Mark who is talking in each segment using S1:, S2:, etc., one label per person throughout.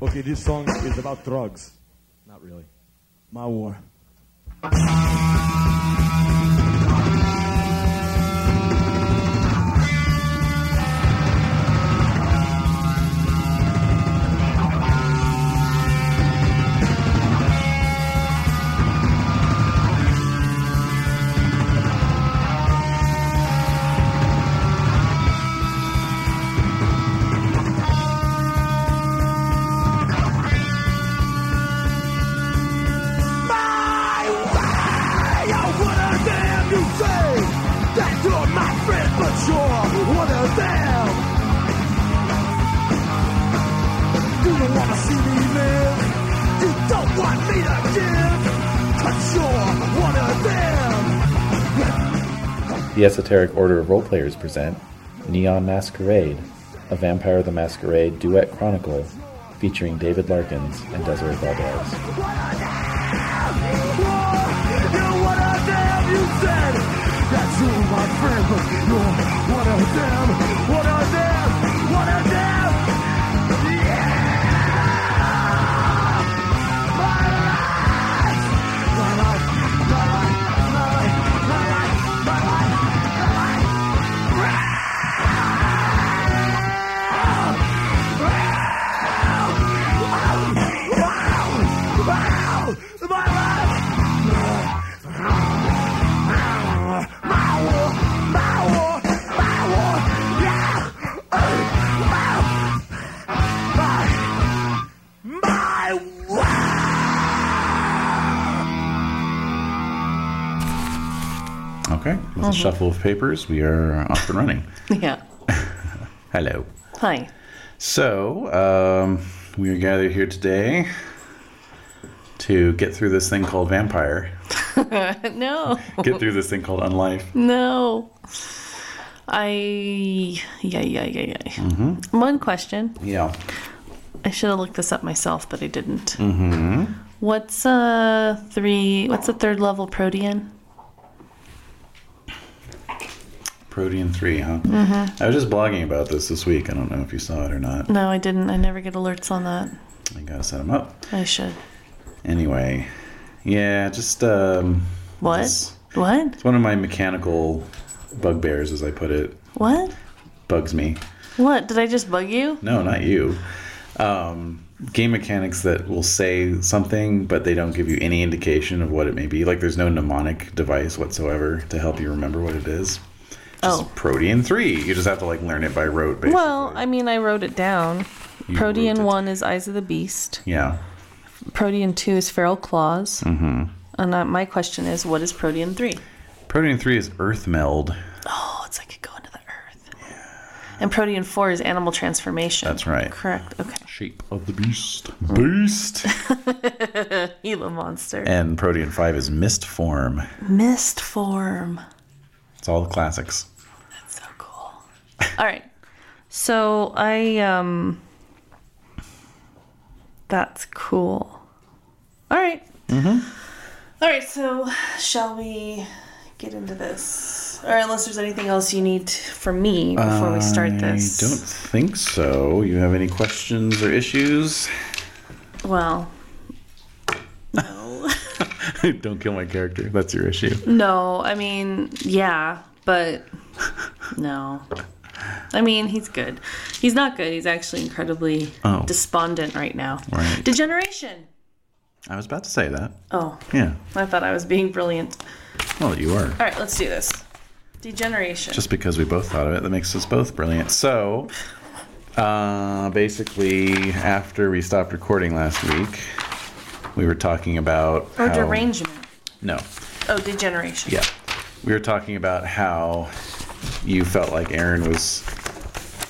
S1: Okay, this song is about drugs. Not really. My war.
S2: my way. Oh, what a damn you say that you're my friend, but you're one of them. You don't wanna see me live. You don't want me to give. Cause you're one of them.
S3: The Esoteric Order of Roleplayers present Neon Masquerade, a Vampire the Masquerade duet chronicle featuring David Larkins and Desiree Valdez.
S2: You're one of them, you said. That you're my friend, but you're one of them. One of them. One of them. My life.
S4: Okay, with a shuffle of papers, we are off and running.
S5: Yeah.
S4: Hello.
S5: Hi.
S4: So, um, we are gathered here today to get through this thing called vampire,
S5: no.
S4: get through this thing called unlife.
S5: Mm. No. I. Yeah, yeah, yeah, yeah.
S4: Mm-hmm.
S5: One question.
S4: Yeah.
S5: I should have looked this up myself, but I didn't. Mm-hmm. What's uh three? What's the third level protean?
S4: Protean 3, huh? I was just blogging about this this week. I don't know if you saw it or not.
S5: No, I didn't. I never get alerts on that.
S4: I gotta set them up.
S5: I should.
S4: Anyway, yeah, just, um,
S5: What?
S4: Yes.
S5: What?
S4: it's one of my mechanical bugbears, as I put it.
S5: What?
S4: Bugs me.
S5: What? Did I just bug you?
S4: No, not you. Um, game mechanics that will say something, but they don't give you any indication of what it may be. Like there's no mnemonic device whatsoever to help you remember what it is. Just
S5: Oh.
S4: Protean three. You just have to like learn it by rote. Basically.
S5: Well, I mean, I wrote it down.
S4: You
S5: Protean
S4: wrote it.
S5: one is Eyes of the Beast.
S4: yeah,
S5: Protean two is Feral Claws. Mm-hmm. And uh, my question is, what is Protean three?
S4: Protean three is Earth meld.
S5: Oh, it's like it go into the earth. And Protean four is animal transformation.
S4: That's right.
S5: Correct. Okay.
S4: Shape of the beast. Beast.
S5: Gila monster.
S4: and Protean five is mist form.
S5: Mist form.
S4: It's all the classics.
S5: So cool. All right. So I um that's cool. All right. Mm-hmm. All right, so shall we get into this? Or unless there's anything else you need from me before we start this.
S4: I don't think so. You have any questions or issues?
S5: Well,
S4: don't kill my character. That's your issue.
S5: no, I mean, yeah, but no. I mean, he's good. He's not good. He's actually incredibly
S4: Oh.
S5: despondent right now.
S4: Right.
S5: Degeneration.
S4: I was about to say that.
S5: Oh,
S4: Yeah.
S5: I thought I was being brilliant.
S4: Well, you are.
S5: All right, let's do this. Degeneration.
S4: Just because we both thought of it, that makes us both brilliant. So, uh, basically, after we stopped recording last week, we were talking about
S5: or
S4: how-
S5: derangement.
S4: No.
S5: Oh, degeneration.
S4: Yeah. We were talking about how you felt like Aaron was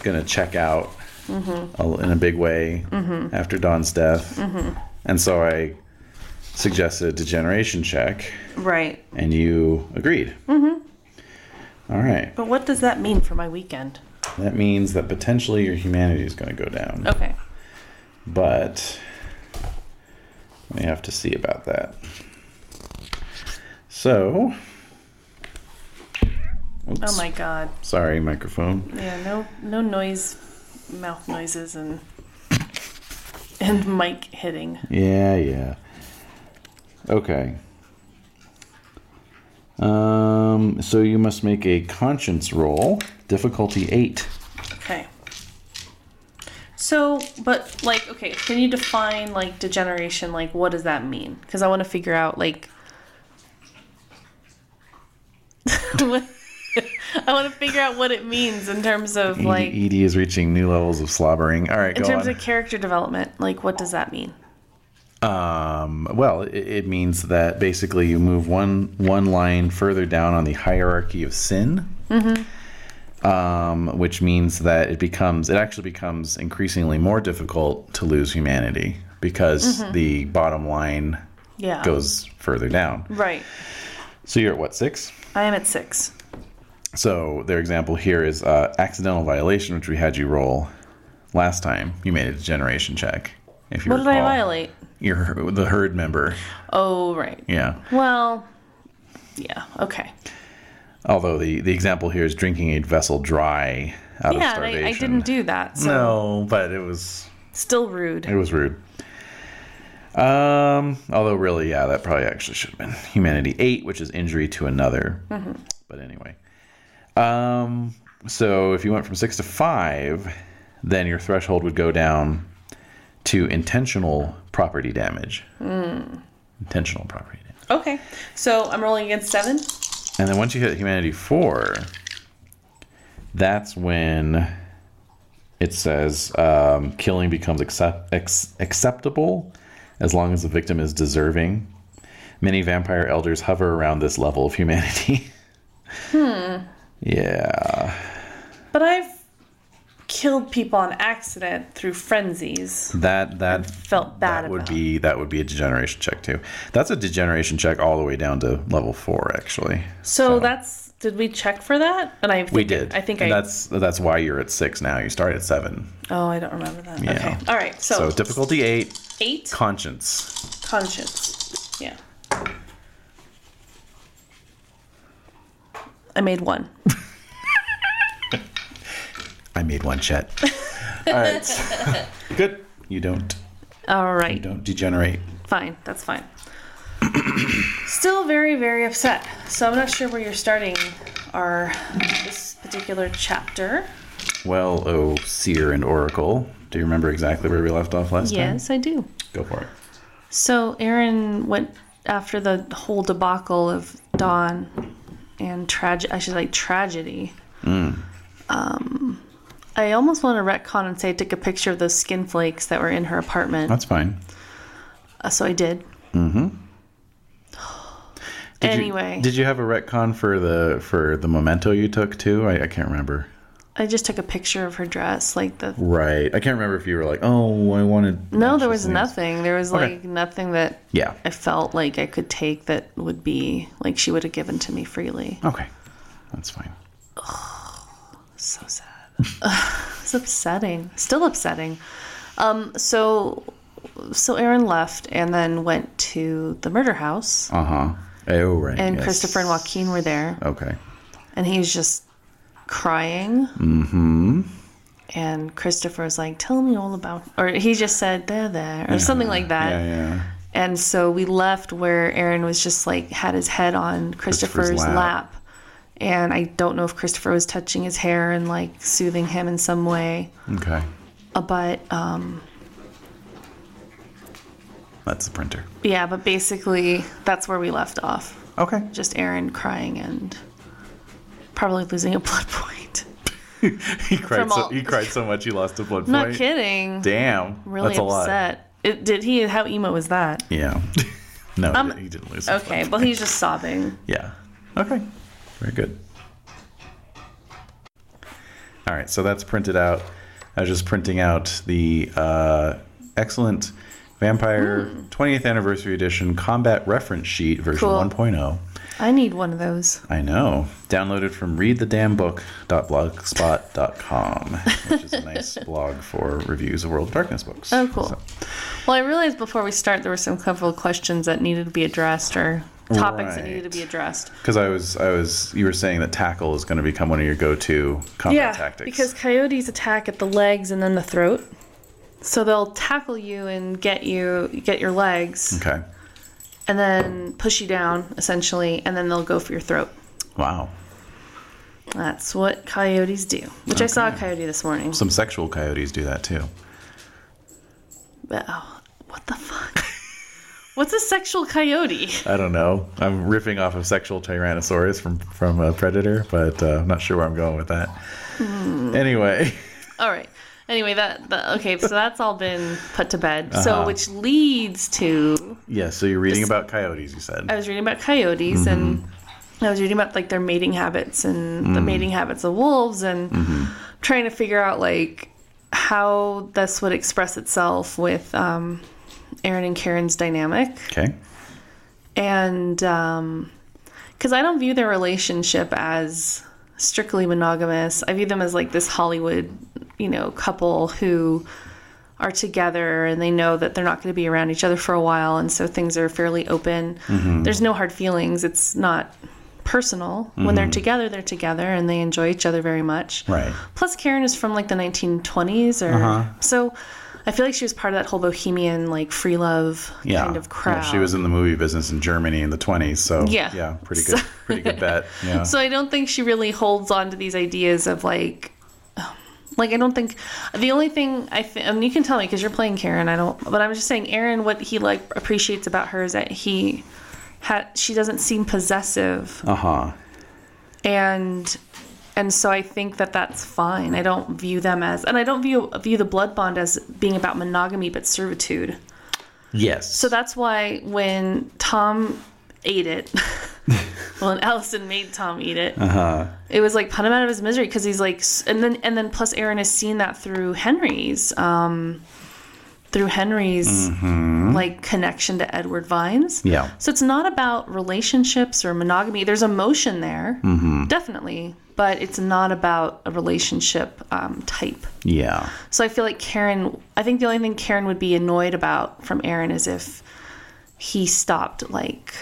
S4: going to check out a- in a big way after Dawn's death. And so I suggested a degeneration check,
S5: Right.
S4: and you agreed. Mm-hmm. right.
S5: But what does that mean for my weekend?
S4: That means that potentially your humanity is going to go down.
S5: Okay.
S4: But we have to see about that. So. Oops.
S5: Oh my god.
S4: Sorry, microphone.
S5: Yeah, no no noise mouth noises and and Mike hitting.
S4: Yeah, yeah. Okay. Um, so you must make a conscience roll, difficulty eight.
S5: Okay. So, but like, okay, can you define like degeneration? Like, what does that mean? Because I want to figure out like. what- I want to figure out what it means in terms of like
S4: Ed E is reaching new levels of slobbering. All right,
S5: in
S4: go
S5: terms
S4: on.
S5: of character development. Like, what does that mean?
S4: Um, well, it, it means that basically you move one one line further down on the hierarchy of sin, um, which means that it becomes it actually becomes increasingly more difficult to lose humanity because
S5: Mm-hmm.
S4: the bottom line
S5: Yeah.
S4: goes further down.
S5: Right.
S4: So you're at what six?
S5: I am at six.
S4: So their example here is uh, accidental violation, which we had you roll last time. You made a degeneration check. If you
S5: What did I
S4: recall.
S5: violate?
S4: You're the herd member.
S5: Oh, right.
S4: Yeah.
S5: Well, yeah. Okay.
S4: Although the, the example here is drinking a vessel dry out of
S5: yeah, and
S4: starvation.
S5: I, I didn't do that. So
S4: No, but it was
S5: still rude.
S4: it was rude. Um, although really, yeah, that probably actually should have been humanity eight, which is injury to another.
S5: Mm-hmm.
S4: But anyway, um, so if you went from six to five, then your threshold would go down to intentional property damage.
S5: Hmm.
S4: Intentional property damage.
S5: Okay. So I'm rolling against seven.
S4: And then once you hit humanity four, that's when it says um, killing becomes accept- ex- acceptable as long as the victim is deserving. Many vampire elders hover around this level of humanity. hmm. Yeah.
S5: But I've killed people on accident through frenzies.
S4: That that
S5: Felt bad
S4: that would
S5: about.
S4: be that would be a degeneration check too. That's a degeneration check all the way down to level four, actually.
S5: So, that's did we check for that? And I
S4: we
S5: think-
S4: did.
S5: I think
S4: And
S5: I.
S4: that's that's why you're at six now. You start at seven.
S5: oh, I don't remember that.
S4: Yeah.
S5: Okay. All right.
S4: So
S5: So,
S4: difficulty eight,
S5: eight
S4: conscience.
S5: conscience. Yeah. I made one.
S4: I made one chat. All right, good. You don't
S5: All right.
S4: you don't degenerate.
S5: Fine. That's fine. Still very, very upset. So I'm not sure where you're starting our this particular chapter.
S4: Well, oh, seer and oracle. Do you remember exactly where we left off last time?
S5: Yes, I do.
S4: Go for it.
S5: So Aaron went after the whole debacle of Dawn and tragic. I should like tragedy. Um, I almost want to retcon and say I took a picture of those skin flakes that were in her apartment.
S4: That's fine.
S5: Uh, so I did. Mm-hmm.
S4: Did you-
S5: anyway,
S4: did you have a retcon for the for the memento you took too? I, I can't remember.
S5: I just took a picture of her dress, like the.
S4: Right. I can't remember if you were like, oh, I wanted.
S5: No, there
S4: actual
S5: was
S4: things.
S5: nothing. There was
S4: Okay.
S5: like nothing that
S4: Yeah.
S5: I felt like I could take that would be like she would have given to me freely.
S4: Okay, that's fine.
S5: So sad. it's upsetting. Still upsetting. Um, so so Aaron left and then went to the murder house
S4: Uh huh. Oh right.
S5: and
S4: yes. Oh.
S5: Christopher and Joaquin were there
S4: Okay.
S5: and he was just crying. Mm-hmm. And Christopher was like, Tell me all about or he just said they're there or something like that.
S4: Yeah, yeah.
S5: And so we left where Aaron was just like had his head on Christopher's,
S4: Christopher's
S5: lap.
S4: lap.
S5: And I don't know if Christopher was touching his hair and like soothing him in some way.
S4: Okay.
S5: Uh, But um,
S4: That's the printer.
S5: yeah, but basically that's where we left off.
S4: Okay.
S5: Just Aaron crying and probably losing a blood point.
S4: He cried.
S5: From
S4: So,
S5: all-
S4: he cried so much he lost a blood
S5: Not
S4: point.
S5: kidding.
S4: Damn.
S5: really
S4: that's a lot.
S5: upset. It, did he? How emo was that?
S4: Yeah. no, he didn't lose. his
S5: Um, Okay,
S4: blood.
S5: well he's just sobbing.
S4: Yeah. Okay. Very good. All right. So that's printed out. I was just printing out the uh, excellent Vampire 20th Anniversary Edition Combat Reference Sheet version
S5: Hmm. Cool.
S4: 1.0.
S5: I need one of those.
S4: I know. Downloaded from readthedamnbook.blogspot.com, which is a nice blog for reviews of World of Darkness books.
S5: Oh, cool.
S4: So-
S5: Well, I realized before we start there were some couple of questions that needed to be addressed or topics that needed to
S4: Right.
S5: be addressed.
S4: Because I was, I was, you were saying that tackle is going to become one of your go-to combat tactics.
S5: because coyotes attack at the legs and then the throat. So they'll tackle you and get you, get your legs,
S4: Okay.
S5: and then push you down essentially, and then they'll go for your throat.
S4: Wow.
S5: That's what coyotes do. Which I saw a coyote this morning.
S4: Some sexual coyotes do that too.
S5: But, oh, what the fuck? What's a sexual coyote?
S4: I don't know. I'm riffing off of sexual Tyrannosaurus from from uh, Predator, but uh, I'm not sure where I'm going with that.
S5: Hmm.
S4: Anyway,
S5: All right. Anyway, that, that okay. So that's all been put to bed. So which leads to
S4: yeah. So you're reading about coyotes. You said.
S5: I was reading about coyotes and I was reading about like their mating habits and the mating habits of wolves and trying to figure out like how this would express itself with um, Aaron and Karen's dynamic
S4: okay.
S5: and um because i don't view their relationship as strictly monogamous i view them as like this hollywood you know couple who are together and they know that they're not going to be around each other for a while and so things are fairly open
S4: Mm-hmm.
S5: there's no hard feelings it's not personal when they're together they're together and they enjoy each other very much
S4: Mm-hmm. Right. Uh-huh.
S5: plus karen is from like the 1920s or so i feel like she was part of that whole bohemian like free love
S4: Yeah.
S5: kind of crowd
S4: Well, she was in the movie business in Germany in the 20s, so
S5: Yeah.
S4: yeah, pretty good, pretty good bet. Yeah.
S5: So I don't think she really holds on to these ideas of like, um, like I don't think the only thing I th- I mean you can tell me because you're playing Karen. I don't, but I'm just saying Aaron. What he like appreciates about her is that he had she doesn't seem possessive,
S4: uh huh.
S5: and and so I think that that's fine. I don't view them as, and I don't view view the blood bond as being about monogamy but servitude.
S4: Yes.
S5: So that's why when Tom ate it, well, and Allison made Tom eat it.
S4: Uh-huh.
S5: It was like put him out of his misery because he's like, s- and then and then plus Aaron has seen that through Henry's, um, through Henry's like connection to Edward Vines.
S4: Mm-hmm. Yeah.
S5: So it's not about relationships or monogamy. There's emotion there, definitely, but it's not about a relationship um, type.
S4: yeah.
S5: So I feel like Karen, I think the only thing Karen would be annoyed about from Aaron is if he stopped, like,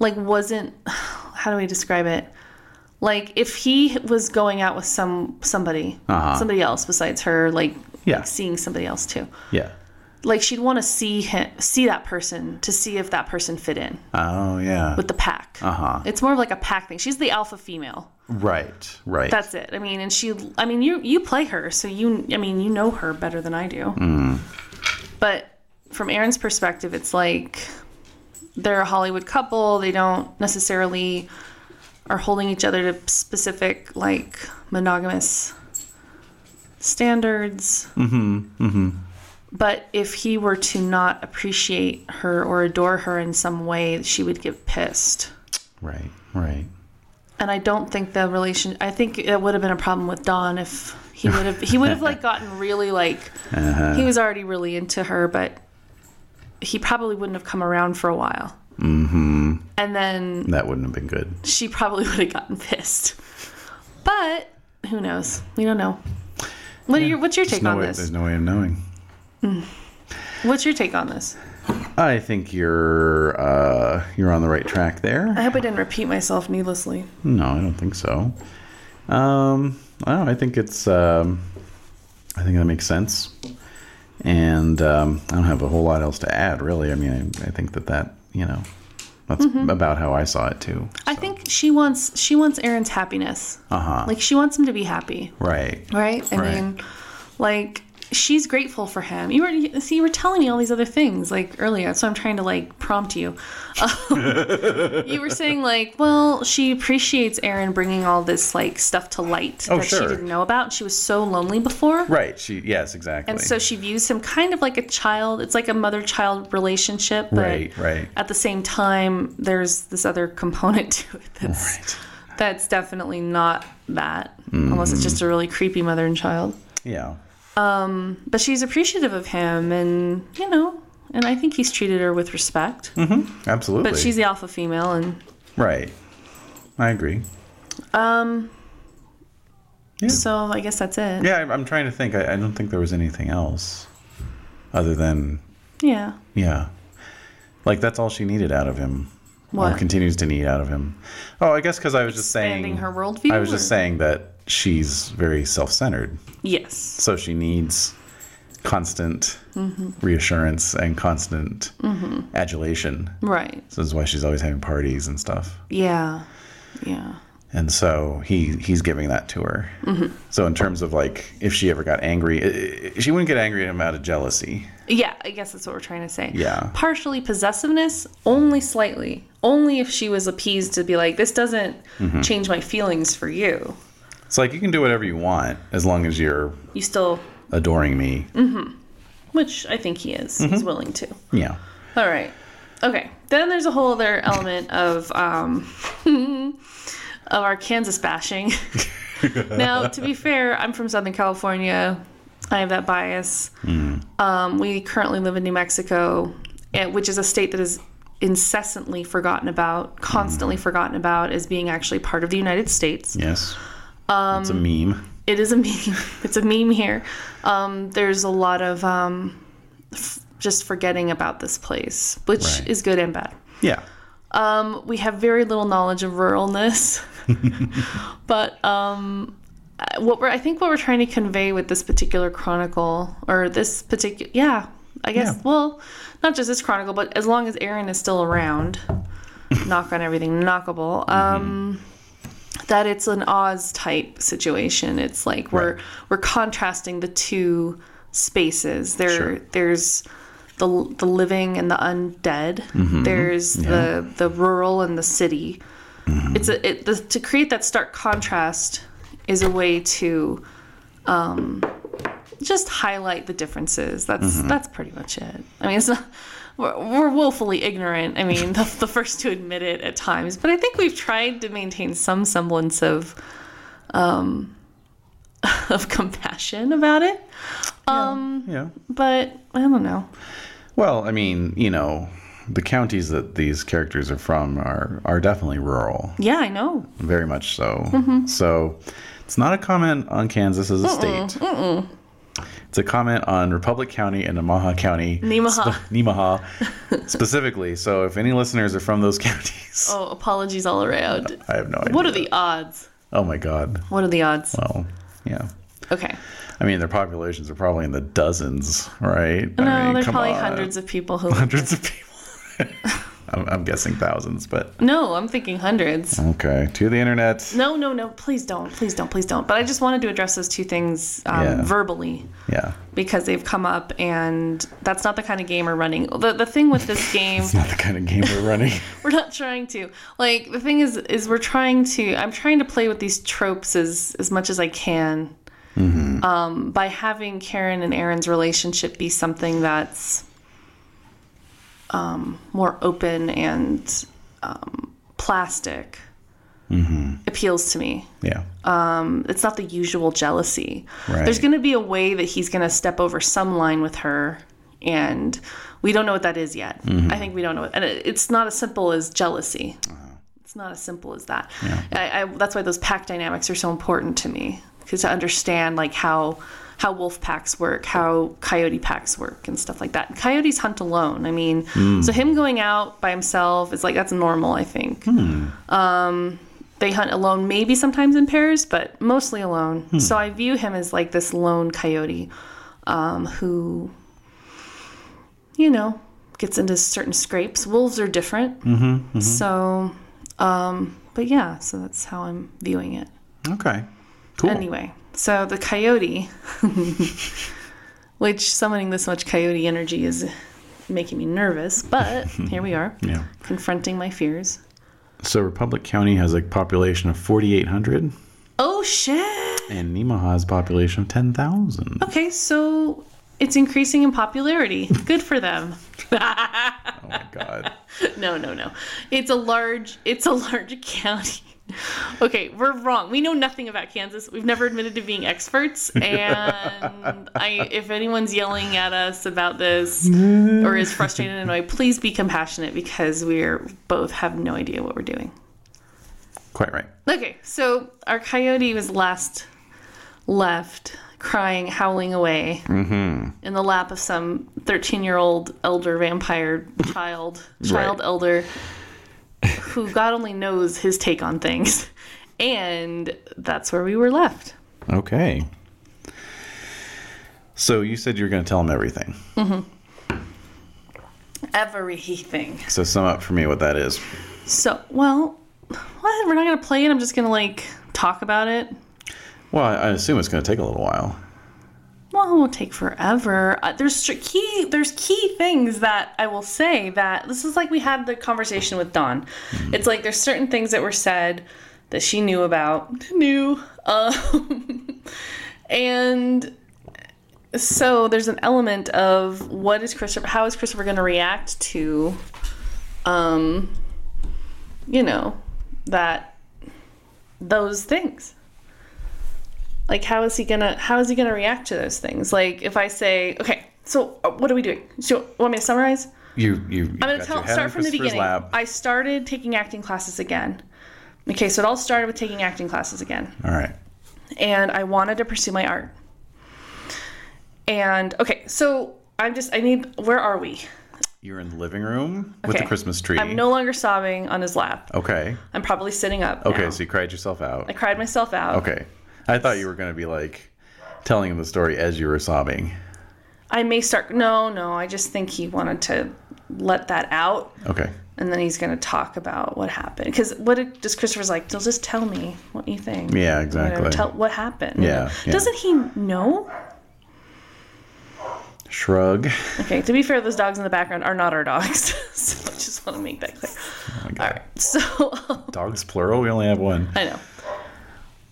S5: like wasn't, how do we describe it? Like if he was going out with some somebody, somebody else besides her, like,
S4: Yeah.
S5: like seeing somebody else too.
S4: Yeah.
S5: Like she'd want to see him, see that person to see if that person fit in
S4: Oh yeah.
S5: with the pack. Uh-huh. It's more of like a pack thing. She's the alpha female.
S4: right. Right.
S5: That's it. I mean, and she. I mean, you you play her, so you. I mean, you know her better than I do. But from Aaron's perspective, it's like they're a Hollywood couple. They don't necessarily are holding each other to specific like monogamous standards. Mm-hmm. Mm-hmm. But if he were to not appreciate her or adore her in some way, she would get pissed
S4: right. Right.
S5: and I don't think the relation. I think it would have been a problem with Don if he would have he would have like gotten really like
S4: Uh-huh.
S5: he was already really into her, but he probably wouldn't have come around for a while. Mm-hmm. And then
S4: That wouldn't have been good.
S5: she probably would have gotten pissed. But who knows? We don't know. What are your, what's your
S4: There's
S5: take
S4: no
S5: on
S4: way,
S5: this?
S4: There's no way of knowing.
S5: What's your take on this?
S4: I think you're uh, you're on the right track there.
S5: I hope I didn't repeat myself needlessly.
S4: No, I don't think so. Um, I don't know, I think it's. Um, I think that makes sense, and um, I don't have a whole lot else to add, really. I mean, I, I think that that you know, that's
S5: Mm-hmm.
S4: about how I saw it too.
S5: I think she wants she wants Aaron's happiness.
S4: Uh huh.
S5: Like she wants him to be happy.
S4: right.
S5: Right? I
S4: Right.
S5: mean, like she's grateful for him. You were you- see, you were telling me all these other things like earlier, so I'm trying to like prompt you. Um, you were saying like, well, she appreciates Aaron bringing all this like stuff to light
S4: Oh,
S5: that she
S4: sure.
S5: didn't know about. She was so lonely before.
S4: Right. She. Yes. Exactly.
S5: And so she views him kind of like a child. It's like a mother-child relationship, but
S4: Right, right.
S5: at the same time, there's this other component to it that's that's definitely not that, unless
S4: Mm-hmm.
S5: it's just a really creepy mother and child.
S4: yeah.
S5: But she's appreciative of him, and you know, and I think he's treated her with respect.
S4: Mm-hmm. Absolutely.
S5: But she's the alpha female, and
S4: right. I agree.
S5: so I guess that's it.
S4: Yeah. I'm, I'm trying to think. I, I don't think there was anything else, other than
S5: Yeah.
S4: yeah, like that's all she needed out of him or
S5: What?
S4: continues to need out of him. Oh, I guess because I was just saying
S5: Expanding her worldview,
S4: I was
S5: or-
S4: just saying that she's very self-centered,
S5: yes.
S4: so she needs constant
S5: Mm-hmm.
S4: reassurance and constant adulation.
S5: Right.
S4: So this is why she's always having parties and stuff.
S5: Yeah. Yeah.
S4: And so he he's giving that to her. So in terms of like if she ever got angry, i- i- she wouldn't get angry at him out of jealousy.
S5: Yeah, I guess that's what we're trying to say.
S4: Yeah.
S5: Partially possessiveness, only slightly. Only if she was appeased to be like, this doesn't
S4: Mm-hmm.
S5: change my feelings for you.
S4: It's like you can do whatever you want as long as you're
S5: You still,
S4: adoring me.
S5: which I think he is, he's
S4: Mm-hmm.
S5: willing to.
S4: Yeah.
S5: All right. Okay. Then there's a whole other element of um, of our Kansas bashing. now, to be fair, I'm from Southern California. I have that bias. Um, we currently live in New Mexico, eh, which is a state that is incessantly forgotten about, constantly forgotten about as being actually part of the United States.
S4: Yes. Um, it's a meme.
S5: It is a meme. It's a meme here. Um, there's a lot of um, f- just forgetting about this place, which
S4: Right.
S5: is good and bad.
S4: Yeah.
S5: we have very little knowledge of ruralness, but um, uh, what we're I think what we're trying to convey with this particular chronicle or this particular yeah I guess
S4: Yeah.
S5: well not just this chronicle but as long as Aaron is still around, knock on everything
S4: Mm-hmm.
S5: knockable. Um, that it's an Oz type situation. It's like we're
S4: Right.
S5: we're contrasting the two spaces. There
S4: Sure.
S5: there's the the living and the undead. There's the the rural and the city. It's a it, the, to create that stark contrast is a way to um, just highlight the differences. That's that's pretty much it. I mean, it's not. We're, we're woefully ignorant. I mean, the, the first to admit it at times, but I think we've tried to maintain some semblance of um, of compassion about it.
S4: Yeah.
S5: But I don't know.
S4: Well, I mean, you know, the counties that these characters are from are are definitely rural,
S5: Yeah, I know.
S4: very much so.
S5: Mm-hmm.
S4: So, it's not a comment on Kansas as a state. It's a comment on Republic County and Nemaha County.
S5: Nemaha.
S4: spe- Nemaha specifically. So, if any listeners are from those counties,
S5: Oh, apologies all around.
S4: I have no idea.
S5: What are the odds?
S4: Oh my god.
S5: What are the odds?
S4: Well, yeah.
S5: Okay.
S4: I mean, their populations are probably in the dozens, right?
S5: No,
S4: I mean,
S5: there's
S4: come
S5: probably
S4: on.
S5: hundreds of people who.
S4: hundreds of people. I'm, I'm guessing thousands, but
S5: No, I'm thinking hundreds.
S4: okay. To the internet.
S5: No, no, no. Please don't. Please don't. Please don't. But I just wanted to address those two things um,
S4: Yeah.
S5: verbally
S4: Yeah,
S5: because they've come up, and that's not the kind of game we're running. The, the thing with this game,
S4: it's not the kind of game we're running.
S5: we're not trying to. Like the thing is, is we're trying to. I'm trying to play with these tropes as as much as I can. Um, by having Karen and Aaron's relationship be something that's um, more open and um, plastic appeals to me.
S4: yeah,
S5: Uh, It's not the usual jealousy.
S4: Right.
S5: There's going to be a way that he's going to step over some line with her, and we don't know what that is yet. I think we don't know, what, and it, it's not as simple as jealousy. It's not as simple as that. I, I, that's why those pack dynamics are so important to me, because to understand like how how wolf packs work, how coyote packs work, and stuff like that. Coyotes hunt alone. I mean, so him going out by himself is like that's normal. I think they hunt alone, maybe sometimes in pairs, but mostly alone. So I view him as like this lone coyote um, who, you know, gets into certain scrapes. Wolves are different. Mm-hmm, So, um, but yeah, so that's how I'm viewing it.
S4: okay, cool.
S5: Anyway, so the coyote, which summoning this much coyote energy is making me nervous, but here we are,
S4: Yeah.
S5: confronting my fears.
S4: So Republic County has a population of 4,800,
S5: Oh shit!
S4: and Nemaha has a population of 10,000.
S5: Okay, so it's increasing in popularity. Good for them.
S4: Oh my god.
S5: No, no, no. It's a large it's a large county. Okay, we're wrong. We know nothing about Kansas. We've never admitted to being experts. And I if anyone's yelling at us about this or is frustrated and annoyed, please be compassionate because we're both have no idea what we're doing.
S4: Quite right.
S5: Okay, so our coyote was last left crying, howling away in the lap of some 13 year old elder vampire child, child elder who God only knows his take on things. And that's where we were left.
S4: Okay. So you said you were going to tell him everything.
S5: Everything.
S4: So sum up for me what that is.
S5: So, well, what? We're not going to play it. I'm just going to like talk about it.
S4: Well, I I assume it's going to take a little while.
S5: Well, it won't take forever. Uh, there's str- key. There's key things that I will say that this is like we had the conversation with Dawn. It's like there's certain things that were said that she knew about. Knew. Um, and so there's an element of what is Christopher? How is Christopher going to react to? Um, you know, that those things like how is he gonna how is he gonna react to those things like if i say okay so uh, what are we doing so want me to summarize
S4: You you.
S5: i'm gonna tell, start from the beginning
S4: Lap.
S5: i started taking acting classes again okay so it all started with taking acting classes again
S4: All right.
S5: and I wanted to pursue my art. And okay, so I'm just I need where are we?
S4: You're in the living room with the
S5: Okay.
S4: Christmas tree.
S5: I'm no longer sobbing on his lap.
S4: Okay.
S5: I'm probably sitting up.
S4: Okay.
S5: now.
S4: So you cried yourself out.
S5: I cried myself out.
S4: Okay. I thought you were going to be like telling him the story as you were sobbing.
S5: I may start no, no, I just think he wanted to let that out
S4: Okay.
S5: and then he's gonna talk about what happened. Because what did just Christopher's like, "You'll just tell me what you think.
S4: Yeah,
S5: You know,
S4: exactly.
S5: Tell what happened. you
S4: Yeah,
S5: know.
S4: yeah.
S5: Doesn't he know?
S4: Shrug.
S5: Okay, to be fair, those dogs in the background are not our dogs. so I just want to make that clear. All right. So
S4: Dogs plural. We only have one.
S5: I know.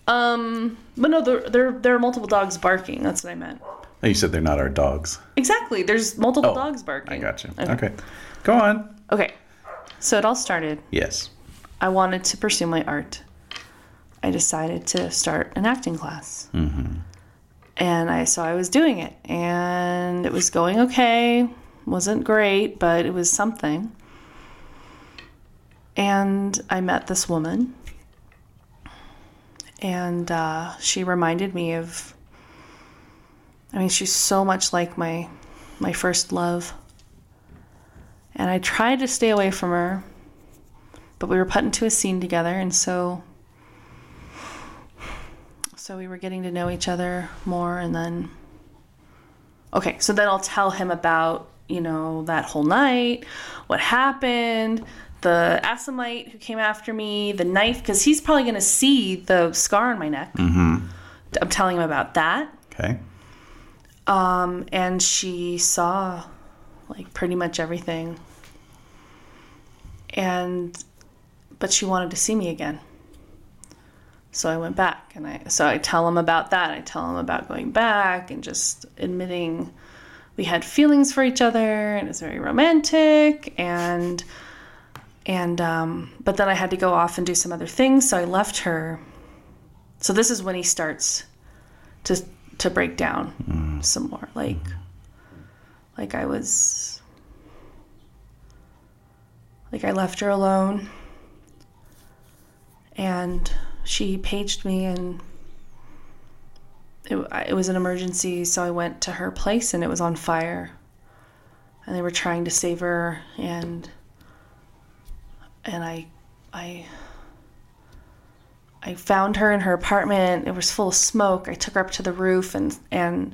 S5: Um, but no, there, there there are multiple dogs barking. That's what I meant.
S4: Oh, You said they're not our dogs.
S5: Exactly. There's multiple
S4: Oh,
S5: dogs barking.
S4: I got you.
S5: Okay.
S4: Okay. Go on.
S5: Okay. So it all started.
S4: Yes.
S5: I wanted to pursue my art. I decided to start an acting class. Mm-hmm. And I so I was doing it, and it was going okay. wasn't great, but it was something. And I met this woman, and uh, she reminded me of. I mean, she's so much like my my first love. And I tried to stay away from her, but we were put into a scene together and so so we were getting to know each other more and then okay so then i'll tell him about you know that whole night what happened the assamite who came after me the knife because he's probably going to see the scar on my neck i'm telling him about that
S4: Okay.
S5: and she saw like pretty much everything and but she wanted to see me again so i went back and i so i tell him about that i tell him about going back and just admitting we had feelings for each other and it's very romantic and and um, but then i had to go off and do some other things so i left her so this is when he starts to to break down some more like like i was like i left her alone and she paged me and it, w- I- it was an emergency so i went to her place and it was on fire and they were trying to save her and and i i I found her in her apartment. It was full of smoke. I took her up to the roof and and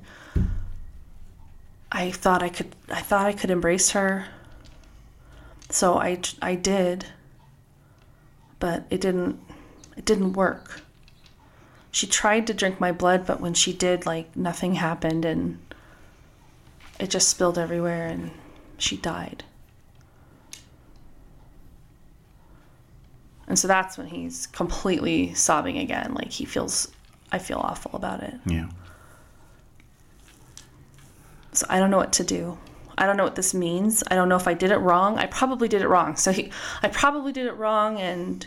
S5: I thought I could I thought I could embrace her. So I t- I did. But it didn't it didn't work. She tried to drink my blood, but when she did, like nothing happened and it just spilled everywhere and she died. And so that's when he's completely sobbing again. Like he feels, I feel awful about it.
S4: Yeah.
S5: So I don't know what to do. I don't know what this means. I don't know if I did it wrong. I probably did it wrong. So he, I probably did it wrong, and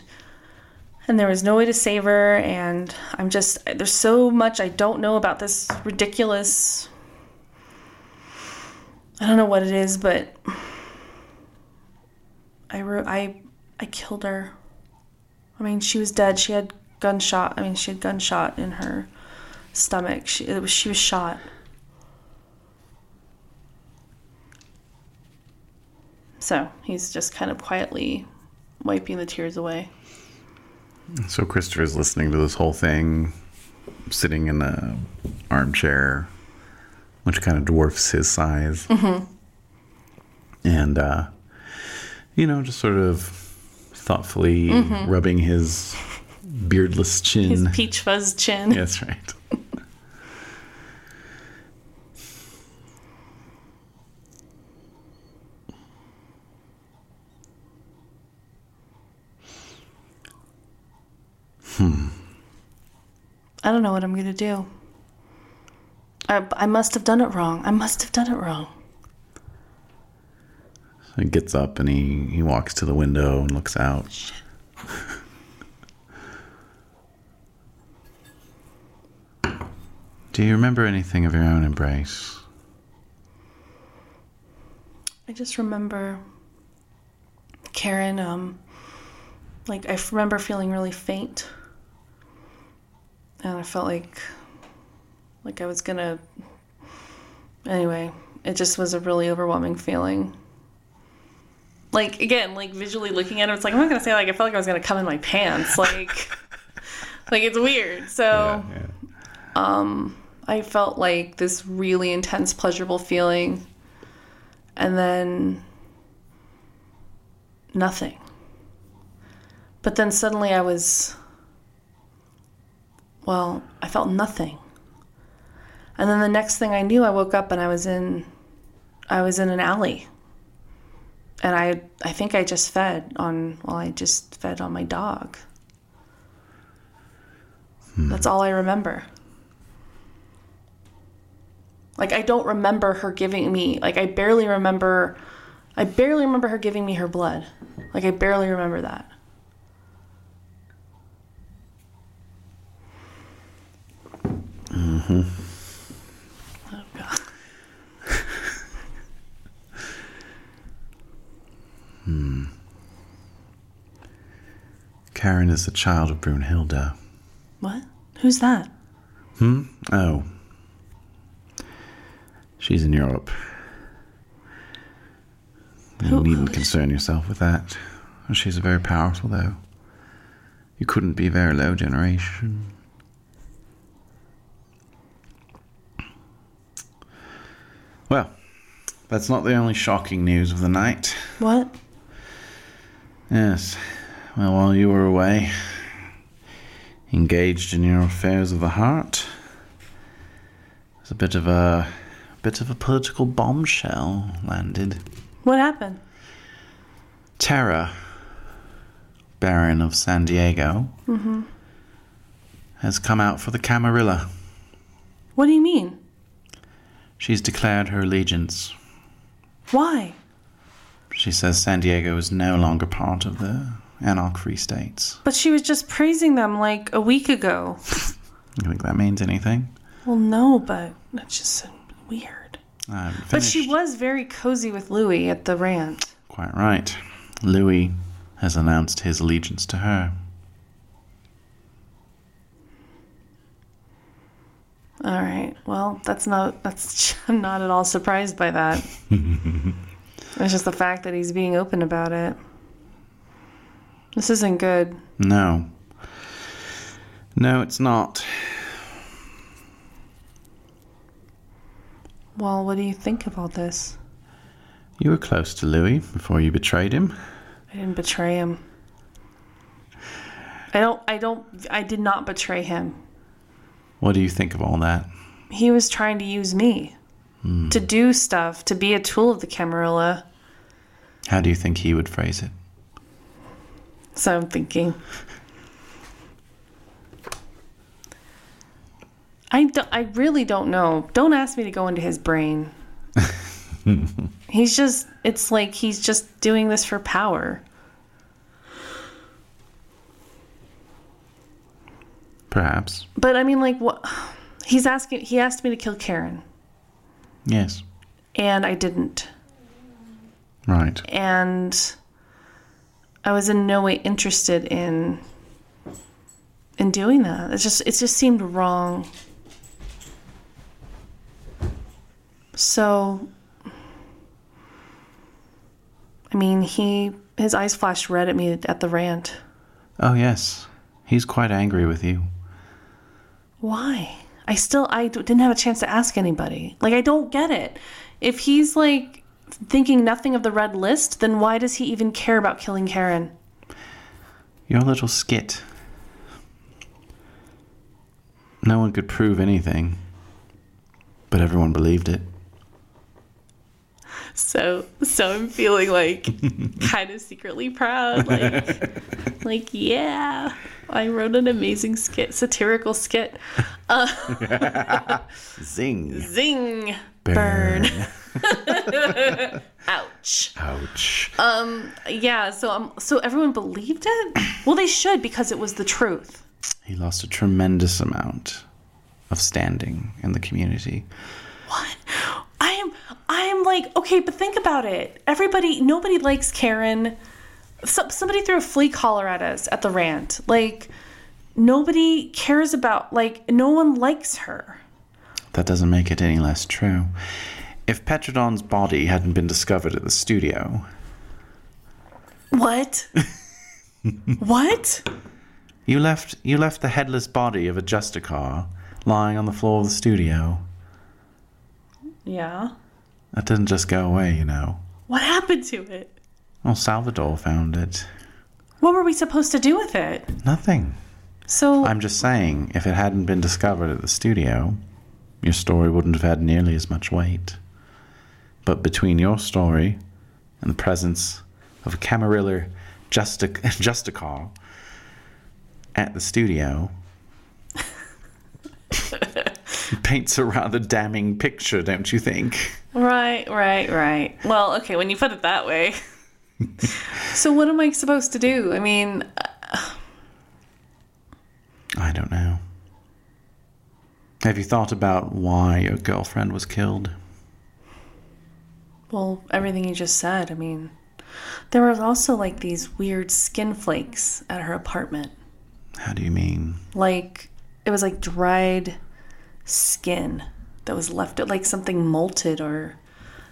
S5: and there was no way to save her. And I'm just there's so much I don't know about this ridiculous. I don't know what it is, but I ru- I I killed her. I mean, she was dead. She had gunshot. I mean, she had gunshot in her stomach. She it was, she was shot. So he's just kind of quietly wiping the tears away.
S4: So Christopher is listening to this whole thing, sitting in a armchair, which kind of dwarfs his size,
S5: Mm-hmm.
S4: and uh, you know, just sort of thoughtfully rubbing his beardless chin.
S5: Mm-hmm. His peach fuzz chin.
S4: Mm. Yeah, That's right.
S5: I don't know what I'm gonna do. I, I must have done it wrong. I must have done it wrong.
S4: He gets up and he, he walks to the window and looks out. Do you remember anything of your own embrace?
S5: I just remember Karen, um, like, I f- remember feeling really faint. And I felt like, like I was gonna, anyway, it just was a really overwhelming feeling. Like, again, like visually looking at it, it's like, I'm not gonna say, like, I felt like I was gonna come in my pants. Like, like it's weird. So.
S4: yeah.
S5: I felt like this really intense, pleasurable feeling, and then nothing. But then suddenly I was, well, I felt nothing. And then the next thing I knew, I woke up and I was in, I was in an alley. And I, I think I just fed on, well, I just fed on my dog. That's all I remember. Like I don't remember her giving me like I barely remember I barely remember her giving me her blood. Like I barely remember that. Mm-hmm. Oh god.
S4: Karen is the child of Brunhilde.
S5: What? Who's that?
S4: Oh. She's in Europe. You
S5: Who-
S4: needn't concern yourself with that. She's very powerful, though. You couldn't be very low generation. Well, that's not the only shocking news of the night.
S5: What?
S4: Yes. Well, while you were away, engaged in your affairs of the heart, there's a bit of a, bit of a political bombshell landed.
S5: What happened?
S4: Terra, Baron of San Diego,
S5: Mm-hmm.
S4: has come out for the Camarilla.
S5: What do you mean?
S4: She's declared her allegiance.
S5: Why?
S4: She says San Diego is no longer part of the Anarch Free States.
S5: But she was just praising them like a week ago.
S4: You think that means anything?
S5: Well, no, but that's just so weird.
S4: I haven't
S5: But she
S4: finished.
S5: was very cozy with Louis at the rant.
S4: Quite right. Louis has announced his allegiance to her.
S5: All right. Well, that's not that's I'm not at all surprised by that. it's just the fact that he's being open about it. This isn't good.
S4: No. No, it's not.
S5: Well, what do you think of all this?
S4: You were close to Louis before you betrayed him.
S5: I didn't betray him. I don't I don't I did not betray him.
S4: What do you think of all that?
S5: He was trying to use me to do stuff, to be a tool of the Camarilla.
S4: How do you think he would phrase it?
S5: So I'm thinking. I, do, I really don't know. Don't ask me to go into his brain. he's just, it's like he's just doing this for power.
S4: Perhaps.
S5: But I mean, like, what? He's asking, he asked me to kill Karen,
S4: Yes.
S5: and I didn't.
S4: Right.
S5: and I was in no way interested in in doing that. It just it just seemed wrong. So I mean, he his eyes flashed red at me at the rant.
S4: Oh, yes. He's quite angry with you.
S5: Why? I still I d- didn't have a chance to ask anybody. Like I don't get it. If he's like thinking nothing of the red list, then why does he even care about killing Karen?
S4: You're a little skit. No one could prove anything, but everyone believed it.
S5: So so I'm feeling like kind of secretly proud. Like like yeah, I wrote an amazing skit, satirical skit.
S4: Zing.
S5: Zing.
S4: Burn.
S5: Ouch.
S4: Ouch.
S5: Yeah, so um so everyone believed it? Well, they should because it was the truth.
S4: he lost a tremendous amount of standing in the community.
S5: I am I am like okay, but think about it. Everybody, nobody likes Karen. Some, somebody threw a flea collar at us at the rant. Like nobody cares about like no one likes her.
S4: That doesn't make it any less true. If Petrodon's body hadn't been discovered at the studio,
S5: What? what?
S4: you left you left the headless body of a Justicar lying on the floor of the studio.
S5: Yeah.
S4: That didn't just go away, you know.
S5: What happened to it?
S4: Well, Salvador found it.
S5: What were we supposed to do with it?
S4: Nothing.
S5: So
S4: I'm just saying, if it hadn't been discovered at the studio, your story wouldn't have had nearly as much weight. But between your story and the presence of a Camarilla Justic- Justicar at the studio paints a rather damning picture, don't you think?
S5: right, right, right. Well, okay, when you put it that way. so what am I supposed to do? I mean,
S4: I don't know. Have you thought about why your girlfriend was killed?
S5: Well, everything you just said. I mean, there was also like these weird skin flakes at her apartment.
S4: How do you mean?
S5: Like it was like dried skin that was left like something molted or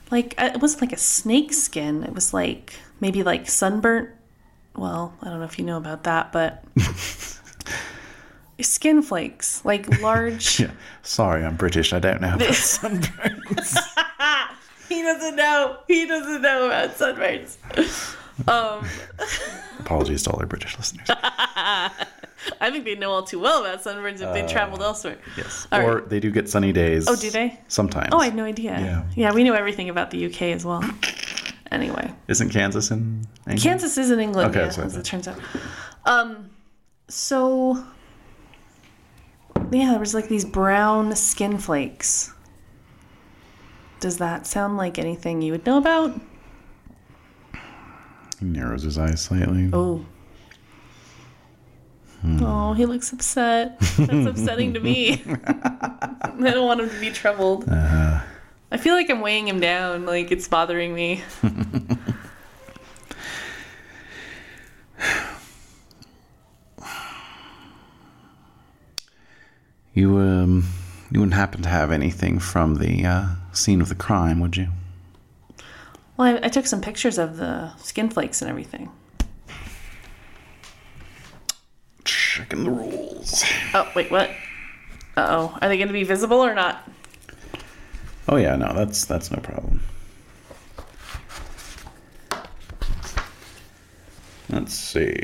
S5: like uh, it wasn't like a snake skin. It was like maybe like sunburnt. Well, I don't know if you know about that, but skin flakes, like large.
S4: Yeah. Sorry, I'm British. I don't know.
S5: He doesn't know. He doesn't know about sunburns. Um,
S4: Apologies to all our British listeners.
S5: I think they know all too well about sunburns if they
S4: Uh,
S5: traveled elsewhere.
S4: Yes.
S5: All
S4: or they do get sunny days. Oh,
S5: do they?
S4: Sometimes.
S5: Oh, I had no idea.
S4: Yeah.
S5: Yeah. we know everything about the UK as well. Anyway,
S4: Isn't Kansas in England?
S5: Kansas is in England,
S4: Okay,
S5: yeah,
S4: that's what I
S5: as
S4: thought.
S5: it turns out. Um, so yeah, there was like these brown skin flakes. Does that sound like anything you would know about?
S4: He narrows his eyes slightly.
S5: Oh. Oh, he looks upset. That's upsetting to me. I don't want him to be troubled. I feel like I'm weighing him down. Like it's bothering me.
S4: You um, you wouldn't happen to have anything from the uh, scene of the crime, would you?
S5: Well, I, I took some pictures of the skin flakes and everything.
S4: Checking the rules.
S5: Oh, wait, what? Uh oh. Are they going to be visible or not?
S4: Oh yeah, no, that's that's no problem. Let's see.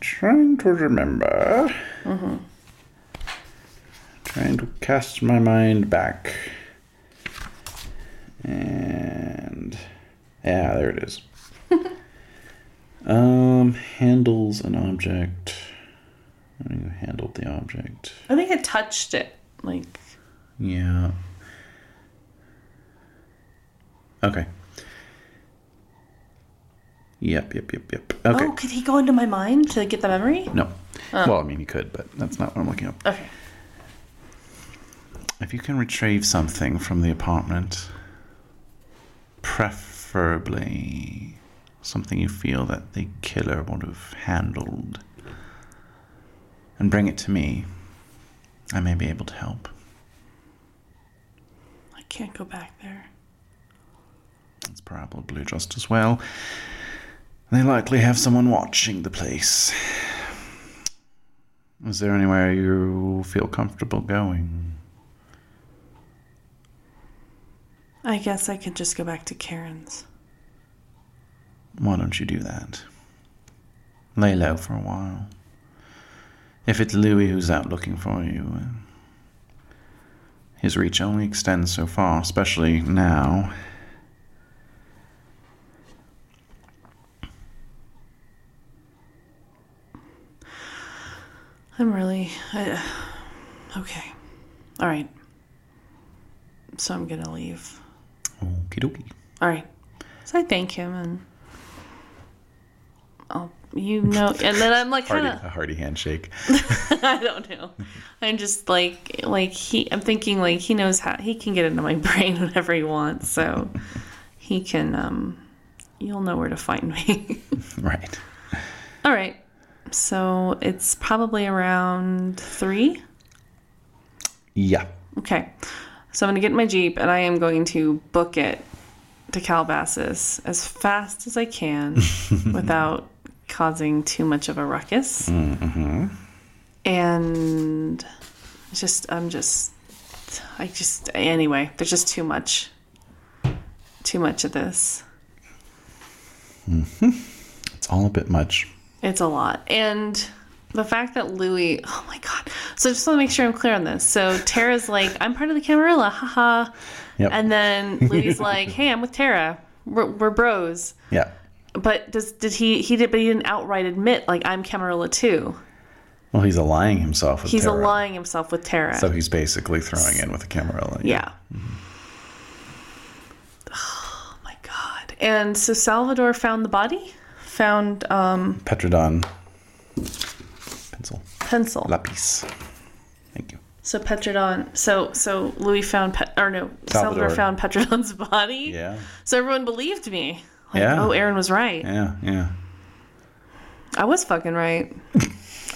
S4: Trying to remember. Trying to cast my mind back. And yeah, there it is. um, handles an object. How do you handle the object?
S5: I think I touched it. Like,
S4: Yeah. Okay. Yep, yep, yep, yep. Okay.
S5: oh, could he go into my mind to get the memory?
S4: No. Well, I mean, you could, but that's not what I'm looking up.
S5: Okay.
S4: If you can retrieve something from the apartment, preferably something you feel that the killer would have handled, and bring it to me, I may be able to help.
S5: I Can't go back there.
S4: It's probably just as well. They likely have someone watching the place. Is there anywhere you feel comfortable going?
S5: I guess I could just go back to Karen's.
S4: Why don't you do that? Lay low for a while. If it's Louis who's out looking for you, uh, his reach only extends so far, especially now.
S5: I'm really. I, okay. All right. So I'm gonna leave.
S4: Okie dokie.
S5: All right. So I thank him and. I'll, you know, and then I'm like
S4: Hearty,
S5: kind of.
S4: a hearty handshake.
S5: I don't know. I'm just like like he. I'm thinking like he knows how he can get into my brain whenever he wants, so he can. um You'll know where to find me.
S4: right.
S5: All right. So it's probably around three.
S4: Yeah.
S5: Okay. So I'm going to get in my Jeep and I am going to book it to Calabasas as fast as I can without causing too much of a ruckus. Mm-hmm. And it's just, I'm just, I just, anyway, there's just too much, too much of this.
S4: It's all a bit much.
S5: It's a lot. And the fact that Louis, oh my God. So I just want to make sure I'm clear on this. So Tara's like, I'm part of the Camarilla, haha.
S4: Yep.
S5: And then Louis like, hey, I'm with Tara. We're, we're bros.
S4: yeah.
S5: But does did he he did but he didn't outright admit like I'm Camarilla too.
S4: Well, he's aligning himself with
S5: He's
S4: Tara.
S5: allying himself with Tara.
S4: So he's basically throwing in with a Camarilla.
S5: Yeah. Oh my god. And so Salvador found the body, found um
S4: Petrodon. Pencil.
S5: pencil.
S4: Lapis. Thank you.
S5: So Petrodon, so so Louis found Pet, or no,
S4: Salvador.
S5: Salvador, found Petrodon's body.
S4: Yeah.
S5: So everyone believed me. Like,
S4: Yeah.
S5: oh, Aaron was right.
S4: Yeah. Yeah.
S5: I was fucking right.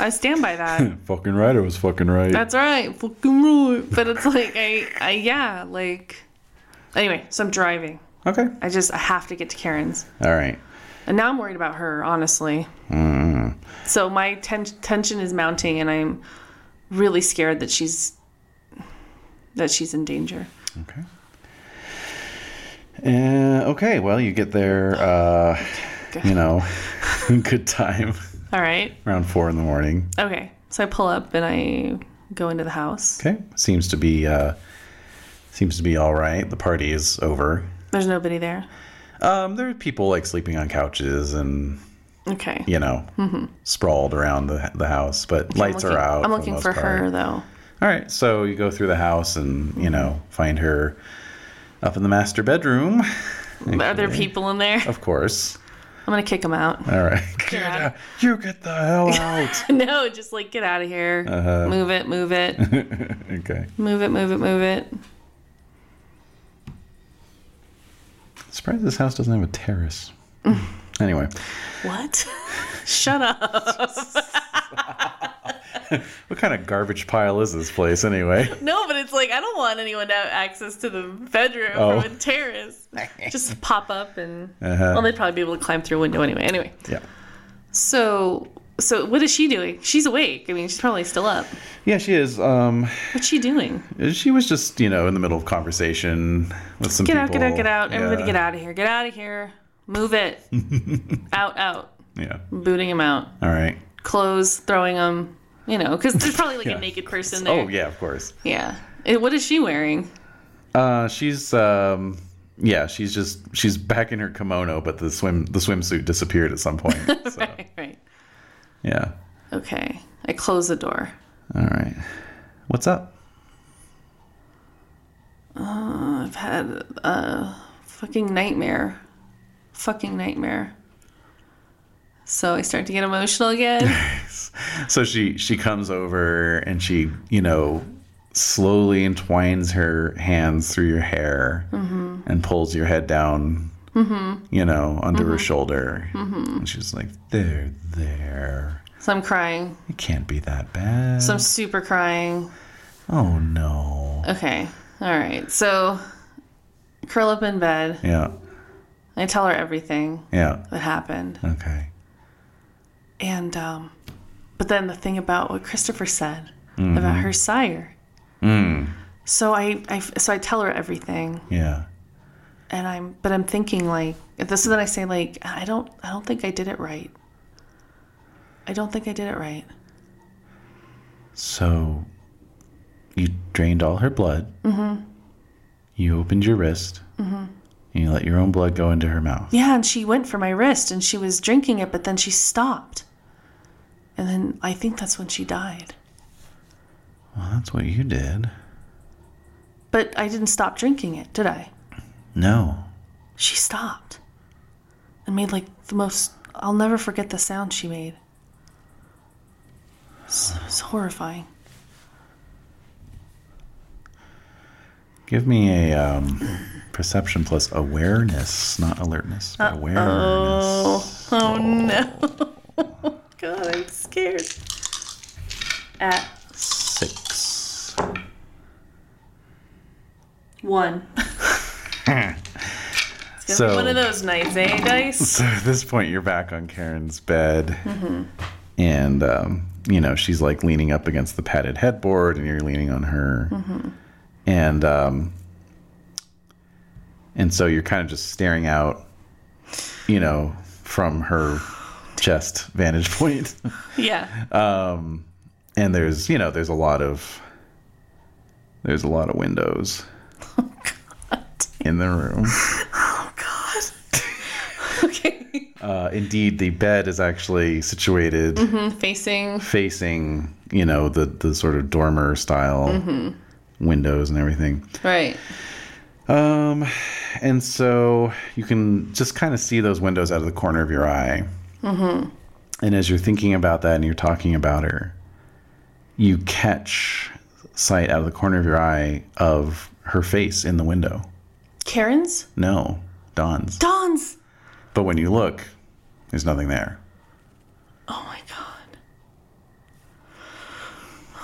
S5: I stand by that.
S4: Fucking right. I was fucking right.
S5: That's right. Fucking right. But it's like I, I yeah, like anyway, so I'm driving.
S4: okay.
S5: I just I have to get to Karen's.
S4: All right.
S5: And now I'm worried about her, honestly.
S4: Mm-hmm.
S5: So my ten- tension is mounting and I'm really scared that she's that she's in danger.
S4: Okay. Uh, okay. Well, you get there. Uh, you know, good time.
S5: All right.
S4: Around four in the morning.
S5: Okay, so I pull up and I go into the house.
S4: Okay. Seems to be. Uh, seems to be all right. The party is over.
S5: There's nobody there.
S4: Um, there are people like sleeping on couches and
S5: Okay.
S4: you know sprawled around the the house, but
S5: I'm
S4: lights
S5: looking-
S4: are out.
S5: I'm
S4: the
S5: looking
S4: most
S5: for
S4: part.
S5: her though.
S4: All right, so you go through the house and you know find her up in the master bedroom,
S5: Are there people in there?
S4: of course.
S5: I'm gonna kick them out.
S4: All right,
S5: Get out.
S4: Kira, you get the hell out.
S5: no, just like get out of here.
S4: Uh-huh.
S5: Move it, move it,
S4: okay,
S5: move it, move it, move it.
S4: surprised this house doesn't have a terrace.
S5: Mm.
S4: anyway,
S5: What? Shut up.
S4: what kind of garbage pile is this place anyway?
S5: No, but it's like I don't want anyone to have access to the bedroom
S4: Oh. Uh-huh.
S5: from a terrace. just pop up and well, they'd probably be able to climb through a window anyway. Anyway,
S4: yeah,
S5: so so what is she doing? She's awake. I mean, she's probably still up.
S4: yeah, she is. Um,
S5: What's she doing?
S4: She was just, you know, in the middle of conversation with some
S5: Get
S4: people.
S5: out, get out, get out. Everybody
S4: Yeah.
S5: get out of here. Get out of here. Move it. out, out.
S4: Yeah.
S5: Booting him out.
S4: All right.
S5: Clothes, throwing him. You know, because there's probably like
S4: Yeah.
S5: a naked person there.
S4: Oh yeah, of course.
S5: Yeah. And what is she wearing?
S4: Uh, she's, um, yeah, she's just she's back in her kimono, but the swim the swimsuit disappeared at some point. So,
S5: Right, right.
S4: yeah.
S5: Okay. I close the door.
S4: All right. What's up?
S5: I've had a fucking nightmare. Fucking nightmare. So I start to get emotional again.
S4: So she she comes over and she you know slowly entwines her hands through your hair and pulls your head down. You know, under her shoulder. And she's like, there, there.
S5: so I'm crying.
S4: It can't be that bad.
S5: So I'm super crying.
S4: oh no.
S5: Okay. All right. So curl up in bed.
S4: Yeah.
S5: I tell her everything
S4: Yeah.
S5: that happened.
S4: Okay.
S5: And, um, but then the thing about what Christopher said about her sire. So I, I, so I tell her everything,
S4: Yeah.
S5: and I'm, but I'm thinking like this. Is then I say like I don't, I don't think I did it right. I don't think I did it right.
S4: So you drained all her blood. Mm-hmm. You opened your wrist. Mm-hmm. And you let your own blood go into her mouth.
S5: Yeah, and she went for my wrist, and she was drinking it, but then she stopped. And then I think that's when she died.
S4: Well, that's what you did.
S5: But I didn't stop drinking it, did I?
S4: No.
S5: She stopped and made like the most. I'll never forget the sound she made. It's- It's horrifying.
S4: Give me a um, perception plus awareness, not alertness, but awareness.
S5: Oh no. God, I'm scared. At
S4: Six.
S5: one. it's gonna
S4: So-
S5: be one of those nights, eh, Dice?
S4: So at this point, you're back on Karen's bed, and um, you know she's like leaning up against the padded headboard, and you're leaning on her, and um, and so you're kind of just staring out, you know, from her chest vantage point,
S5: Yeah.
S4: and there's you know there's a lot of there's a lot of windows in the room.
S5: Okay.
S4: Uh, indeed, the bed is actually situated.
S5: Facing.
S4: facing you know the the sort of dormer style windows and everything
S5: Right.
S4: um and so you can just kind of see those windows out of the corner of your eye and as you're thinking about that and you're talking about her you catch sight out of the corner of your eye of her face in the window
S5: Karen's?
S4: no dawn's
S5: Don's!
S4: but when you look there's nothing there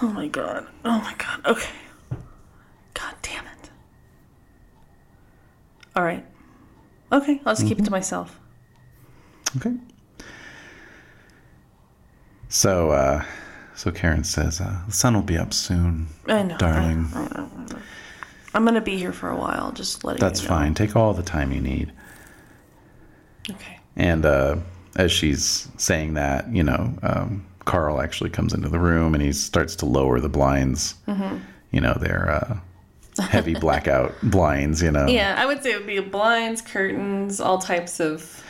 S5: Oh my god. Oh my god. Oh my god. Okay. God damn it. All right. Okay, I'll just keep it to myself.
S4: Okay. So, uh, so Karen says, uh, the sun will be up soon,
S5: I know.
S4: darling.
S5: I, am gonna be here for a while. Just let it.
S4: That's fine. Take all the time you need.
S5: Okay.
S4: And uh, as she's saying that, you know, um, Carl actually comes into the room and he starts to lower the blinds. You know, they're uh, heavy blackout blinds, you know.
S5: Yeah, I would say it would be blinds, curtains, all types of.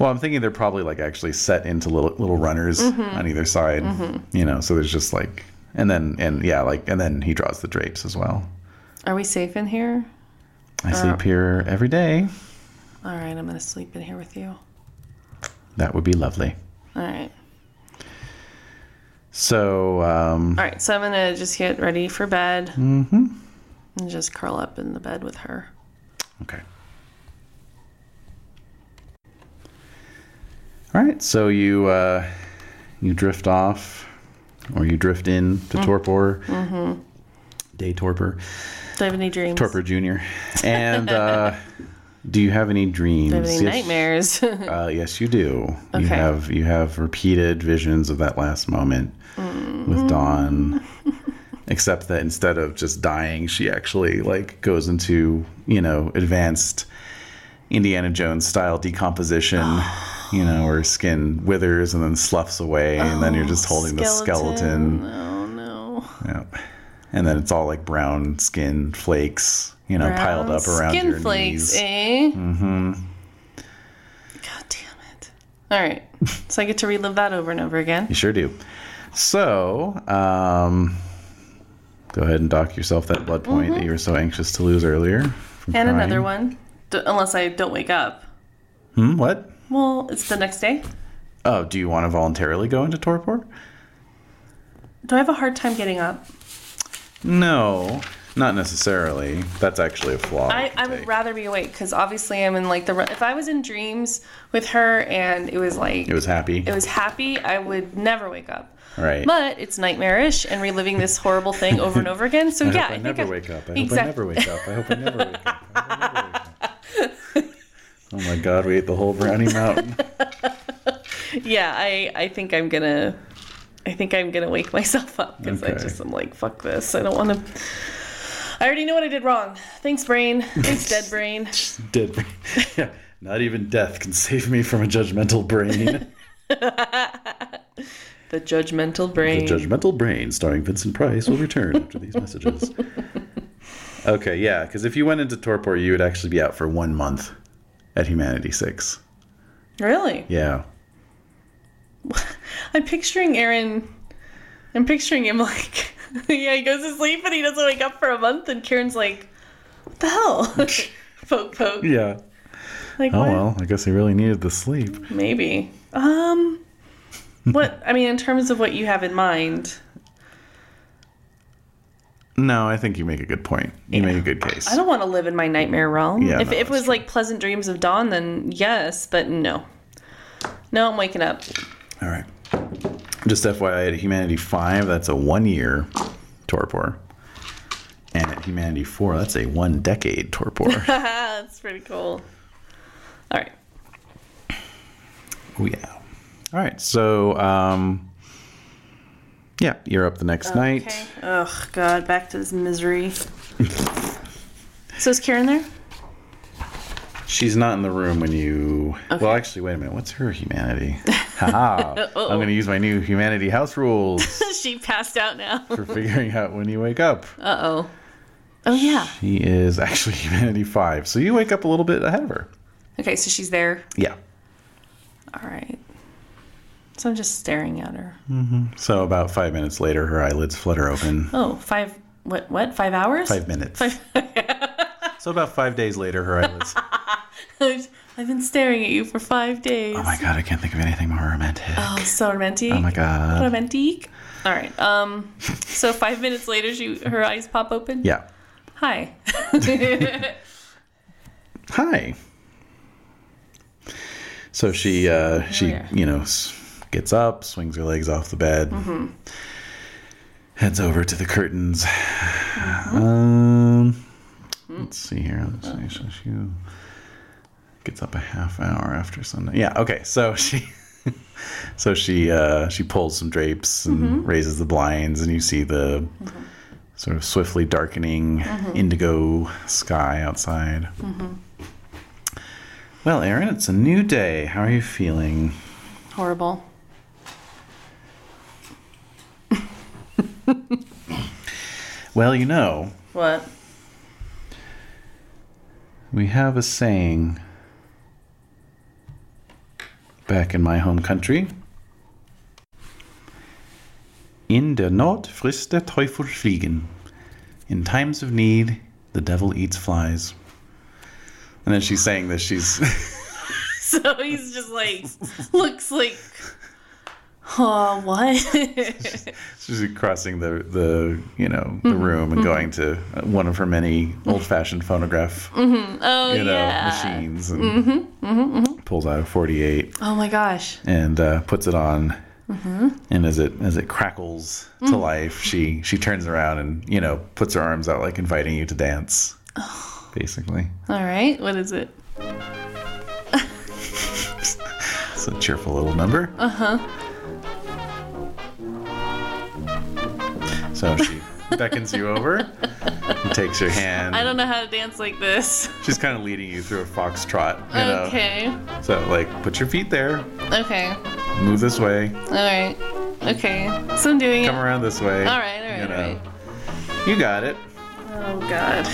S4: Well, I'm thinking they're probably like actually set into little little runners on either side, you know. So there's just like, and then and yeah, like, and then he draws the drapes as well.
S5: Are we safe in here? Uh,
S4: I sleep here every day.
S5: All right, I'm gonna sleep in here with you.
S4: That would be lovely.
S5: All right.
S4: So, um,
S5: All right, so I'm gonna just get ready for bed mm-hmm. and just curl up in the bed with her.
S4: okay. All right. So you uh, you drift off, or you drift in
S5: Mm.
S4: to torpor,
S5: Mm-hmm.
S4: day torpor,
S5: Do I have any dreams?
S4: torpor junior, and uh, do you have any dreams?
S5: Do I have any
S4: Yes.
S5: nightmares?
S4: Uh, yes, you do. You
S5: Okay.
S4: have you have repeated visions of that last moment
S5: Mm.
S4: with Dawn, except that instead of just dying, she actually like goes into you know advanced Indiana Jones style decomposition. you know, where skin withers and then sloughs away, and then you're just holding
S5: Oh, skeleton.
S4: the skeleton.
S5: oh no.
S4: Yep. And then it's all like brown skin flakes, you know, piled up around
S5: skin
S4: your
S5: flakes,
S4: knees.
S5: eh? Mm-hmm. God damn it. All right. So I get to relive that over and over again.
S4: You sure do. So, um, go ahead and dock yourself that blood point
S5: Mm-hmm.
S4: that you were so anxious to lose earlier. from
S5: And
S4: crying.
S5: another one. D- unless I don't wake up.
S4: Hmm, what?
S5: Well, it's the next day.
S4: Oh, do you want to voluntarily go into torpor?
S5: Do I have a hard time getting up?
S4: No, not necessarily. That's actually a flaw. we
S5: I,
S4: can
S5: I would
S4: take.
S5: rather be awake because obviously I'm in like the. If I was in dreams with her and it was like.
S4: It was happy.
S5: it was happy, I would never wake up.
S4: Right.
S5: But it's nightmarish and reliving this horrible thing over and over again. So
S4: I
S5: yeah,
S4: hope I,
S5: I think
S4: never
S5: I,
S4: wake up. I hope I
S5: Exact-
S4: never wake up. I hope I never wake up. I hope I never wake up. Oh my god, we ate the whole brownie mountain.
S5: Yeah, I, I think I'm gonna, I think I'm gonna wake myself up because I
S4: Okay.
S5: just am like, fuck this. I don't want to. I already know what I did wrong. Thanks, brain. Thanks, dead brain.
S4: Dead brain. yeah, not even death can save me from a judgmental brain.
S5: The judgmental
S4: the
S5: brain.
S4: judgmental brain, starring Vincent Price, will return after these messages. Okay, yeah, because if you went into torpor, you would actually be out for one month at Humanity Six.
S5: really?
S4: Yeah.
S5: I'm picturing Aaron. I'm picturing him like, yeah, he goes to sleep and he doesn't wake up for a month, and Karen's like, what the hell? poke, poke.
S4: Yeah.
S5: Like,
S4: Oh
S5: what?
S4: well, I guess he really needed the sleep.
S5: Maybe. Um, what? I mean, in terms of what you have in mind,
S4: No, I think you make a good point. You make a good case.
S5: I don't want to live in my nightmare realm.
S4: Yeah,
S5: if
S4: no,
S5: if it
S4: that's
S5: was like pleasant dreams of dawn, then yes, but no. No, I'm waking up.
S4: All right. Just FYI, at Humanity 5, that's a one year torpor. And at Humanity 4, that's a one decade torpor.
S5: Ah, that's pretty cool. All right.
S4: Oh yeah. All right. So, um, yeah, you're up the next night.
S5: Oh God, back to this misery. so is Karen there?
S4: She's not in the room when you. Well, actually, wait a minute. What's her humanity? Haha. I'm going to use my new humanity house rules
S5: she passed out now.
S4: for figuring out when you wake up.
S5: Uh oh. Oh yeah.
S4: He is actually humanity five, so you wake up a little bit ahead of her.
S5: Okay, so she's there.
S4: Yeah.
S5: All right. So I'm just staring at her.
S4: So about five minutes later, her eyelids flutter open.
S5: Oh, five. What? What? Five hours?
S4: Five minutes. so about five days later, her eyelids.
S5: I've been staring at you for five days.
S4: oh my god! I can't think of anything more romantic.
S5: Oh, so romantic.
S4: oh my god.
S5: Romantic. All right. Um. So five minutes later, she her eyes pop open.
S4: Yeah.
S5: Hi.
S4: hi so she uh she
S5: yeah.
S4: you know s- gets up swings her legs off the bed heads over to the curtains um let's see here let's see. So she gets up a half hour after sunday yeah okay so she so she uh she pulls some drapes and raises the blinds and you see the sort of swiftly darkening indigo sky outside well, Aaron, it's a new day. How are you feeling?
S5: Horrible.
S4: Well, you know,
S5: What?
S4: we have a saying back in my home country. In der Not frisst der Teufel fliegen. In times of need, the devil eats flies. And then she's saying this. She's
S5: So he's just like looks like. Oh, what?
S4: she's crossing the the you know the room and going to one of her many old fashioned phonograph
S5: oh
S4: you know
S5: yeah. Mm-hmm,
S4: machines and pulls out a 48
S5: Oh my gosh.
S4: and uh, puts it on
S5: Mm-hmm.
S4: and as it as it crackles
S5: Mm.
S4: to life she she turns around and you know puts her arms out like inviting you to dance basically
S5: All right. What is it?
S4: it's a cheerful little number uh-huh so she beckons you over and takes your hand
S5: I don't know how to dance like this.
S4: she's kind of leading you through a foxtrot you know
S5: Okay.
S4: so like put your feet there
S5: Okay.
S4: move this way
S5: All right. Okay. So I'm doing it.
S4: come around this way
S5: All right. All right.
S4: you
S5: All right.
S4: know. You got it.
S5: Oh god.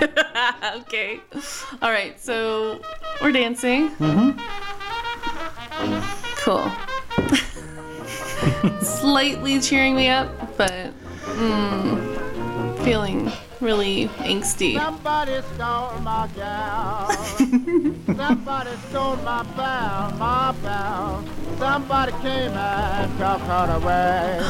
S5: Oh, okay. All right. So we're dancing. Mm-hmm. Cool. Slightly cheering me up, but mm, feeling really angsty.
S6: Somebody stole my gal. Somebody stole my bow, my bow. Somebody came and took her away.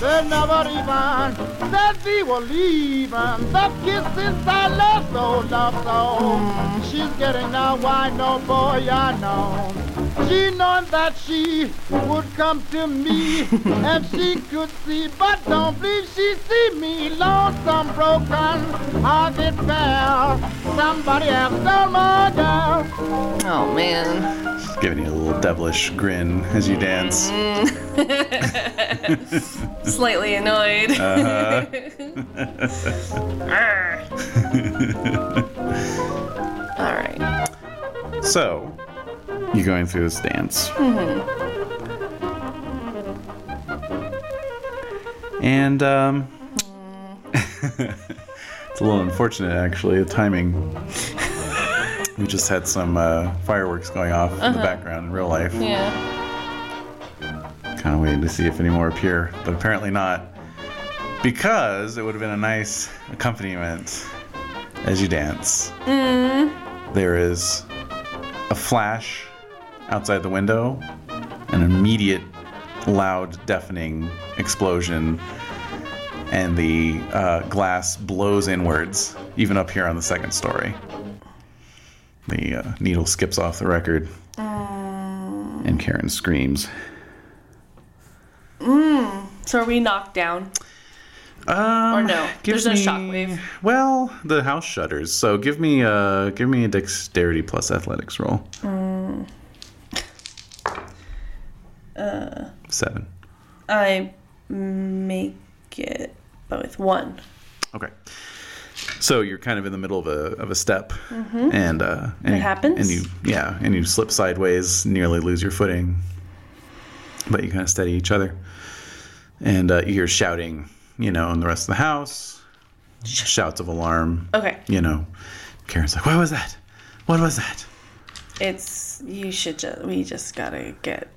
S6: They never even said we were leaving. That kiss is our love, so oh, love, so. She's getting now, why no boy I know. She known that she would come to me if she could see, but don't believe she see me. Lonesome, broken, hearted, fell. Somebody else stole my girl.
S5: Oh man.
S4: Giving you a little devilish grin as you dance.
S5: Slightly annoyed. Uh-huh. Arr. All right.
S4: So, you're going through this dance. Mm-hmm. And, um, it's a little unfortunate, actually, the timing. we just had some uh, fireworks going off in the background in real life.
S5: Yeah.
S4: Kind of waiting to see if any more appear, but apparently not. Because it would have been a nice accompaniment as you dance. There is a flash outside the window, an immediate, loud, deafening explosion, and the uh, glass blows inwards, even up here on the second story. The uh, needle skips off the record, and Karen screams.
S5: So are we knocked down?
S4: Um,
S5: Or no,
S4: gives
S5: there's no
S4: me-
S5: shockwave.
S4: Well, the house shutters. So give me a give me a dexterity plus athletics roll.
S5: Mm. Uh.
S4: Seven.
S5: I make it both one.
S4: Okay. So you're kind of in the middle of a of a step, and uh, and you-
S5: It Mm-hmm. happens?
S4: and you yeah, and you slip sideways, nearly lose your footing, but you kind of steady each other, and uh, you hear shouting, you know, in the rest of the house, shouts of alarm,
S5: Okay.
S4: you know. Karen's like, "What was that? What was that?"
S5: It's you should just we just gotta get.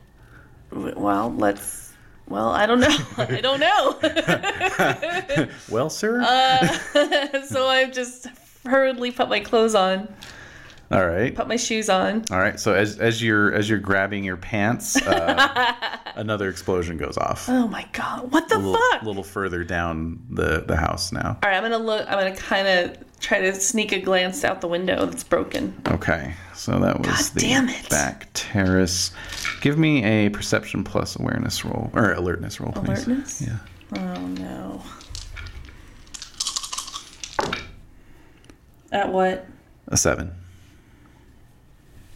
S5: Well, let's. Well, I don't know. I don't know.
S4: Well, sir.
S5: Uh, so I just hurriedly put my clothes on,
S4: All right.
S5: put my shoes on.
S4: All right. So as as you're as you're grabbing your pants, uh, another explosion goes off.
S5: Oh my god! What the
S4: A little,
S5: fuck?
S4: little further down the the house now.
S5: All right, I'm gonna look. I'm gonna kind of try to sneak a glance out the window that's broken.
S4: Okay. So that was the
S5: damn it.
S4: back terrace. Give me a perception plus awareness roll or alertness roll, please.
S5: Alertness?
S4: Yeah.
S5: Oh no. At what?
S4: A seven.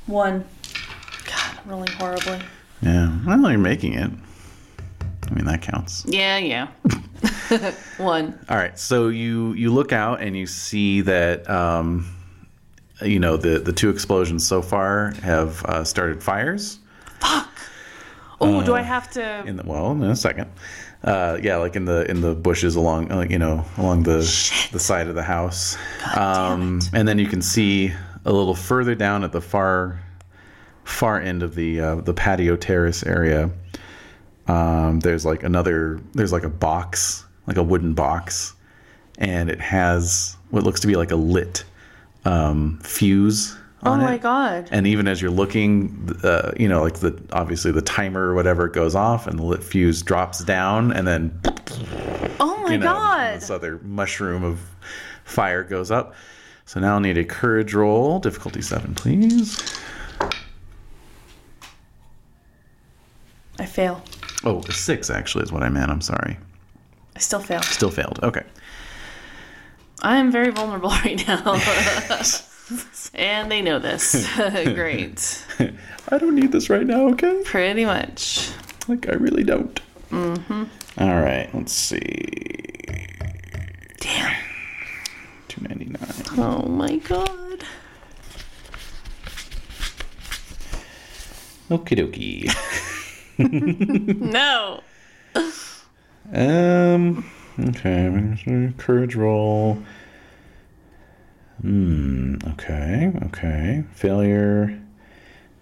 S5: One. God, I'm rolling horribly.
S4: Yeah. Well, you're making it. I mean, that counts.
S5: Yeah, yeah. One.
S4: All right, so you you look out and you see that um, you know the the two explosions so far have uh, started fires.
S5: Oh, do I have to?
S4: Uh, In the, well, in a second, uh, yeah, like in the in the bushes along uh, you know along the the side of the house, um, and then you can see a little further down at the far far end of the uh, the patio terrace area. Um, there's like another there's like a box like a wooden box, and it has what looks to be like a lit um, fuse.
S5: oh
S4: on
S5: my
S4: it
S5: god.
S4: and even as you're looking th- uh, you know like the obviously the timer or whatever goes off and the lit fuse drops down and then
S5: Oh my
S4: you know
S5: god.
S4: this other mushroom of fire goes up so now i need a courage roll difficulty seven please
S5: I fail.
S4: oh a six actually is what i meant i'm sorry
S5: I still fail.
S4: still failed okay
S5: I am very vulnerable right now. and they know this. Great.
S4: i don't need this right now okay
S5: Pretty much.
S4: like i really don't mm-hmm. right let's see
S5: Damn.
S4: 299
S5: Oh my god.
S4: okie dokie
S5: No.
S4: Um. Okay. we're gonna do Courage roll. Hmm. Okay. Okay. Failure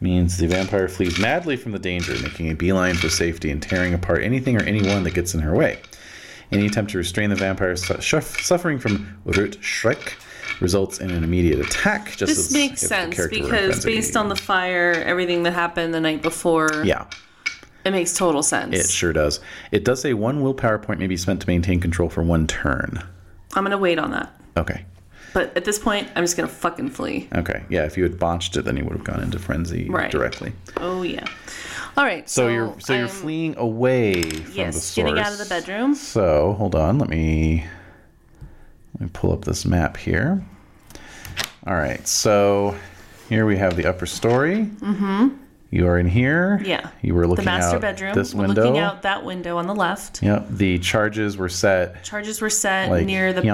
S4: means the vampire flees madly from the danger, making a beeline for safety and tearing apart anything or anyone that gets in her way. Any attempt to restrain the vampire su- shuff- suffering from root Schreck results in an immediate attack. Just
S5: This
S4: as
S5: makes
S4: if the
S5: sense
S4: character were
S5: because
S4: frenzied.
S5: based on the fire, everything that happened the night before,
S4: yeah,
S5: It makes total sense.
S4: It sure does. It does say one willpower point may be spent to maintain control for one turn.
S5: I'm gonna wait on that.
S4: Okay.
S5: But at this point, I'm just gonna fucking flee.
S4: Okay. Yeah. If you had botched it, then you would have gone into frenzy
S5: Right.
S4: directly.
S5: Oh yeah. All right.
S4: So you're so you're
S5: I'm-
S4: fleeing away from the
S5: Yes,
S4: source.
S5: getting out of the bedroom.
S4: So hold on, let me let me pull up this map here. All right, so here we have the upper story. Mm-hmm. You are in here.
S5: Yeah.
S4: You were
S5: The
S4: looking
S5: master
S4: out
S5: bedroom.
S4: this
S5: We're
S4: window.
S5: Looking out that window on the left.
S4: Yep. The charges were set
S5: Charges were set
S4: like
S5: near the
S4: here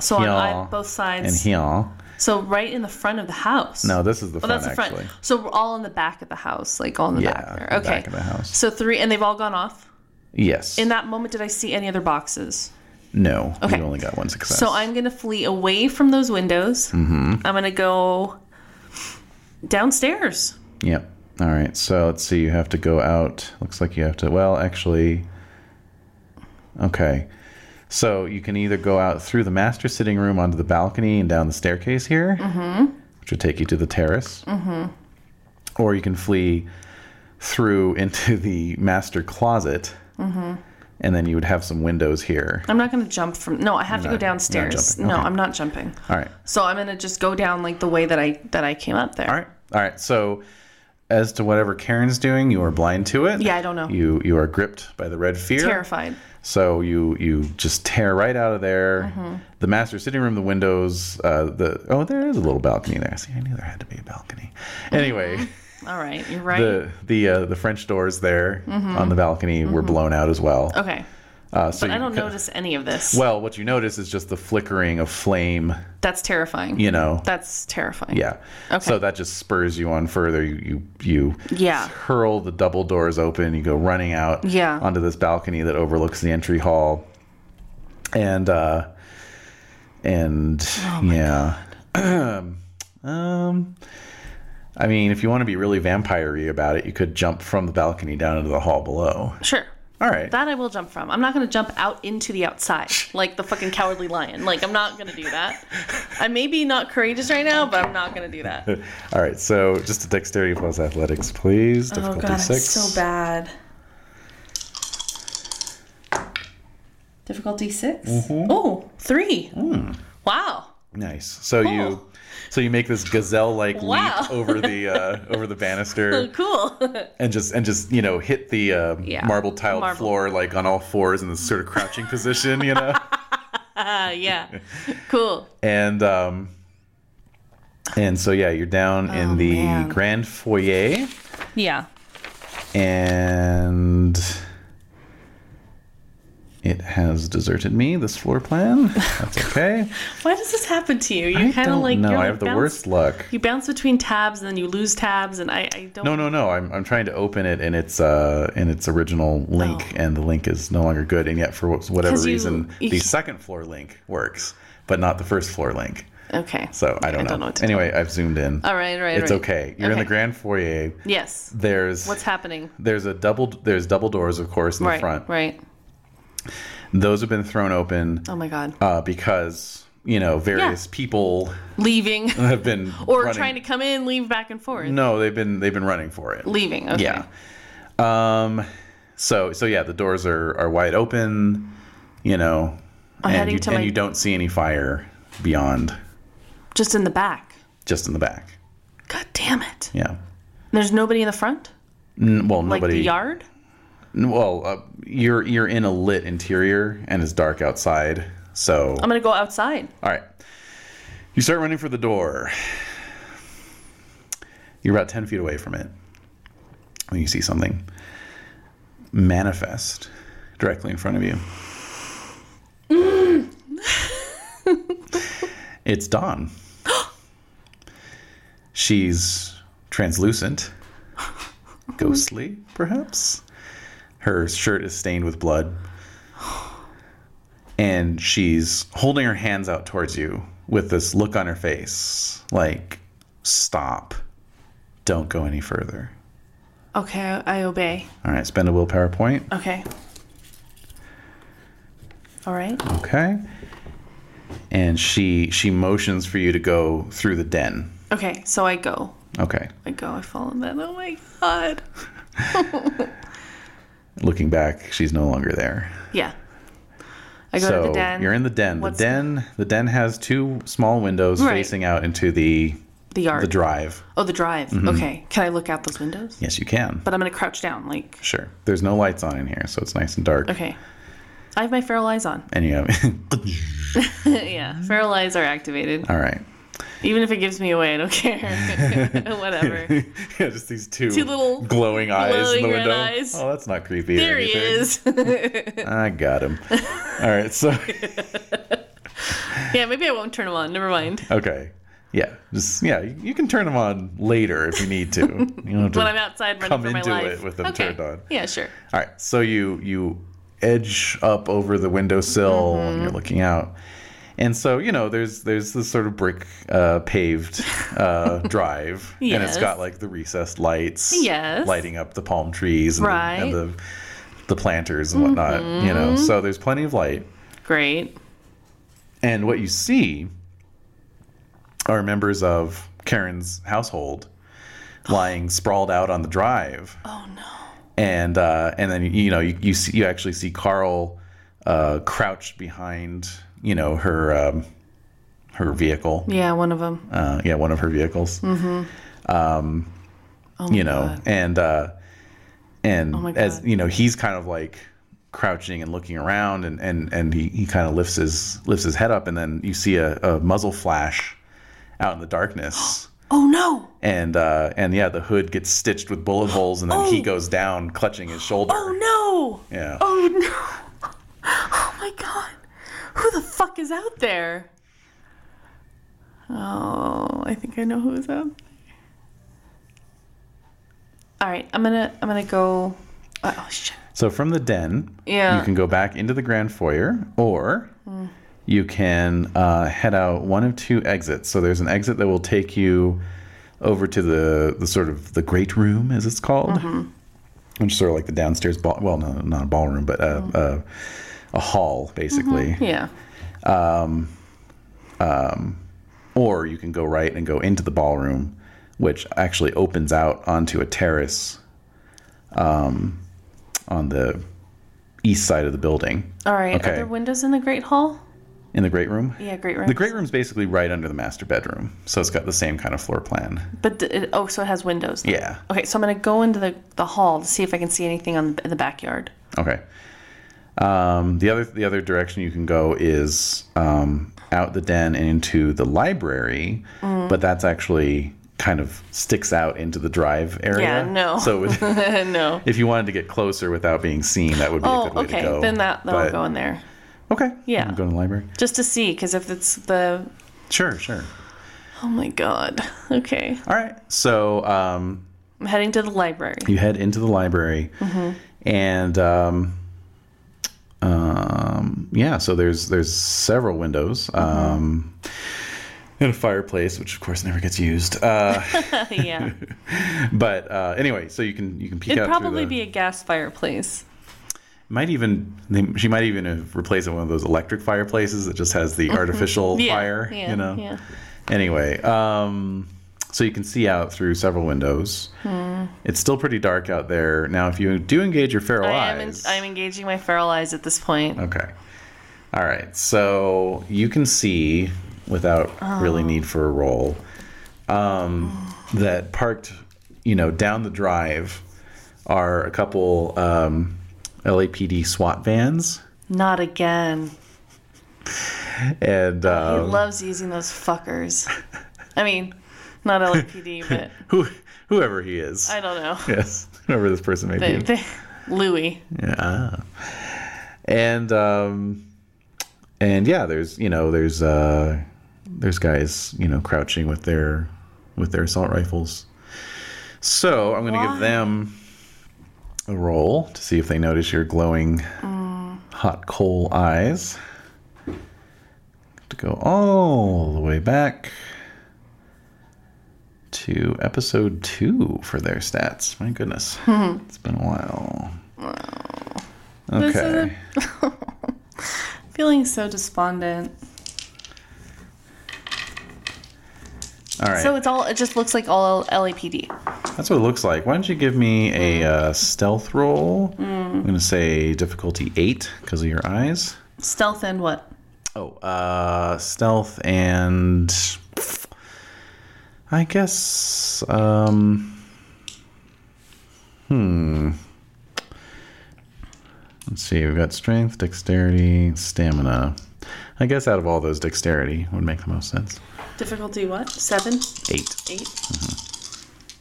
S5: so on
S4: here,
S5: ei- both sides.
S4: and here.
S5: So right in the front of the house.
S4: No, this is the
S5: Oh,
S4: front
S5: that's the front.
S4: actually.
S5: So we're all in the back of the house, like all in the
S4: Yeah,
S5: back
S4: the
S5: there. Okay.
S4: back of the house.
S5: So three, and they've all gone off.
S4: Yes.
S5: In that moment, did I see any other boxes?
S4: no,
S5: Okay.
S4: you only got one success.
S5: So I'm gonna flee away from those windows. Mm-hmm. I'm gonna go downstairs.
S4: Yep. All right. So let's see. You have to go out. Looks like you have to. Well, actually. Okay. So you can either go out through the master sitting room onto the balcony and down the staircase here,
S5: Mm-hmm.
S4: which would take you to the terrace. Mm-hmm. Or you can flee through into the master closet. Mm-hmm. And then you would have some windows here.
S5: I'm not gonna jump from. No, I have to
S4: You're not-
S5: go
S4: you're not
S5: downstairs.
S4: jumping.
S5: No,
S4: Okay.
S5: I'm not jumping.
S4: All right.
S5: So I'm gonna just go down like the way that I that I came up there.
S4: All right. All right. So, as to whatever Karen's doing, you are blind to it.
S5: Yeah, I don't know.
S4: You you are gripped by the red fear.
S5: Terrified.
S4: So you you just tear right out of there.
S5: Mm-hmm.
S4: The master sitting room, the windows, uh, the oh, there is a little balcony there. See, I knew there had to be a balcony. Anyway,
S5: All Mm-hmm. right, you're right.
S4: the the uh, the French doors there on the balcony were blown out as well.
S5: Mm-hmm. okay,
S4: Uh, so
S5: but I
S4: you
S5: don't
S4: ca-
S5: notice any of this.
S4: Well, what you notice is just the flickering of flame.
S5: That's terrifying.
S4: You know.
S5: That's terrifying.
S4: yeah.
S5: Okay.
S4: So that just spurs you on further. You you, you
S5: Yeah.
S4: hurl the double doors open. You go running out
S5: Yeah.
S4: onto this balcony that overlooks the entry hall, and uh, and
S5: Oh
S4: yeah, um, I mean, if you want to be really vampire-y about it, you could jump from the balcony down into the hall below.
S5: Sure.
S4: All right,
S5: That I will jump from. I'm not going to jump out into the outside like the fucking cowardly lion. Like I'm not going to do that. I may be not courageous right now, but I'm not going to do that. Oh
S4: all right. So just a dexterity plus athletics, please. Difficulty
S5: god,
S4: six.
S5: it's so bad. Difficulty 6?
S4: Mm-hmm.
S5: Oh, 3.
S4: Hmm.
S5: Wow.
S4: Nice. So
S5: Cool.
S4: you, so you make this gazelle-like
S5: Oh. Wow.
S4: leap over the uh, over the banister.
S5: Cool. Uh,
S4: and just and just you know hit the um
S5: Yeah.
S4: marble tiled
S5: Marble.
S4: floor like on all fours in this sort of crouching position you know
S5: uh, yeah. Cool.
S4: and um and so yeah you're down in the
S5: Oh, man.
S4: grand foyer
S5: Yeah.
S4: and it has deserted me this floor plan that's okay
S5: Why does this happen to you?
S4: i
S5: You kind of
S4: don't
S5: like
S4: know
S5: you're
S4: i
S5: like
S4: have the
S5: bounce-
S4: worst luck
S5: You bounce between tabs and then you lose tabs and I, I don't
S4: no no no I'm, I'm trying to open it in its uh in its original link
S5: Oh.
S4: and the link is no longer good and yet for wh- whatever
S5: 'Cause you-
S4: reason
S5: you-
S4: the second floor link works but not the first floor link
S5: Okay.
S4: so i don't know,
S5: don't know what to do.
S4: anyway i've zoomed in
S5: All right, all right.
S4: it's
S5: all right.
S4: okay you're in the
S5: Okay.
S4: grand foyer
S5: Yes.
S4: there's
S5: What's happening?
S4: there's a double there's double doors of course in
S5: right.
S4: the front
S5: Right.
S4: those have been thrown open
S5: Oh my god.
S4: uh, because you know various people
S5: Leaving
S4: have been
S5: or
S4: running-
S5: trying to come in, leave back and forth.
S4: no they've been they've been running for it
S5: Leaving. Okay.
S4: Yeah. Um. So so yeah, the doors are are wide open. You know,
S5: I'm
S4: and
S5: heading
S4: you
S5: to
S4: and
S5: my-
S4: you don't see any fire beyond,
S5: Just in the back.
S4: just in the back.
S5: God damn it.
S4: Yeah.
S5: There's nobody in the front?
S4: N- well,
S5: Like
S4: nobody.
S5: the yard?
S4: n- Well, uh, you're you're in a lit interior and it's dark outside. So
S5: I'm going to go outside.
S4: all right, you start running for the door. You're about ten feet away from it when you see something manifest directly in front of you. It's Dawn. She's translucent, ghostly, perhaps. Her shirt is stained with blood. And she's holding her hands out towards you with this look on her face like, stop. Don't go any further.
S5: Okay, I I obey.
S4: All right, spend a willpower point.
S5: Okay. All right.
S4: Okay. And she she motions for you to go through the den.
S5: Okay, so I go.
S4: Okay.
S5: I go. I follow that. Oh my god.
S4: Looking back, she's no longer there.
S5: Yeah. I go
S4: so
S5: to the den.
S4: you're in the den.
S5: What's-
S4: the den. The den has two small windows
S5: Right.
S4: facing out into the
S5: The yard.
S4: the Mm-hmm. drive.
S5: Oh, the drive. Okay. Can I look out those windows?
S4: Yes, you can.
S5: But I'm gonna crouch down. Like,
S4: sure. There's no lights on in here, so it's nice and dark.
S5: okay. I have my feral eyes on.
S4: And you have.
S5: yeah, feral eyes are activated.
S4: All right.
S5: Even if it gives me away, I don't care. Whatever.
S4: yeah, just these two,
S5: Two little
S4: glowing eyes in the
S5: glowing red
S4: window.
S5: eyes.
S4: Oh, that's not creepy. or
S5: There he
S4: anything.
S5: is.
S4: I got him. All right. So
S5: yeah, maybe I won't turn him on. Never mind.
S4: okay. Yeah. Just yeah. You you can turn them on later if you need to. You don't have to
S5: When I'm outside running
S4: come
S5: for my
S4: into
S5: life.
S4: it with them
S5: okay.
S4: turned on.
S5: Yeah, sure.
S4: All right, so you you edge up over the windowsill
S5: Mm-hmm.
S4: and you're looking out, and so you know there's there's this sort of brick uh, paved uh, drive, and it's
S5: Yes.
S4: got like the recessed lights,
S5: Yes.
S4: lighting up the palm trees, and, the- and
S5: Right. Mm-hmm.
S4: the, the planters and whatnot, you know. So there's plenty of light,
S5: Great.
S4: and what you see are members of Karen's household lying sprawled out on the drive
S5: Oh no.
S4: and uh, and then you know you you, see, you actually see Carl uh, crouched behind you know her um, her vehicle
S5: Yeah, one of them.
S4: uh, yeah one of her vehicles mm-hmm. um, you know
S5: Oh God. Oh
S4: and uh, and
S5: my
S4: as
S5: God.
S4: you know he's kind of like crouching and looking around and and and he, he kind of lifts his lifts his head up and then you see a, a muzzle flash out in the darkness
S5: Oh no.
S4: and uh, and yeah the hood gets stitched with bullet holes and then he
S5: Oh.
S4: goes down clutching his shoulder
S5: Oh no.
S4: yeah
S5: Oh no. Oh my god. Who the fuck is out there? Oh, I think I know who is out. there. All right, I'm gonna I'm gonna go. Oh, oh shit.
S4: So from the den,
S5: Yeah.
S4: you can go back into the grand foyer, or you can uh, head out one of two exits. So there's an exit that will take you over to the the sort of the great room, as it's called,
S5: Mm-hmm.
S4: which is sort of like the downstairs ball. Well, no, not a ballroom, but a, a, a hall basically.
S5: Mm. Mm-hmm. Yeah.
S4: Or you can go right and go into the ballroom, which actually opens out onto a terrace um, on the east side of the building.
S5: All right.
S4: Okay.
S5: Are there windows in the great hall?
S4: In the great room?
S5: Yeah, great room.
S4: The great room's basically right under the master bedroom, so it's got the same kind of floor plan.
S5: But d- it, oh, so it has windows. then.
S4: Yeah.
S5: Okay, so I'm gonna go into the, the hall to see if I can see anything on in the backyard.
S4: Okay. Um, the other the other direction you can go is um, out the den and into the library,
S5: Mm.
S4: but that's actually kind of sticks out into the drive area.
S5: Yeah, no.
S4: So with,
S5: no.
S4: if you wanted to get closer without being seen, that would be a
S5: Oh,
S4: good way
S5: okay.
S4: to go.
S5: Then that that'll
S4: But-
S5: go in there
S4: Okay.
S5: Yeah.
S4: You can Go to the library.
S5: just to see, because if it's the
S4: Sure, sure.
S5: oh my god. Okay,
S4: All right. So um,
S5: I'm heading to the library.
S4: you head into the library
S5: Mm-hmm.
S4: and um, um, yeah so there's there's several windows
S5: Mm-hmm.
S4: um, and a fireplace which of course never gets used uh,
S5: yeah,
S4: but uh, anyway so you can you can peek
S5: it'd
S4: out through
S5: probably
S4: the-
S5: be a gas fireplace.
S4: might even they, she might even have replaced it with one of those electric fireplaces that just has the artificial
S5: Mm-hmm. Yeah,
S4: fire
S5: yeah,
S4: you know
S5: yeah.
S4: anyway um so you can see out through several windows
S5: Hmm.
S4: it's still pretty dark out there now if you do engage your feral
S5: I am en-
S4: eyes
S5: I'm engaging my feral eyes at this point.
S4: Okay. All right. So you can see, without really
S5: Oh.
S4: need for a roll, um, that parked, you know, down the drive are a couple um, LAPD SWAT vans,
S5: Not again.
S4: and
S5: He
S4: uh,
S5: loves using those fuckers. I mean, not LAPD, but
S4: who, whoever he is.
S5: I don't know.
S4: yes, whoever this person may
S5: They,
S4: be.
S5: they, Louis.
S4: Ah. And um and yeah, there's you know, there's uh there's guys, you know, crouching with their with their assault rifles. So I'm gonna give them a roll to see if they notice your glowing
S5: Mm.
S4: hot coal eyes. To go all the way back to episode two for their stats. My goodness. it's been a while.
S5: This is a-
S4: Okay.
S5: Feeling so despondent.
S4: All right.
S5: So it's all. It just looks like all LAPD.
S4: That's what it looks like. Why don't you give me a uh, stealth roll?
S5: Mm.
S4: I'm going to say difficulty eight because of your eyes.
S5: Stealth and what?
S4: Oh, uh, stealth and I guess um, hmm. Let's see. We've got strength, dexterity, stamina. I guess out of all those, dexterity would make the most sense.
S5: Difficulty what? Seven,
S4: Eight.
S5: 8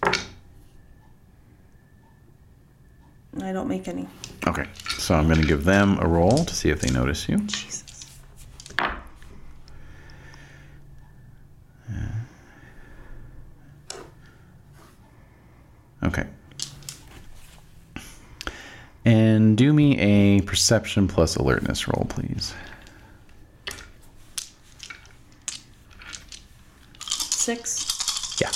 S5: Mm-hmm. I don't make any.
S4: Okay, so I'm going to give them a roll to see if they notice you.
S5: Jesus.
S4: Okay. And do me a perception plus alertness roll, please.
S5: Six.
S4: Yeah.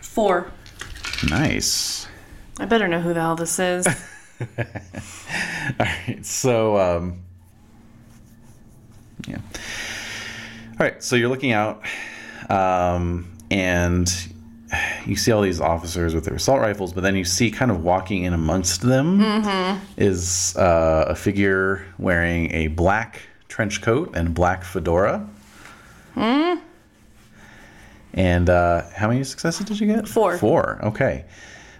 S5: Four.
S4: Nice.
S5: I better know who the hell this is.
S4: All right, so um, yeah. All right, so you're looking out, um, and you see all these officers with their assault rifles, but then you see kind of walking in amongst them is uh, a figure wearing a black trench coat and black fedora. And uh, how many successes did you get?
S5: Four.
S4: Four. Okay.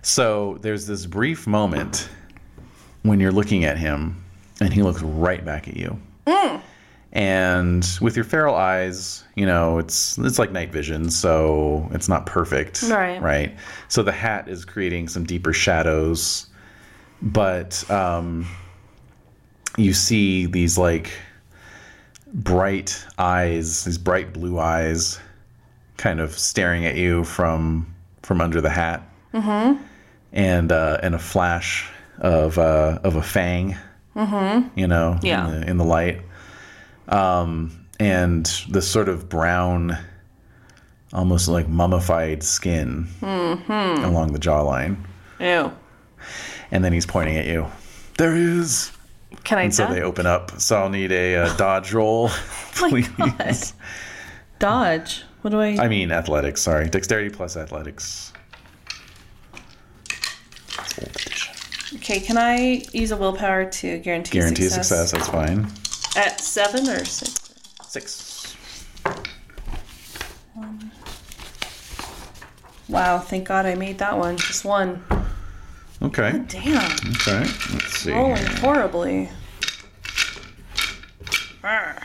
S4: So there's this brief moment when you're looking at him and he looks right back at you. And with your feral eyes, you know, it's it's like night vision, so it's not perfect.
S5: Right.
S4: Right. So the hat is creating some deeper shadows. But um you see these like bright eyes, these bright blue eyes kind of staring at you from from under the hat and uh, and a flash of uh, of a fang, mm-hmm. you know,
S5: Yeah.
S4: in, the, in the light, um, and this sort of brown, almost like mummified skin along the jawline,
S5: Ew.
S4: and then he's pointing at you. There he is.
S5: Can I
S4: And so
S5: dodge?
S4: they open up. So I'll need a uh, dodge roll,
S5: Oh my
S4: please.
S5: God. Dodge. What do I?
S4: I mean, athletics. Sorry, dexterity plus athletics. It's old edition.
S5: Okay. Can I use a willpower to guarantee
S4: Guarantee
S5: success?
S4: success. That's fine.
S5: At seven or six?
S4: Six.
S5: Wow. Thank God I made that one. Just one.
S4: Okay.
S5: Damn.
S4: Okay. Let's see.
S5: Rolling
S4: here.
S5: horribly. Arr.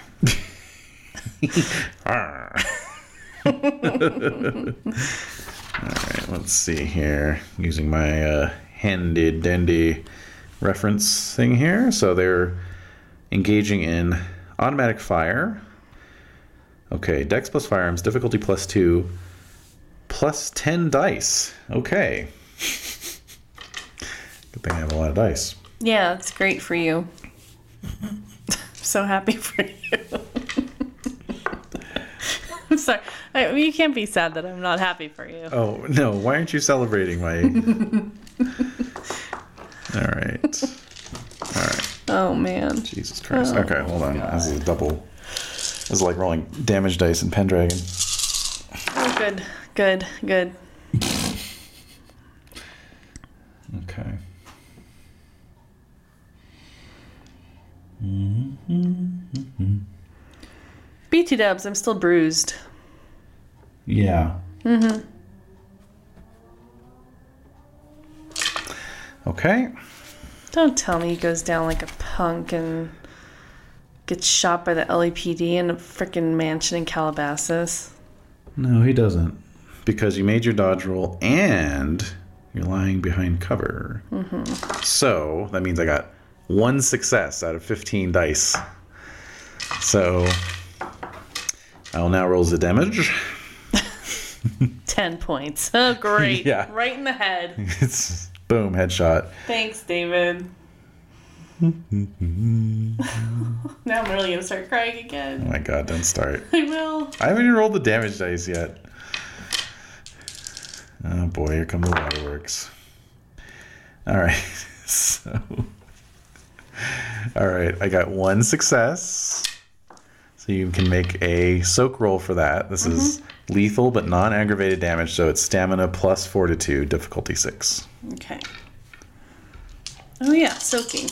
S4: Let's see here. Using my uh, handy dandy reference thing here. So they're engaging in automatic fire. Okay. Dex plus firearms. Difficulty plus two. Plus ten dice. Okay. Good thing I have a lot of dice.
S5: Yeah, it's great for you. so happy for you. I'm sorry. I, you can't be sad that I'm not happy for you.
S4: Oh no! Why aren't you celebrating my? All right. All right.
S5: Oh man.
S4: Jesus Christ. okay, hold on. This is a double. This is like rolling damage dice in Pendragon.
S5: Oh, good, good, good.
S4: Okay.
S5: BT Dubs, I'm still bruised.
S4: Yeah. Mm-hmm. Okay.
S5: Don't tell me he goes down like a punk and gets shot by the LAPD in a freaking mansion in Calabasas.
S4: No, he doesn't. Because you made your dodge roll and you're lying behind cover. Mm-hmm. So that means I got one success out of 15 dice. So I'll now roll the damage.
S5: Ten points. Oh, great.
S4: Yeah.
S5: Right in the head.
S4: It's boom, headshot.
S5: Thanks, David. now I'm really gonna start crying again.
S4: Oh my god, don't start.
S5: I will.
S4: I haven't even rolled the damage dice yet. Oh boy, here come the waterworks. All right, so All right, I got one success. So you can make a soak roll for that. This is
S5: Mm-hmm.
S4: lethal but non aggravated damage, so it's stamina plus fortitude, difficulty six.
S5: Okay. Oh yeah, soaking.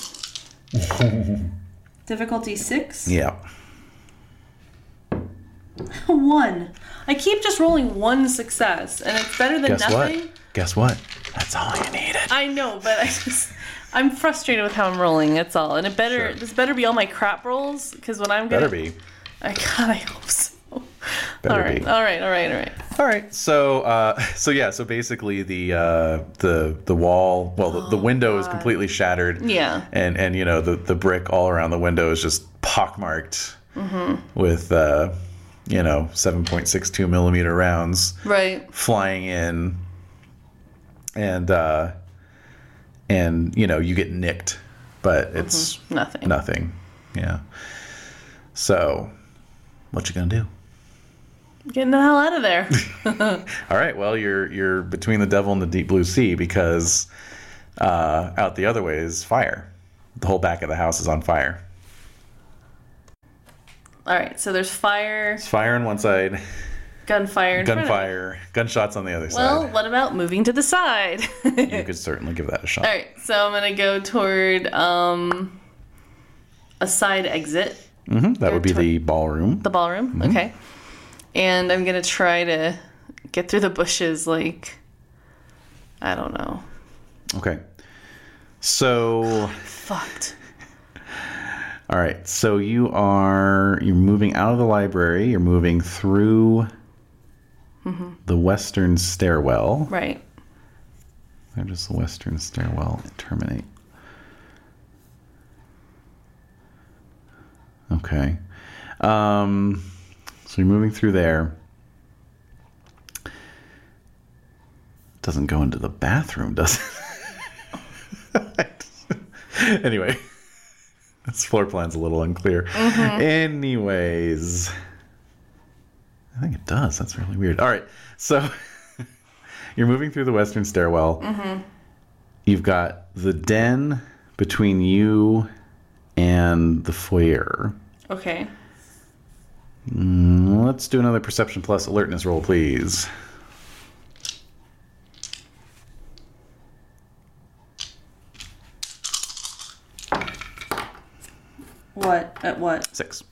S5: Difficulty six.
S4: Yeah.
S5: One. I keep just rolling one success, and it's better than
S4: Guess
S5: nothing. Oh,
S4: what? Guess what? That's all you needed.
S5: I know, but I just I'm frustrated with how I'm rolling. That's all. And it better
S4: Sure.
S5: this better be all my crap rolls because when I'm gonna
S4: Better be.
S5: I God, I hope so.
S4: Better
S5: all right,
S4: be.
S5: all right, all right, all right.
S4: All right. So, uh, so yeah. So basically, the uh, the the wall, well, the, the window is completely shattered.
S5: Oh, Yeah.
S4: And and you know the the brick all around the window is just pockmarked
S5: Mm-hmm.
S4: with uh, you know seven point six two millimeter rounds
S5: Right.
S4: flying in, and uh, and you know you get nicked, but it's
S5: Mm-hmm. Nothing.
S4: nothing. Yeah. So, what you gonna do?
S5: Getting the hell out of there.
S4: All right. Well, you're you're between the devil and the deep blue sea because uh, out the other way is fire. The whole back of the house is on fire.
S5: all right. So there's fire,
S4: It's fire on one side,
S5: gunfire, in front of-
S4: gunfire, gunshots on the other
S5: Well,
S4: side.
S5: what about moving to the side?
S4: You could certainly give that a shot.
S5: all right. So I'm gonna go toward um a side exit,
S4: hmm That would be the ballroom.
S5: the ballroom.
S4: Mm-hmm.
S5: Okay. And I'm gonna try to get through the bushes, like I don't know.
S4: Okay. So,
S5: Fucked.
S4: all right. So you are you're moving out of the library. You're moving through
S5: Mm-hmm.
S4: the western stairwell.
S5: Right.
S4: Where does the western stairwell terminate? Okay. Um, so you're moving through there. Doesn't go into the bathroom, does it? anyway, this floor plan's a little unclear. Anyways, I think it does. That's really weird. All right, so. You're moving through the western stairwell. You've got the den between you and the foyer.
S5: Okay.
S4: Let's do another perception plus alertness roll, please.
S5: What? At what?
S4: Six.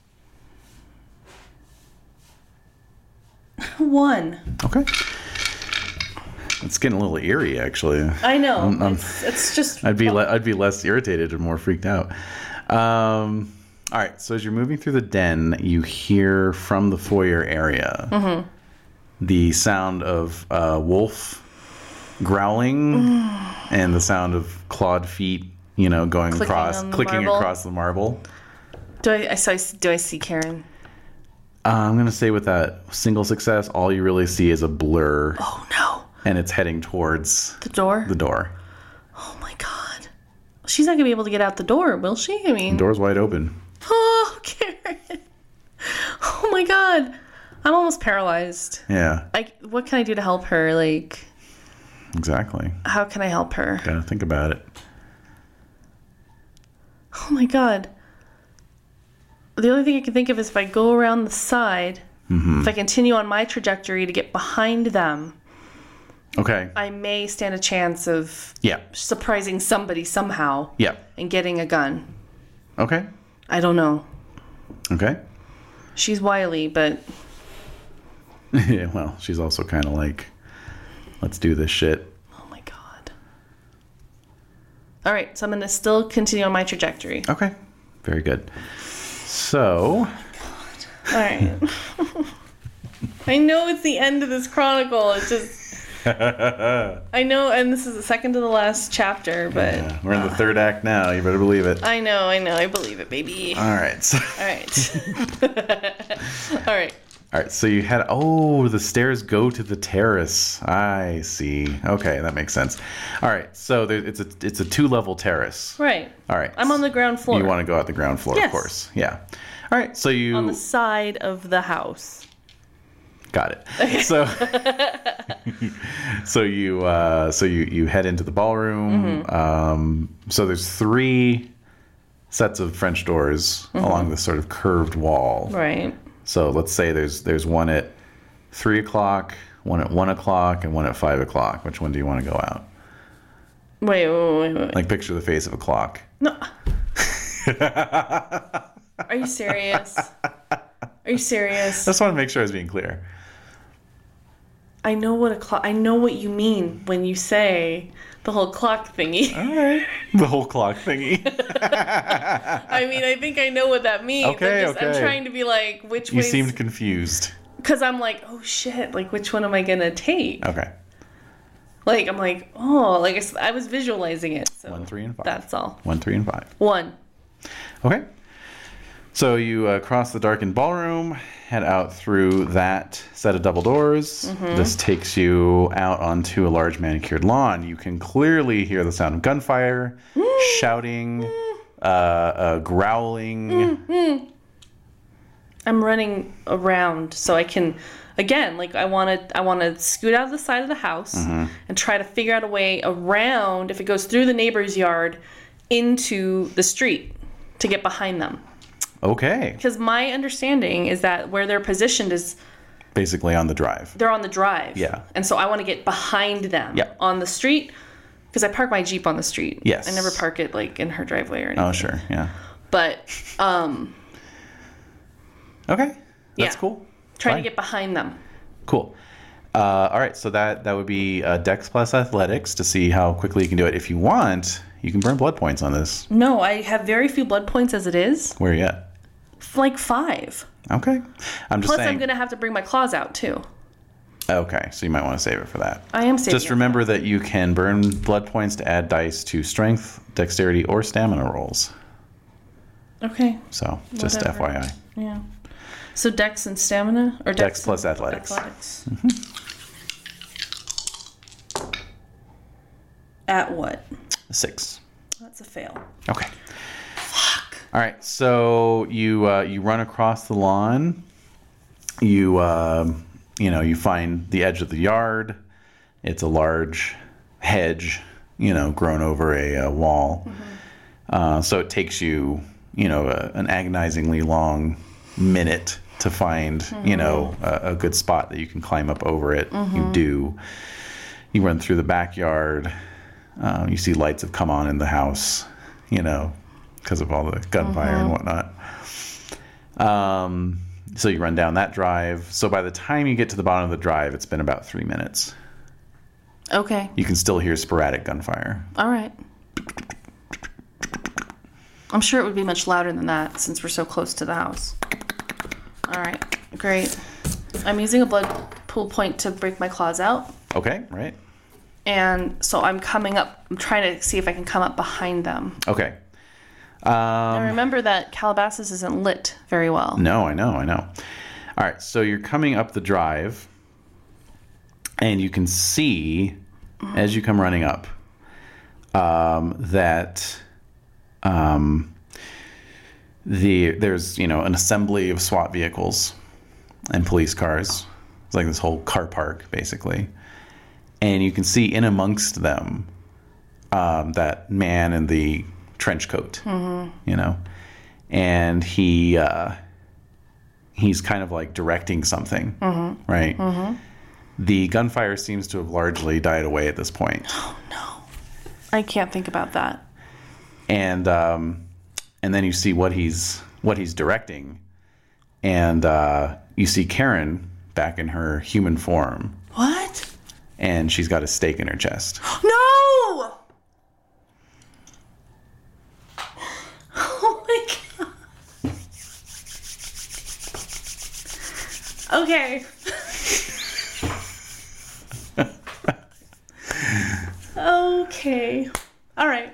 S5: One.
S4: Okay. It's getting a little eerie, actually.
S5: I know.
S4: Um, um,
S5: it's, it's just.
S4: I'd be le- I'd be less irritated and more freaked out. Um, all right, so as you're moving through the den, you hear from the foyer area
S5: Mm-hmm.
S4: the sound of uh, wolf growling and the sound of clawed feet, you know, going
S5: Clicking
S4: across,
S5: on the
S4: clicking
S5: marble.
S4: across the marble.
S5: do I, I, so I s- do I see Karen?
S4: Uh, I'm gonna say with that single success, all you really see is a blur,
S5: Oh no!
S4: and it's heading towards
S5: The door.
S4: the door.
S5: oh my god! She's not gonna be able to get out the door, will she? I mean.
S4: Door's wide open.
S5: Oh, Karen! Oh my god! I'm almost paralyzed.
S4: Yeah,
S5: Like, what can I do to help her? Like,
S4: exactly.
S5: how can I help her?
S4: Gotta think about it.
S5: Oh my god. The only thing I can think of is if I go around the side, if I continue on my trajectory to get behind them,
S4: Okay.
S5: I may stand a chance of
S4: Yeah.
S5: surprising somebody somehow
S4: Yeah.
S5: and getting a gun.
S4: Okay.
S5: I don't know.
S4: Okay.
S5: She's wily, but
S4: yeah, well, she's also kind of like, let's do this shit.
S5: oh my god. All right, so I'm going to still continue on my trajectory.
S4: Okay. Very good. So,
S5: All right. I know it's the end of this chronicle. It's just I know and this is the second to the last chapter, but
S4: yeah, we're in the third act now. You better believe it.
S5: I know, I know. I believe it, baby.
S4: All right. So,
S5: All right. All right.
S4: all right. So you had, oh, the stairs go to the terrace. I see. Okay. That makes sense. All right. So there, it's a, it's a two level terrace.
S5: Right.
S4: All right.
S5: I'm on the ground floor.
S4: You want to go out the ground floor,
S5: Yes.
S4: of course. Yeah. All right. So you
S5: on the side of the house.
S4: Got it. So, so you
S5: Mm-hmm.
S4: uh, so you you head into the ballroom. Um, so there's three sets of French doors along this sort of curved wall.
S5: Mm-hmm. Right.
S4: So let's say there's there's one at three o'clock, one at one o'clock, and one at five o'clock. Which one do you want to go out?
S5: Wait, wait, wait, wait. wait.
S4: Like picture the face of a clock.
S5: No. Are you serious? Are you serious?
S4: I just want to make sure I was being clear.
S5: I know what a clock. I know what you mean when you say the whole clock thingy.
S4: All right. The whole clock thingy.
S5: I mean, I think I know what that means.
S4: Okay,
S5: I'm, just, I'm
S4: okay.
S5: trying to be like, which
S4: you
S5: way?
S4: seemed confused.
S5: Because I'm like, oh shit! Like, which one am I gonna take?
S4: Okay.
S5: Like, I'm like, oh, like I, s- I was visualizing it. So
S4: One, three, and five.
S5: That's all.
S4: One, three, and five.
S5: One.
S4: Okay. So you uh, cross the darkened ballroom, head out through that set of double doors. This takes you out onto a large manicured lawn. You can clearly hear the sound of gunfire, shouting, uh, uh, growling.
S5: I'm running around so I can again like I want to I want to scoot out of the side of the house
S4: Mm-hmm.
S5: and try to figure out a way around if it goes through the neighbor's yard into the street to get behind them
S4: Okay.
S5: because my understanding is that where they're positioned is
S4: Basically on the drive.
S5: they're on the drive
S4: Yeah.
S5: and so I want to get behind them
S4: Yep.
S5: on the street because I park my Jeep on the street
S4: Yes.
S5: I never park it like in her driveway or anything
S4: Oh, sure. Yeah.
S5: but um
S4: Okay. That's
S5: Yeah.
S4: cool.
S5: trying
S4: Fine.
S5: to get behind them
S4: Cool. Uh, all right, so that that would be uh, Dex plus Athletics to see how quickly you can do it. If you want, you can burn blood points on this.
S5: no I have very few blood points as it is
S4: Where are you at?
S5: like five.
S4: Okay, I'm just
S5: Plus,
S4: saying.
S5: I'm gonna have to bring my claws out too.
S4: Okay, so you might want to save it for that.
S5: I am saving.
S4: Just
S5: it.
S4: remember that you can burn blood points to add dice to strength, dexterity, or stamina rolls.
S5: Okay.
S4: So just
S5: Whatever.
S4: FYI, Dex,
S5: Yeah. So Dex and stamina, or Dex,
S4: plus
S5: and
S4: athletics.
S5: athletics. At what?
S4: Six.
S5: That's a fail.
S4: Okay. All right. So you uh, you run across the lawn. You uh, you know you find the edge of the yard. It's a large hedge, you know, grown over a, uh wall. Uh, so it takes you you know a, an agonizingly long minute to find you know a, a good spot that you can climb up over it. You do. You run through the backyard. Um, you see lights have come on in the house, you know, because of all the gunfire and whatnot. Um, so you run down that drive. So by the time you get to the bottom of the drive, it's been about three minutes.
S5: Okay.
S4: You can still hear sporadic gunfire.
S5: All right. I'm sure it would be much louder than that since we're so close to the house. All right. Great. I'm using a blood pool point to break my claws out.
S4: Okay, right?
S5: and so I'm coming up. I'm trying to see if I can come up behind them.
S4: Okay.
S5: And remember that Calabasas isn't lit very well.
S4: No, I know, I know. All right, so you're coming up the drive, and you can see as you come running up um, that um, the there's you know an assembly of SWAT vehicles and police cars. It's like this whole car park basically, and you can see in amongst them um, that man in the trench coat, you know, and he. Uh, he's kind of like directing something, right? The gunfire seems to have largely died away at this point,
S5: I can't think about that.
S4: and um, and then you see what he's what he's directing, and uh, you see Karen back in her human form,
S5: What?
S4: and she's got a stake in her chest.
S5: No! Oh my god. Okay. okay. All right.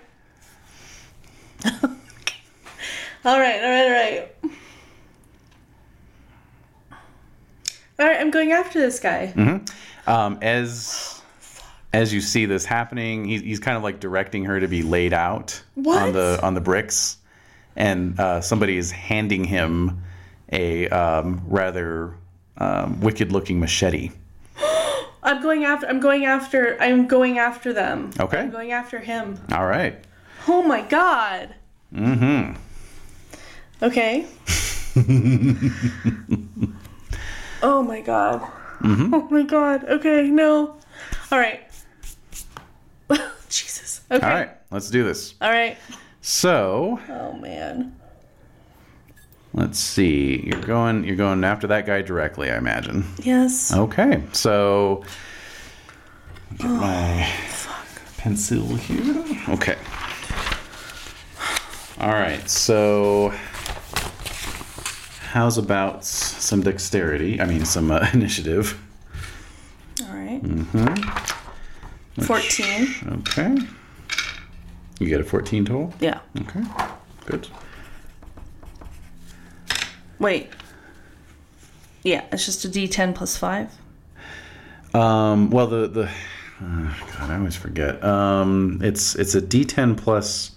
S5: all right, all right, all right. All right, I'm going after this guy.
S4: Um, as as you see this happening, he's, he's kind of like directing her to be laid out on
S5: What?
S4: the on the bricks, and uh, somebody is handing him a um, rather um, wicked looking machete.
S5: I'm going after. I'm going after. I'm going after them.
S4: Okay.
S5: I'm going after him.
S4: All right.
S5: Oh my god.
S4: Mm-hmm.
S5: Okay. oh my god.
S4: Mm-hmm.
S5: Oh my god. Okay, no. All right. Jesus. Okay.
S4: All right, let's do this.
S5: All right.
S4: So
S5: Oh man.
S4: let's see. You're going. You're going after that guy directly, I imagine. Oh.
S5: Yes.
S4: Okay, so get my pencil here. Okay. All right, so how's about s- some dexterity? I mean, some uh, initiative.
S5: All right.
S4: Mm-hmm.
S5: 14.
S4: Okay. You get a 14 total?
S5: Yeah.
S4: Okay, good.
S5: Wait. Yeah, it's just a D10 plus 5.
S4: Um, well, the the oh, God, I always forget. Um, it's it's a D10 plus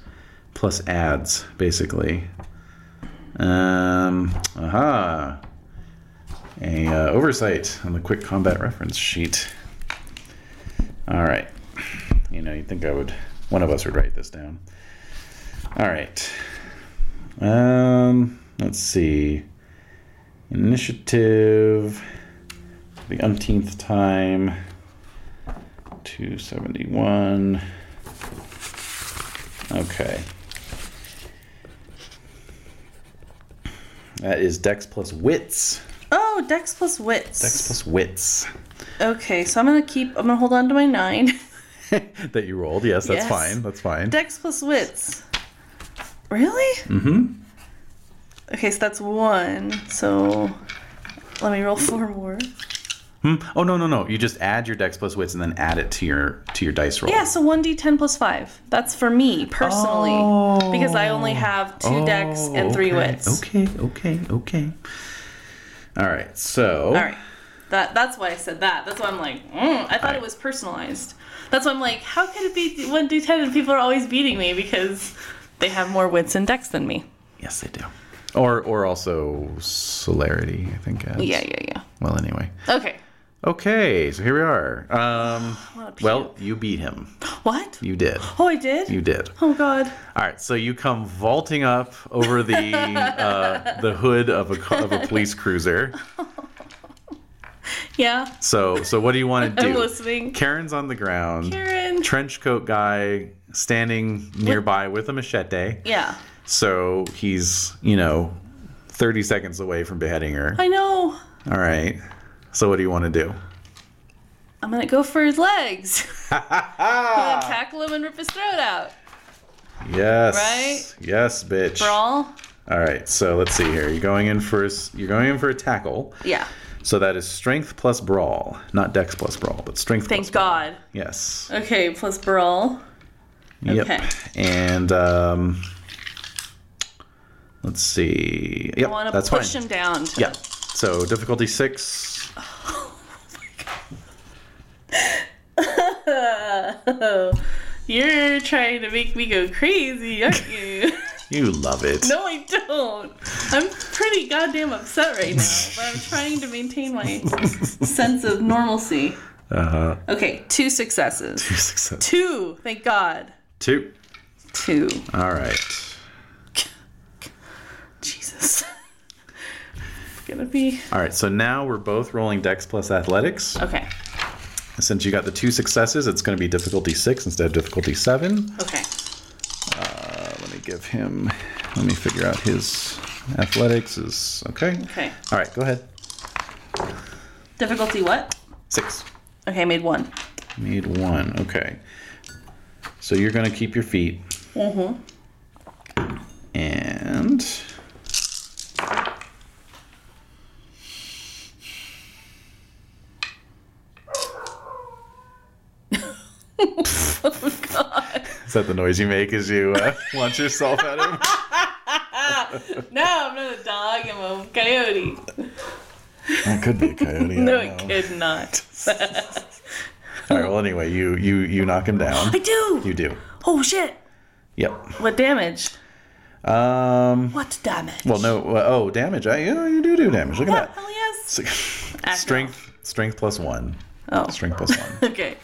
S4: plus ads basically. Um, aha, a uh, oversight on the quick combat reference sheet. All right, you know, you'd think I would one of us would write this down. All right. Um, let's see. Initiative the umpteenth time. 271. Okay. That is Dex plus Wits.
S5: Oh, Dex plus Wits.
S4: Dex plus Wits.
S5: Okay, so I'm gonna keep. I'm gonna hold on to my nine.
S4: that you rolled. Yes, that's
S5: Yes.
S4: fine. That's fine.
S5: Dex plus Wits. Really? Mm-hmm. Okay, so that's one. So let me roll four more.
S4: Hmm? Oh no no no! You just add your Dex plus Wits and then add it to your to your dice roll.
S5: Yeah, so one D10 plus five. That's for me personally because I only have two Dex and three
S4: Oh. okay.
S5: Wits.
S4: Okay okay okay. All right. So.
S5: All right. That, that's why I said that. That's why I'm like, mm, I thought it was personalized. That's why I'm like, how could it be one D10 and people are always beating me because they have more wits and dex than me?
S4: Yes, they do. Or or also celerity, I think. Adds.
S5: Yeah, yeah,
S4: Well, anyway.
S5: yeah. Okay.
S4: Okay, so here we are. Um,
S5: wanna puke.
S4: well, you beat him.
S5: What?
S4: You did.
S5: Oh, I did.
S4: You did.
S5: Oh God.
S4: All right, so you come vaulting up over the uh, the hood of a ca- of a police cruiser.
S5: Yeah.
S4: So so what do you want to do?
S5: I'm listening.
S4: Karen's on the ground.
S5: Karen.
S4: Trench coat guy standing nearby with a machete.
S5: Yeah.
S4: So he's, you know, 30 seconds away from beheading her.
S5: I know.
S4: All right. So what do you want to do?
S5: I'm gonna go for his legs. I'm gonna tackle him and rip his throat out.
S4: Yes.
S5: Right?
S4: Yes, bitch.
S5: Brawl.
S4: All right. So let's see here. You're going in for a s- you're going in for a tackle.
S5: Yeah.
S4: So that is strength plus brawl, not dex plus brawl, but strength.
S5: Thank
S4: plus
S5: God.
S4: Brawl. Yes.
S5: Okay. Plus brawl.
S4: Yep.
S5: Okay.
S4: And um, let's see. Yep.
S5: I want to
S4: that's
S5: push
S4: fine.
S5: him down. To
S4: Yeah. So difficulty six.
S5: You're trying to make me go crazy, aren't you?
S4: You love it.
S5: no, I don't. I'm pretty goddamn upset right now, but I'm trying to maintain my sense of normalcy.
S4: Uh,
S5: Okay. Two successes.
S4: success.
S5: Two. Thank God.
S4: Two.
S5: Two.
S4: All right.
S5: Jesus. it's gonna be
S4: All right. So now we're both rolling dex plus athletics.
S5: okay.
S4: Since you got the two successes, it's going to be difficulty six instead of difficulty seven.
S5: Okay.
S4: Let me give him. Let me figure out his athletics. Is okay.
S5: Okay.
S4: All right, go ahead.
S5: Difficulty what?
S4: Six.
S5: Okay, I made one.
S4: Need one. Okay. So you're gonna keep your feet.
S5: Mm-hmm.
S4: And is that the noise you make as you uh, launch yourself at him?
S5: No, I'm not a dog. I'm a coyote.
S4: It could be a coyote. I
S5: No,
S4: don't
S5: it
S4: know.
S5: could not.
S4: All right. Well, anyway, you you you knock him down.
S5: I do.
S4: You do.
S5: Oh shit!
S4: Yep.
S5: What damage?
S4: Um.
S5: What damage?
S4: Well, no. well, Oh, damage. I, yeah, you do do damage. Look
S5: Yeah,
S4: at
S5: hell yes.
S4: that. Strength. Strength plus one.
S5: Oh.
S4: Strength plus one.
S5: Okay.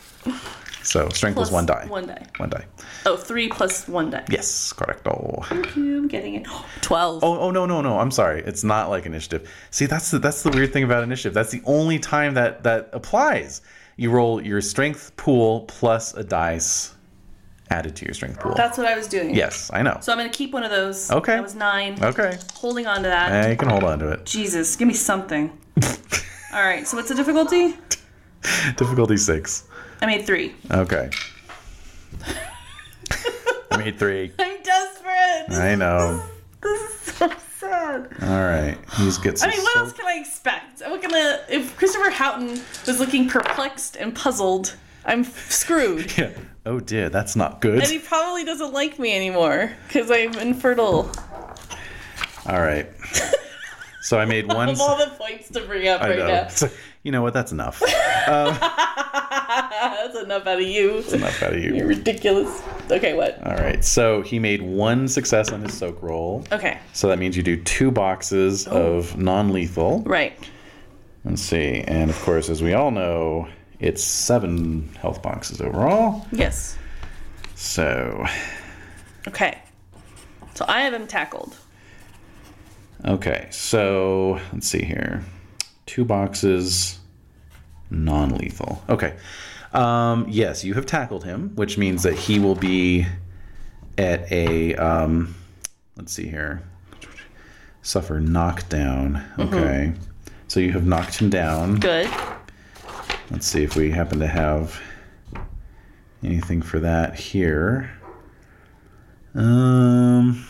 S4: So strength
S5: Plus
S4: was one die.
S5: One die.
S4: One die.
S5: Oh, three plus one die.
S4: Yes, correct. Oh.
S5: Thank you. I'm getting it. Twelve.
S4: Oh, oh no, no, no. I'm sorry. It's not like initiative. See, that's the that's the weird thing about initiative. That's the only time that that applies. You roll your strength pool plus a dice added to your strength pool.
S5: That's what I was doing.
S4: yes, I know.
S5: So I'm gonna keep one of those.
S4: Okay.
S5: That was nine.
S4: okay. Eh.
S5: Holding on to that.
S4: I can hold on to it.
S5: Jesus, give me something. All right. So what's the difficulty?
S4: Difficulty 6.
S5: I made three.
S4: Okay. I made 3.
S5: I'm desperate.
S4: I know.
S5: This is so sad.
S4: All right. He's gets
S5: I mean, what else can I expect? What can I, if Christopher Houghton was looking perplexed and puzzled, I'm f- screwed.
S4: yeah. Oh dear, that's not good.
S5: and he probably doesn't like me anymore because I'm infertile.
S4: All right. So I made one
S5: Of all the points to bring up
S4: I
S5: right
S4: know.
S5: now,
S4: You know what? That's enough.
S5: that's enough out of you.
S4: enough out of
S5: You're
S4: you.
S5: ridiculous. Okay, what?
S4: All right. So he made one success on his soak roll.
S5: Okay, Oh.
S4: So that means you do two boxes of non-lethal.
S5: right.
S4: Let's see. And of course, as we all know, it's seven health boxes overall.
S5: Yes.
S4: So,
S5: Okay. So I have him tackled.
S4: okay. So let's see here. Two boxes, non-lethal. Okay. Um, yes, you have tackled him, which means that he will be at a. Um, let's see here. Suffer knockdown. Okay. So you have knocked him down.
S5: Good.
S4: Let's see if we happen to have anything for that here. Um.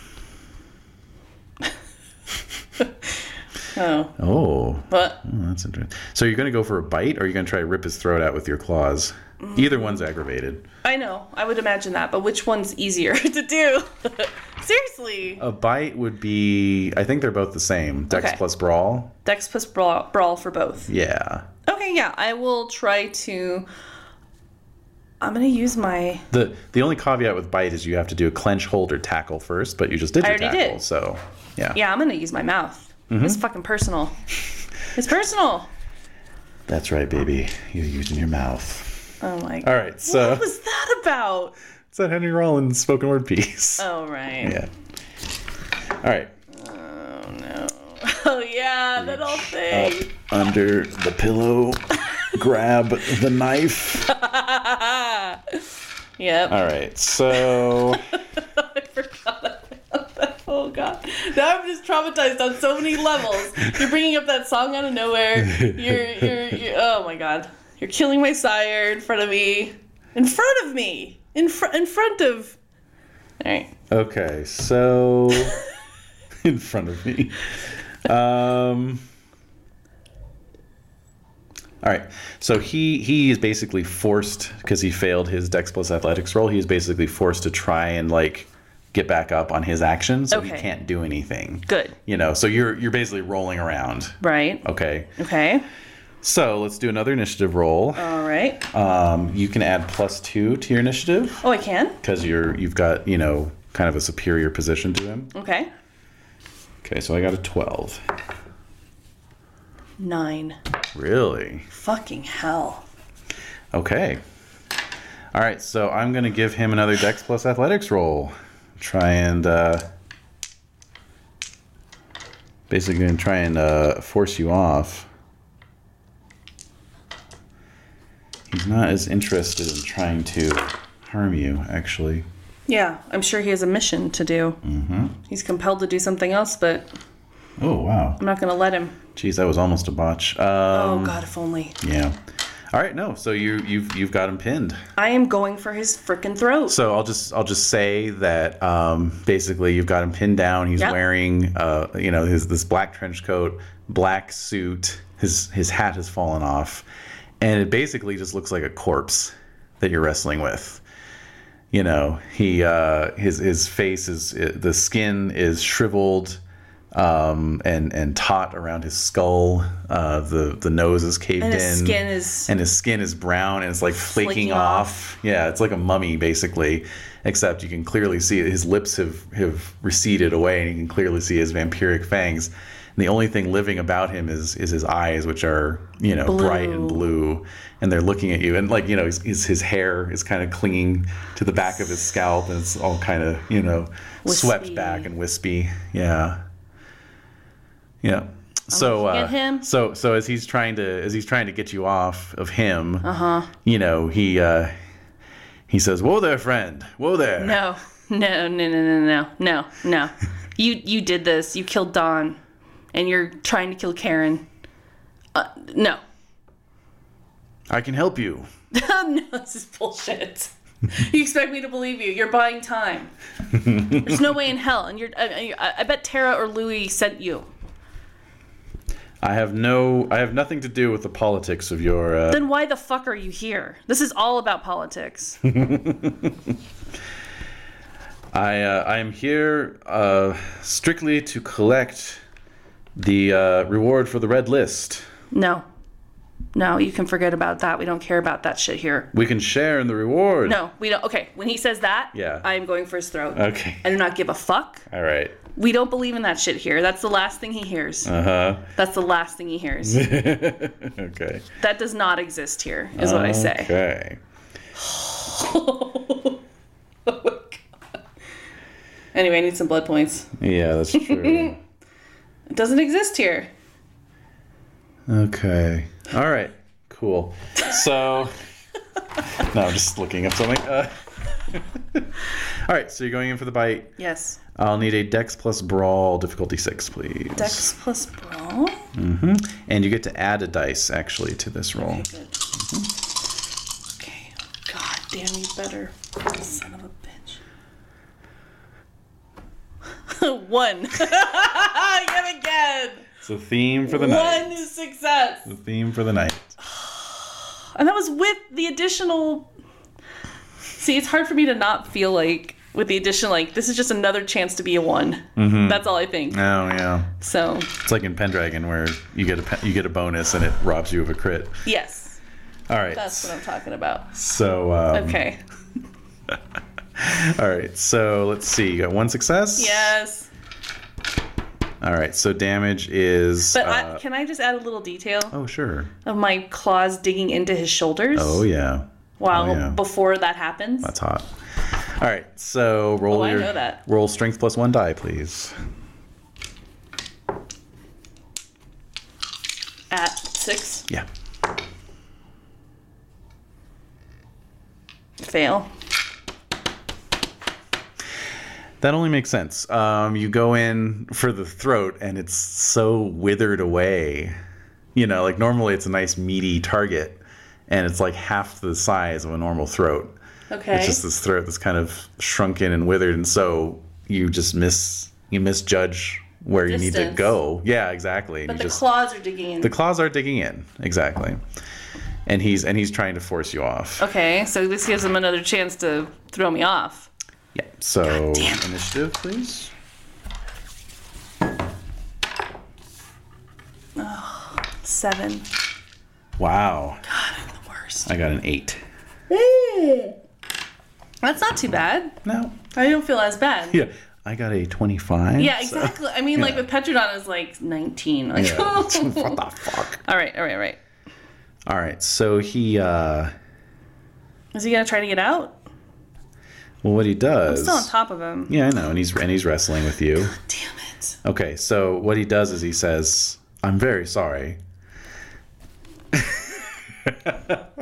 S5: Oh,
S4: Oh,
S5: but
S4: oh, that's interesting. So you're going to go for a bite, or you're going to try to rip his throat out with your claws?
S5: Mm.
S4: Either one's aggravated.
S5: I know. I would imagine that. But which one's easier to do? Seriously.
S4: A bite would be. I think they're both the same. Dex
S5: Okay.
S4: plus brawl.
S5: Dex plus brawl, brawl for both.
S4: Yeah.
S5: Okay, yeah, I will try to. I'm gonna use my.
S4: The the only caveat with bite is you have to do a clench, hold, or tackle first. But you just did
S5: I
S4: your
S5: already
S4: tackle,
S5: did.
S4: so yeah.
S5: Yeah, I'm gonna use my mouth.
S4: Mm-hmm.
S5: It's fucking personal. It's personal.
S4: That's right, baby. You're using your mouth.
S5: Oh my god.
S4: All right. So
S5: What was that about?
S4: it's that Henry Rollins spoken word piece.
S5: Oh right.
S4: Yeah. All right.
S5: Oh no. Oh yeah, that
S4: Uh,
S5: old
S4: Up
S5: thing.
S4: under the pillow, grab the knife.
S5: Yep.
S4: All right. So
S5: I forgot about that. Oh god. Now I'm just traumatized on so many levels. You're bringing up that song out of nowhere. You're, you're, you're oh my god. You're killing my sire in front of me. In front of me. In front in front of. All right.
S4: okay. So in front of me. Um. All right. So he he is basically forced because he failed his Dex plus Athletics roll. He is basically forced to try and like get back up on his action, so he
S5: Okay.
S4: can't do anything.
S5: Good.
S4: You know. So you're you're basically rolling around.
S5: Right.
S4: Okay.
S5: Okay.
S4: So let's do another initiative roll.
S5: All right.
S4: Um, you can add plus two to your initiative
S5: Oh, I can.
S4: because you're you've got you know kind of a superior position to him.
S5: Okay.
S4: Okay, so I got a twelve.
S5: Nine.
S4: Really?
S5: Fucking hell.
S4: Okay. All right, so I'm gonna give him another Dex plus Athletics roll. Try and uh, basically gonna try and uh, force you off. He's not as interested in trying to harm you, actually.
S5: Yeah, I'm sure he has a mission to do. Mm-hmm. He's compelled to do something else, but
S4: Oh wow.
S5: I'm not gonna let him.
S4: Jeez, that was almost a botch. Uh,
S5: oh god, if only.
S4: yeah. All right, no. So you you've you've got him pinned.
S5: I am going for his frickin' throat.
S4: So I'll just I'll just say that um, basically you've got him pinned down. He's
S5: Yep.
S4: wearing uh, you know his this black trench coat, black suit. His his hat has fallen off, and it basically just looks like a corpse that you're wrestling with. You know, he uh, his his face is the skin is shriveled. Um, and and taut around his skull, uh, the the nose is caved
S5: And
S4: in.
S5: his skin is-
S4: and his skin is brown and it's like flaking,
S5: Flaking
S4: off.
S5: off.
S4: Yeah, it's like a mummy basically, except you can clearly see his lips have have receded away, and you can clearly see his vampiric fangs. the only thing living about him is is his eyes, which are you know bright and
S5: Blue.
S4: blue, and they're looking at you. And like you know, his, his, his hair is kind of clinging to the back of his scalp, and it's all kind of you know
S5: Wispy.
S4: swept back and wispy. Yeah, yeah. So
S5: gonna
S4: uh,
S5: get him.
S4: so so as he's trying to as he's trying to get you off of him, uh-huh. you know he uh, he says, "Whoa there, friend. Whoa there."
S5: No, no, no, no, no, no, no, no. You you did this. You killed Don, and you're trying to kill Karen. Uh, no,
S4: I can help you.
S5: no, this is bullshit. You expect me to believe you? You're buying time. There's no way in hell. And you're. I, I, I bet Tara or Louie sent you.
S4: I have no I have nothing to do with the politics of your uh,
S5: Then why the fuck are you here? This is all about politics.
S4: I uh, I am here uh, strictly to collect the uh, reward for the red list.
S5: No, no, you can forget about that. We don't care about that shit here.
S4: We can share in the reward.
S5: No, we don't. Okay, when he says that,
S4: Yeah.
S5: I am going for his throat.
S4: Okay.
S5: I do not give a fuck.
S4: All right.
S5: We don't believe in that shit here. That's the last thing he hears.
S4: Uh huh.
S5: That's the last thing he hears.
S4: Okay.
S5: that does not exist here, is what I say. Oh
S4: Okay.
S5: Anyway, I need some blood points.
S4: Yeah, that's true.
S5: It doesn't exist here.
S4: okay. All right. Cool. So. no, I'm just looking up something. Uh, all right. So you're going in for the bite.
S5: Yes.
S4: I'll need a Dex plus Brawl difficulty six, please.
S5: Dex plus brawl.
S4: And you get to add a dice actually to this roll.
S5: Okay. God damn you better. Son of a bitch. One. Yet again.
S4: It's a theme for the night.
S5: One success.
S4: The theme for the night.
S5: And that was with the additional. See, it's hard for me to not feel like with the addition, like this is just another chance to be a one. That's all I think.
S4: Oh Mm-hmm. yeah.
S5: So
S4: It's like in Pendragon where you get a pe- you get a bonus and it robs you of a crit.
S5: yes,
S4: All right.
S5: that's what I'm talking about.
S4: so um,
S5: Okay.
S4: All right. So let's see. You got one success.
S5: Yes,
S4: All right. So damage is.
S5: but
S4: uh,
S5: I, can I just add a little detail
S4: oh sure.
S5: of my claws digging into his shoulders
S4: Oh yeah. Oh,
S5: while
S4: yeah.
S5: before that happens?
S4: That's hot. All right. So roll
S5: Oh, I
S4: your
S5: know that.
S4: roll strength plus one die, please.
S5: At six,
S4: Yeah.
S5: fail.
S4: That only makes sense. Um, you go in for the throat, and it's so withered away. You know, like normally it's a nice meaty target, and it's like half the size of a normal throat.
S5: Okay.
S4: It's just this throat that's kind of shrunken and withered, and so you just miss you misjudge where you need to
S5: Distance.
S4: go. Yeah, exactly. And
S5: but
S4: you
S5: the
S4: just-
S5: claws are digging in.
S4: the claws are digging in exactly, and he's and he's trying to force you off.
S5: okay, so this gives him another chance to throw me off.
S4: Yeah. So initiative, please.
S5: Seven.
S4: Wow,
S5: The worst.
S4: I got an eight.
S5: That's not too bad.
S4: No,
S5: I don't feel as bad.
S4: Yeah. I got a 25.
S5: Yeah, exactly. I mean, like with Petrodon is like 19. Like,
S4: Yeah. what the fuck?
S5: all right, all right, all right.
S4: All right. So he, uh,
S5: Is he gonna try to get out?
S4: well, what he does.
S5: Still on top of him.
S4: Yeah, I know. And he's, and he's wrestling with you.
S5: Damn it.
S4: Okay. So what he does is he says, I'm very sorry.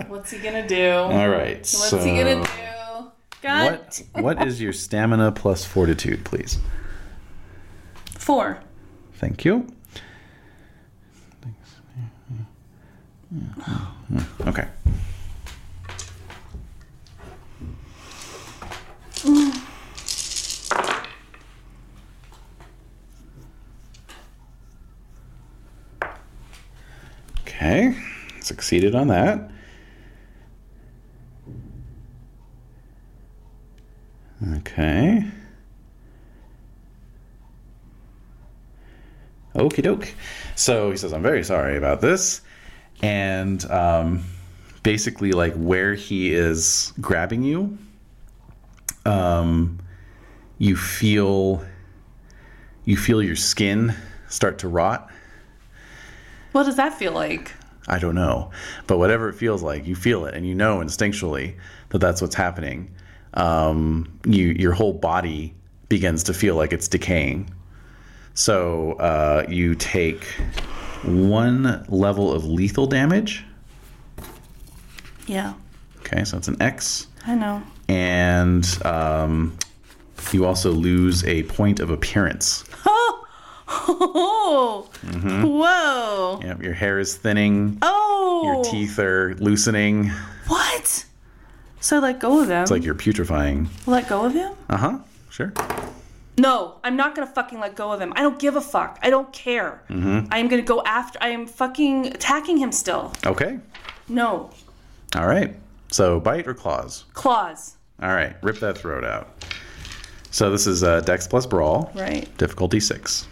S5: What's he gonna do?
S4: All right.
S5: What's
S4: Uh, so
S5: he gonna do? God,
S4: What, what is your stamina plus fortitude, please?
S5: four.
S4: Thank you. Okay. Okay, succeeded on that. Okay. Okie doke. So he says, I'm very sorry about this. And um, basically, like where he is grabbing you, um, you feel you feel your skin start to rot.
S5: What does that feel like?
S4: I don't know. But whatever it feels like, you feel it and you know instinctually that that's what's happening. Um, you, your whole body begins to feel like it's decaying. So uh, you take one level of lethal damage.
S5: Yeah,
S4: Okay, so it's an X.
S5: I know.
S4: And um, you also lose a point of appearance.
S5: Oh, whoa.
S4: Yep, Mm-hmm. your hair is thinning.
S5: Oh,
S4: Your teeth are loosening.
S5: What? So I let go of him.
S4: It's like you're putrefying.
S5: let go of him?
S4: Uh huh. Sure.
S5: No, I'm not gonna fucking let go of him. I don't give a fuck. I don't care.
S4: Mm-hmm.
S5: I am gonna go after. I am fucking attacking him still.
S4: Okay.
S5: No
S4: All right. So bite or claws.
S5: claws.
S4: All right. Rip that throat out. So this is uh, Dex plus Brawl.
S5: Right.
S4: Difficulty six.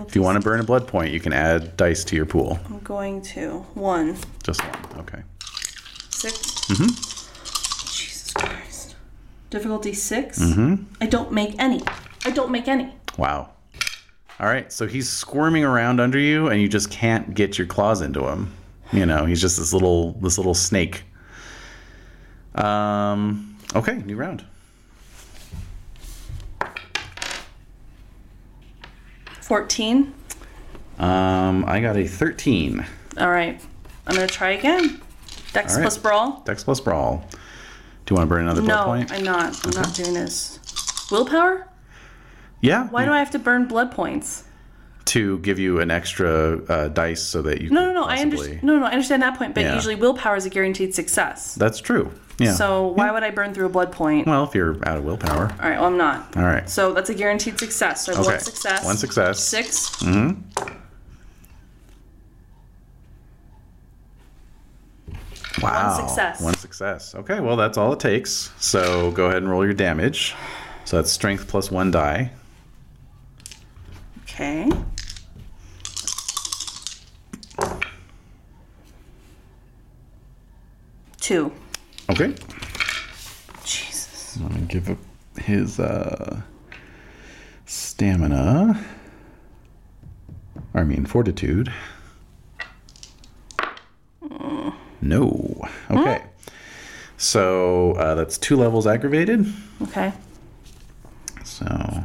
S4: If you want to burn a blood point, you can add dice to your pool.
S5: I'm going to one
S4: Just one. Okay.
S5: 6 Mm-hmm. Jesus Christ. Difficulty 6 Mm-hmm. I don't make any. I don't make any.
S4: Wow. All right, so he's squirming around under you, and you just can't get your claws into him. You know, he's just this little this little snake. Um. Okay, new round.
S5: Fourteen.
S4: Um, I got a thirteen.
S5: All right. I'm gonna try again. Dex
S4: All right.
S5: plus brawl.
S4: Dex plus brawl. Do you want to burn another blood
S5: No,
S4: point?
S5: I'm not. I'm not doing this. Willpower?
S4: yeah.
S5: Why do I have to burn blood points?
S4: To give you an extra uh, dice so that you.
S5: No, no,
S4: could
S5: no. I
S4: possibly...
S5: understand. No, no, I understand that point. But
S4: Yeah.
S5: usually, willpower is a guaranteed success.
S4: That's true. Yeah.
S5: So why would I burn through a blood point?
S4: Well, if you're out of willpower.
S5: All right. Well, I'm not.
S4: All right.
S5: So that's a guaranteed success. So I have
S4: okay.
S5: one success.
S4: One success. Mm.
S5: 6
S4: Wow.
S5: success.
S4: One success. Okay, well, that's all it takes. So go ahead and roll your damage. So that's strength plus one die.
S5: Okay. Two.
S4: Okay.
S5: Jesus.
S4: Let me give up his uh, stamina. Or, I mean, fortitude. No. Okay. So uh, that's two levels aggravated.
S5: Okay.
S4: So, all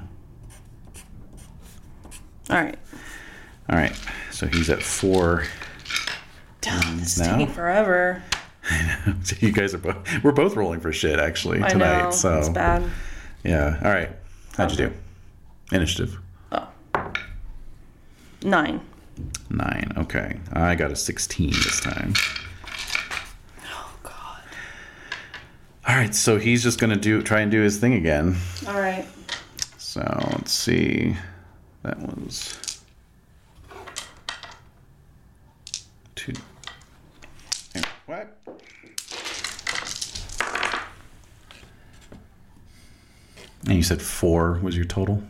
S5: All right.
S4: right. So he's at four
S5: Damn, this is
S4: now?
S5: taking forever.
S4: So you guys are both we're both rolling for shit actually
S5: I
S4: tonight.
S5: know.
S4: so
S5: It's bad.
S4: yeah. All right. How'd you do? Initiative.
S5: Nine.
S4: Nine. Okay. I got a sixteen this time.
S5: Oh God.
S4: All right. So he's just gonna do try and do his thing again.
S5: All right.
S4: So let's see. That was two. What? And you said four was your total.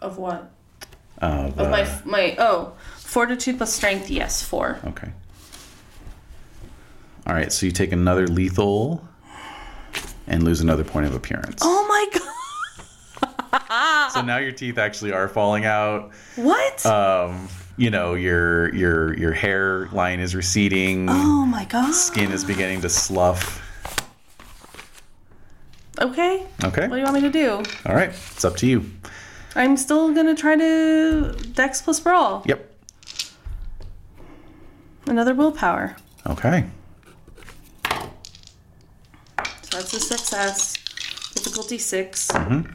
S5: Of what?
S4: Of,
S5: Of
S4: uh,
S5: my my oh fortitude plus strength. Yes, four.
S4: Okay. All right, so you take another lethal and lose another point of appearance.
S5: Oh my God.
S4: So now your teeth actually are falling out.
S5: What?
S4: Um, you know, your your your hair line is receding,
S5: oh my God.
S4: skin is beginning to slough.
S5: Okay.
S4: Okay.
S5: What do you want me to do?
S4: All right. It's up to you.
S5: I'm still gonna try to Dex plus brawl.
S4: Yep.
S5: Another willpower.
S4: Okay.
S5: So that's a success. Difficulty 6
S4: Mm-hmm.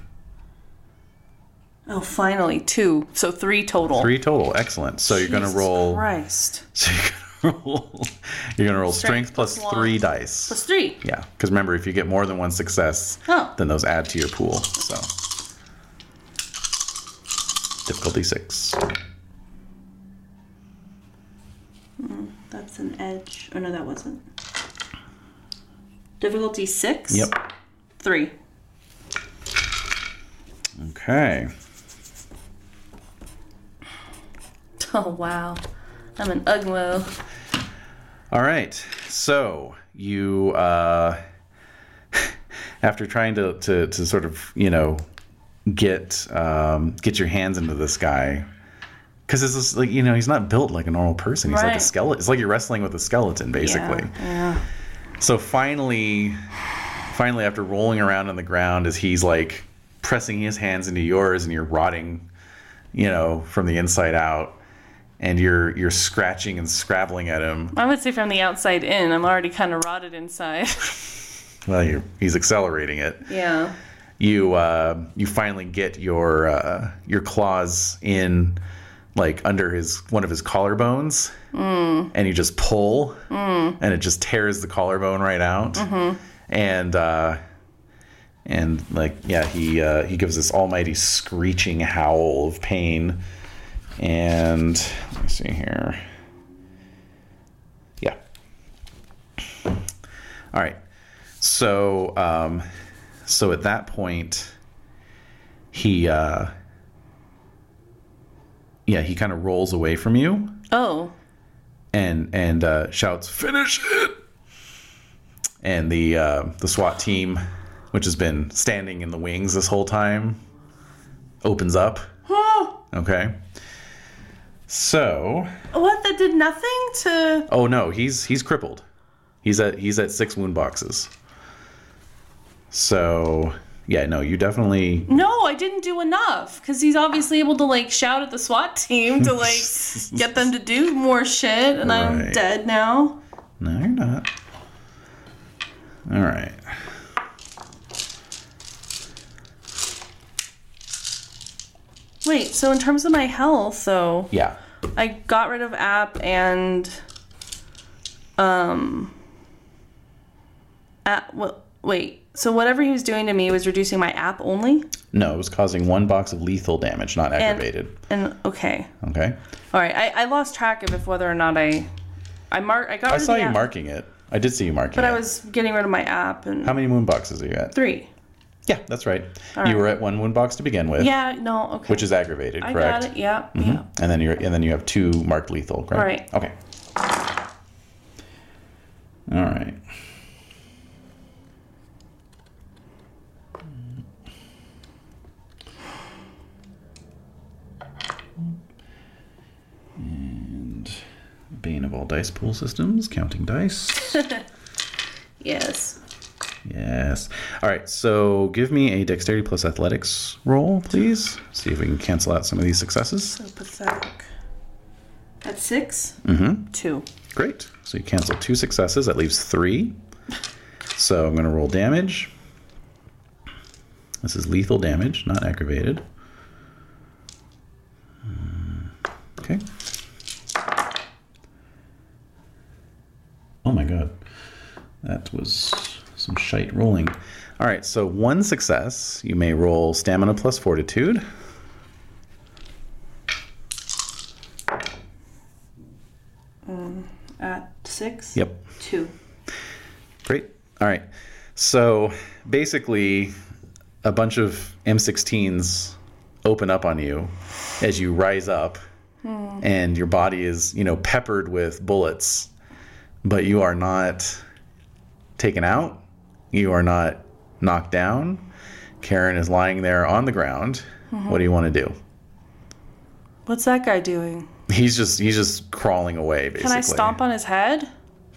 S5: Oh, finally two. So three total.
S4: Three total. Excellent. So you're going to
S5: Jesus
S4: roll
S5: Christ.
S4: so you're going to roll you're going to roll strength, plus
S5: plus
S4: 3
S5: one.
S4: dice.
S5: Plus three.
S4: Yeah, because remember, if you get more than one success,
S5: Oh.
S4: then those add to your pool. So difficulty six.
S5: That's an edge. Oh no, that wasn't. Difficulty six.
S4: Yep.
S5: Three.
S4: Okay.
S5: Oh wow. I'm an ugmo.
S4: All right. So you, uh, after trying to, to to sort of you know get um, get your hands into this guy because it's just like you know he's not built like a normal person. He's like a
S5: Right.
S4: skeleton. It's like you're wrestling with a skeleton basically.
S5: Yeah.
S4: So finally, finally, after rolling around on the ground, as he's like pressing his hands into yours, and you're rotting, you know, from the inside out, and you're you're scratching and scrabbling at him.
S5: I would say from the outside in, I'm already kind of rotted inside.
S4: Well, you're, he's accelerating it.
S5: yeah.
S4: You uh, you finally get your uh, your claws in, like under his one of his collarbones, and you just pull, and it just tears the collarbone right out, and uh, and like yeah, he uh, he gives this almighty screeching howl of pain, and let me see here, yeah, all right, so um, so at that point, he uh, yeah, he kind of rolls away from you
S5: Oh.
S4: and and uh, shouts, "Finish it!" And the uh, the SWAT team, which has been standing in the wings this whole time, opens up. okay. So,
S5: What? That did nothing to.
S4: oh no, he's he's crippled. He's at he's at six wound boxes. So yeah, no, you definitely
S5: No, I didn't do enough because he's obviously able to like shout at the SWAT team to like get them to do more shit, and I'm
S4: Right.
S5: dead now.
S4: No, you're not. All right.
S5: Wait, so in terms of my health, though,
S4: Yeah.
S5: I got rid of app and um app, well, wait. So whatever he was doing to me was reducing my app only?
S4: No, it was causing one box of lethal damage, not
S5: And-
S4: aggravated.
S5: And okay.
S4: okay.
S5: All right. I, I lost track of if whether or not I I mark I got
S4: I
S5: rid
S4: saw
S5: of the
S4: you
S5: app,
S4: marking it. I did see you marking
S5: but
S4: it.
S5: I was getting rid of my app and
S4: How many wound boxes are you at?
S5: 3.
S4: Yeah, that's right.
S5: right.
S4: You were at one wound box to begin with.
S5: Yeah, no, okay.
S4: Which is aggravated,
S5: I
S4: correct? Mm-hmm.
S5: got it. Yeah. Yeah.
S4: Hmm? And then you're and then you have two marked lethal, correct?
S5: Right.
S4: Okay. All right. And Bane of all dice pool systems, counting dice.
S5: Yes.
S4: yes. All right. So give me a dexterity plus athletics roll, please. See if we can cancel out some of these successes.
S5: So pathetic. At 6?
S4: Mm-hmm.
S5: Mhm. 2.
S4: Great. So you cancel two successes. That leaves three. So I'm going to roll damage. This is lethal damage, not aggravated. Mm, Okay. Oh my god. That was some shite rolling. All right, so one success. You may roll stamina plus fortitude.
S5: At 6?
S4: Yep.
S5: 2.
S4: Great. All right. So basically, a bunch of M16s open up on you as you rise up,
S5: Hmm.
S4: and your body is, you know, peppered with bullets, but you are not taken out. You are not knocked down. Karen is lying there on the ground.
S5: Mm-hmm.
S4: What do you want to do?
S5: What's that guy doing?
S4: He's just he's just crawling away. Basically.
S5: Can I stomp on his head?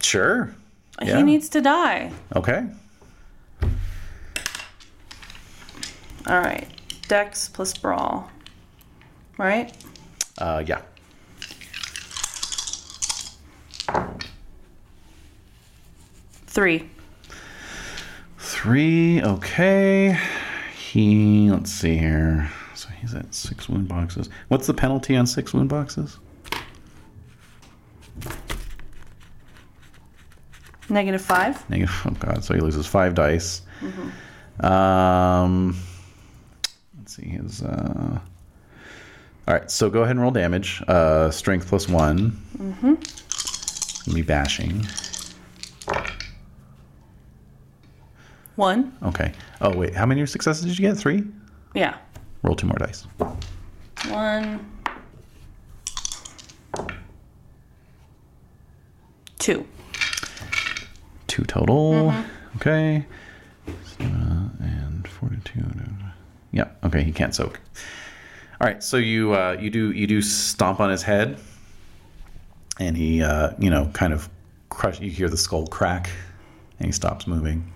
S4: Sure. Yeah.
S5: He needs to die.
S4: Okay.
S5: All right. Dex plus brawl. Right?
S4: Uh, yeah.
S5: Three.
S4: Three, okay. He, let's see here. So he's at six wound boxes. What's the penalty on six wound boxes?
S5: Negative five.
S4: Negative. Oh god. So he loses five dice. Um, let's see his. Uh, all right. So go ahead and roll damage. Uh, strength plus one. Mm-hmm. Me bashing.
S5: One.
S4: Okay. Oh wait. How many successes did you get? Three.
S5: Yeah.
S4: Roll two more dice.
S5: One. Two.
S4: two total. Okay. Stamina and fortitude. and- Yeah. Okay. He can't soak. All right. So you uh, you do you do stomp on his head, and he uh, you know kind of crush. You hear the skull crack, and he stops moving.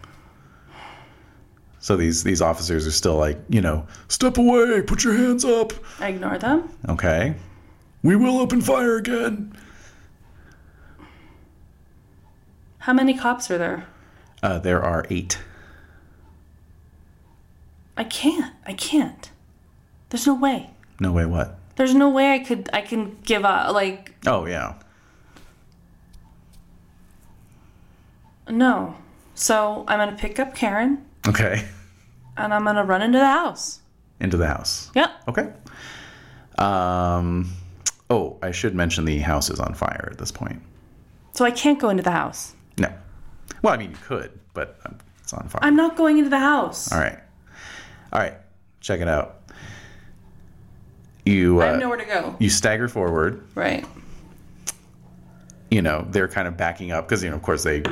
S4: So these these officers are still like you know step away, put your hands up.
S5: I ignore them.
S4: Okay. We will open fire again.
S5: How many cops are there?
S4: Uh, there are eight.
S5: I can't. I can't. There's no way.
S4: No way. What?
S5: There's no way I could. I can give up. Like
S4: Oh yeah.
S5: no. So I'm gonna pick up Karen
S4: Okay.
S5: and I'm gonna run into the house.
S4: Into the house.
S5: Yep.
S4: Okay. Um, oh, I should mention the house is on fire at this point.
S5: So I can't go into the house.
S4: No. Well, I mean, you could, but um, it's on fire.
S5: I'm not going into the house.
S4: All right. All right. Check it out. You
S5: I
S4: uh,
S5: have nowhere to go.
S4: you stagger forward.
S5: Right.
S4: You know they're kind of backing up because you know of course they,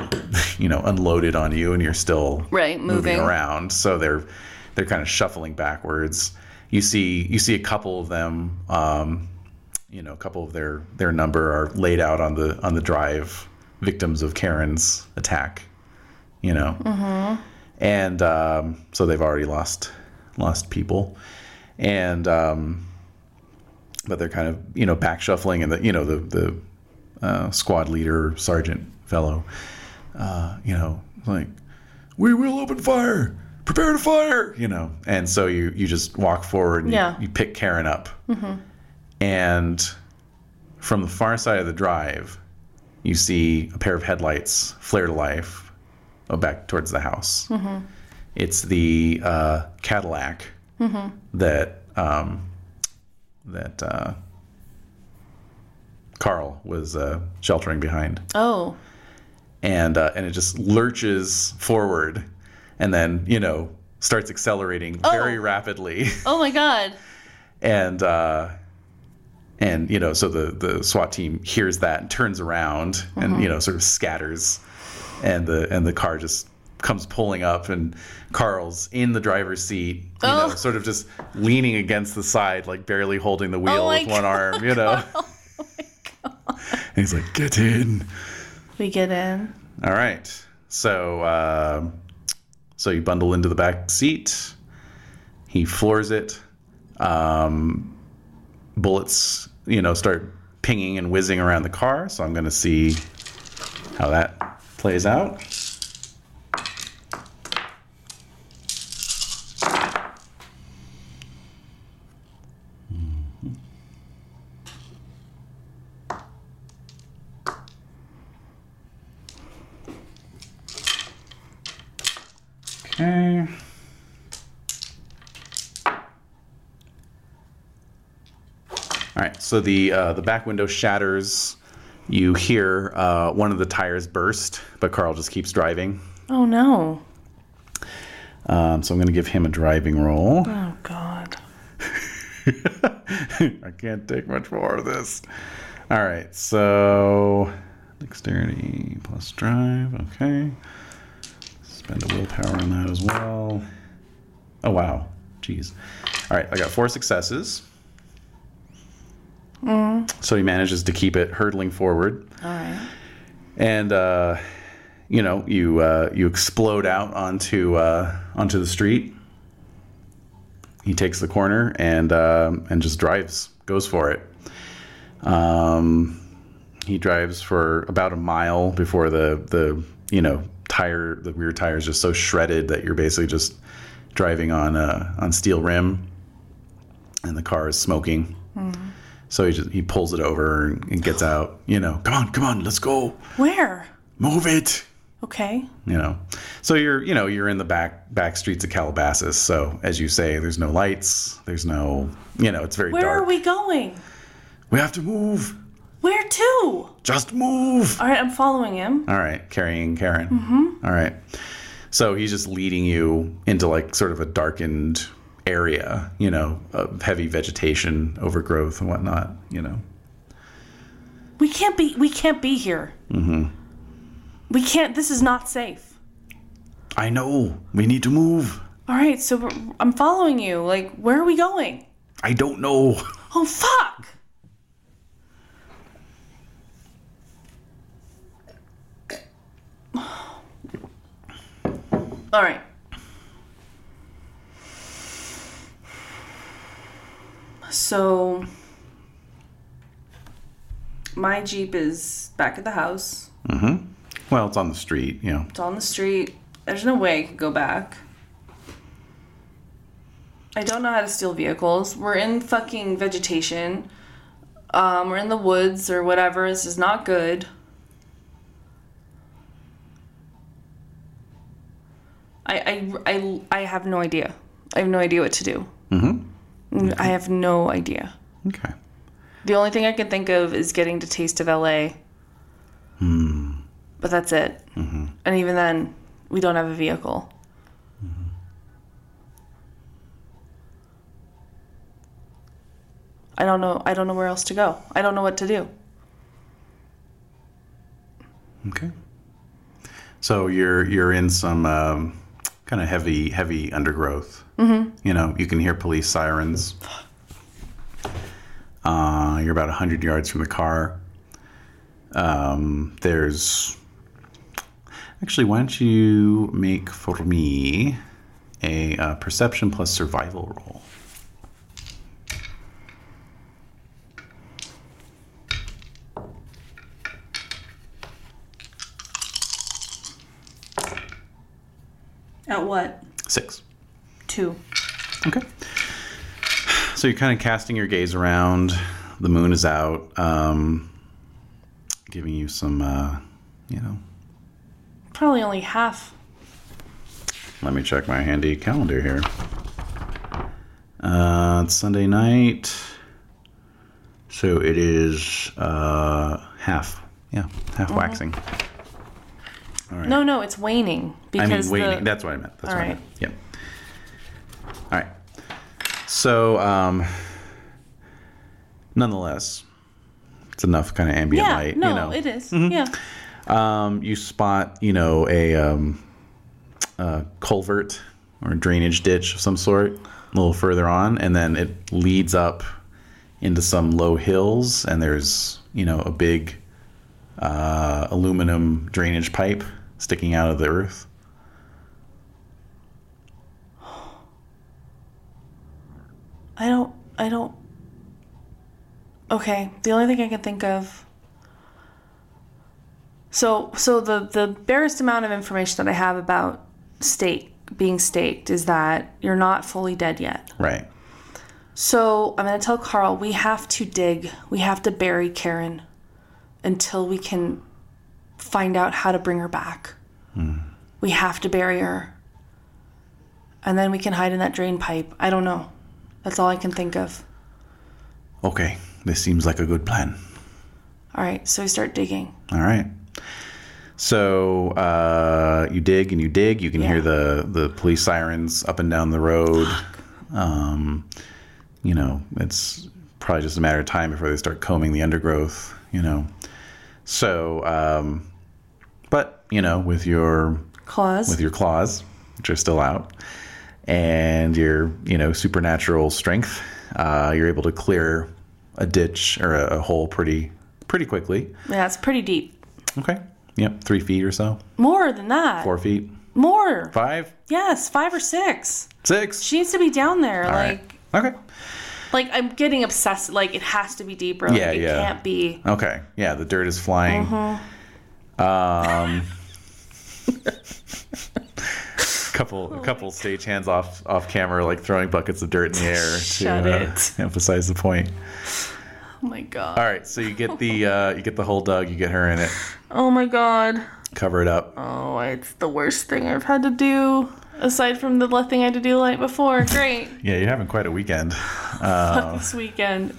S4: you know, unloaded on you and you're still
S5: Right, moving.
S4: around. So they're they're kind of shuffling backwards. You see you see a couple of them. Um, you know, a couple of their their number are laid out on the on the drive, victims of Karen's attack. You know, and um, so they've already lost lost people, and um, but they're kind of you know back shuffling, and the you know the the uh, squad leader sergeant fellow, uh, you know, like we will open fire prepare to fire you know and so you you just walk forward and you-
S5: Yeah.
S4: you, pick karen up and from the far side of the drive you see a pair of headlights flare to life oh, back towards the house it's the uh, cadillac that um, that uh, carl was uh, sheltering behind
S5: Oh.
S4: and uh, and it just lurches forward, and then you know starts accelerating very rapidly,
S5: Oh my god.
S4: and uh, and you know so the the SWAT team hears that and turns around
S5: Mm-hmm.
S4: and you know sort of scatters, and the and the car just comes pulling up and Carl's in the driver's seat, you know,
S5: Oh.
S4: sort of just leaning against the side, like barely holding the wheel
S5: Oh my Oh
S4: with one arm, you know. And he's like, "Get in."
S5: We get in.
S4: All right. So, um so you bundle into the back seat. He floors it. Um, bullets, you know, start pinging and whizzing around the car. So I'm going to see how that plays out. Okay. All right. So the uh, the back window shatters. You hear uh, one of the tires burst, but Carl just keeps driving.
S5: Oh no.
S4: Um, so I'm going to give him a driving roll.
S5: Oh god.
S4: I can't take much more of this. All right, so dexterity plus drive. Okay. Spend a willpower on that as well. Oh, wow. Jeez. All right, I got four successes. So he manages to keep it hurtling forward.
S5: All right.
S4: And, uh, you know, you uh, you explode out onto uh, onto the street. He takes the corner and um and just drives, goes for it. Um, he drives for about a mile before the the you know tire the rear tire is just so shredded that you're basically just driving on uh, on steel rim, and the car is smoking. So he just he pulls it over and, and gets out. You know, come on, come on, let's go,
S5: Where?
S4: move it.
S5: Okay.
S4: You know, so you're you know you're in the back back streets of Calabasas. So as you say, there's no lights, there's no you know it's very
S5: Where
S4: dark.
S5: are we going?
S4: we have to move.
S5: Where to?
S4: Just move.
S5: All right, I'm following him.
S4: All right, carrying Karen. Mm-hmm. right. So he's just leading you into like sort of a darkened area, you know, of heavy vegetation, overgrowth, and whatnot. You know,
S5: We can't be. We can't be here. Mm-hmm. We can't. This is not safe.
S4: I know we need to move.
S5: All right, so we're- I'm following you. Like, where are we going?
S4: I don't know.
S5: Oh, fuck! All right. So, my Jeep is back at the house.
S4: Well, it's on the street, you know.
S5: It's on the street. There's no way I could go back. I don't know how to steal vehicles. We're in fucking vegetation. Um, we're in the woods or whatever. This is not good. I I, I, I have no idea. I have no idea what to do. Mm-hmm. I have no idea.
S4: Okay.
S5: The only thing I can think of is getting to Taste of LA.
S4: Hmm.
S5: But that's it.
S4: Mm-hmm.
S5: And even then, we don't have a vehicle.
S4: Mm-hmm.
S5: I don't know. I don't know where else to go. I don't know what to do.
S4: Okay. So you're you're in some um, kind of heavy heavy undergrowth. Mm-hmm. You know, you can hear police sirens. Uh, you're about hundred yards from the car. Um, there's actually. Why don't you make for me a uh, perception plus survival roll?
S5: At what?
S4: Six.
S5: Two.
S4: Okay. So you're kind of casting your gaze around. The moon is out, um, giving you some, uh, you know.
S5: Probably only half.
S4: Let me check my handy calendar here. Uh, it's Sunday night, so it is uh, half. Yeah, half waxing.
S5: No, no, it's waning
S4: I
S5: because
S4: mean, waning.
S5: the
S4: That's what I meant. That's
S5: All
S4: what I
S5: right.
S4: meant. Yep. All right. So, um, nonetheless, it's enough kind of ambient
S5: yeah,
S4: light.
S5: no,
S4: you know, Mm-hmm.
S5: it is. Yeah,
S4: Um, you spot, you know, a, um, a culvert or drainage ditch of some sort a little further on, and then it leads up into some low hills, and there's, you know, a big uh, aluminum drainage pipe sticking out of the earth.
S5: I don't. I don't. Okay, the only thing I can think of. So, so the the barest amount of information that I have about stake being staked is that you're not fully dead yet.
S4: Right.
S5: So I'm gonna tell Carl we have to dig. We have to bury Karen until we can find out how to bring her back. We have to bury her. And then we can hide in that drain pipe. I don't know. That's all I can think of.
S4: Okay, this seems like a good plan.
S5: All right, so we start digging.
S4: All right. So uh, you dig and you dig. You can
S5: Yeah.
S4: hear the the police sirens up and down the road. Um, you know, it's probably just a matter of time before they start combing the undergrowth. You know, so um, but you know, with your
S5: Claws.
S4: with your claws, which are still out, and your you know supernatural strength, uh, you're able to clear a ditch or a, a hole pretty pretty quickly.
S5: yeah, it's pretty deep.
S4: Okay. Yep, three feet or so,
S5: More than that.
S4: four feet,
S5: More.
S4: five,
S5: Yes, five or six.
S4: six.
S5: She needs to be down there.
S4: All
S5: like,
S4: right. Okay.
S5: like I'm getting obsessed. Like it has to be deeper. Like,
S4: Yeah,
S5: it
S4: yeah.
S5: can't be.
S4: Okay. Yeah, the dirt is flying.
S5: Uh-huh.
S4: Um, couple, a couple stage hands off off camera, like throwing buckets of dirt in the air
S5: Shut
S4: to
S5: it.
S4: Uh, emphasize the point.
S5: Oh my god.
S4: All right, so you get the uh, you get the whole dug, you get her in it,
S5: Oh my god.
S4: cover it up.
S5: Oh, it's the worst thing I've had to do. Aside from the le- thing I had to do the night before. Great.
S4: Yeah, you're having quite a weekend.
S5: This weekend.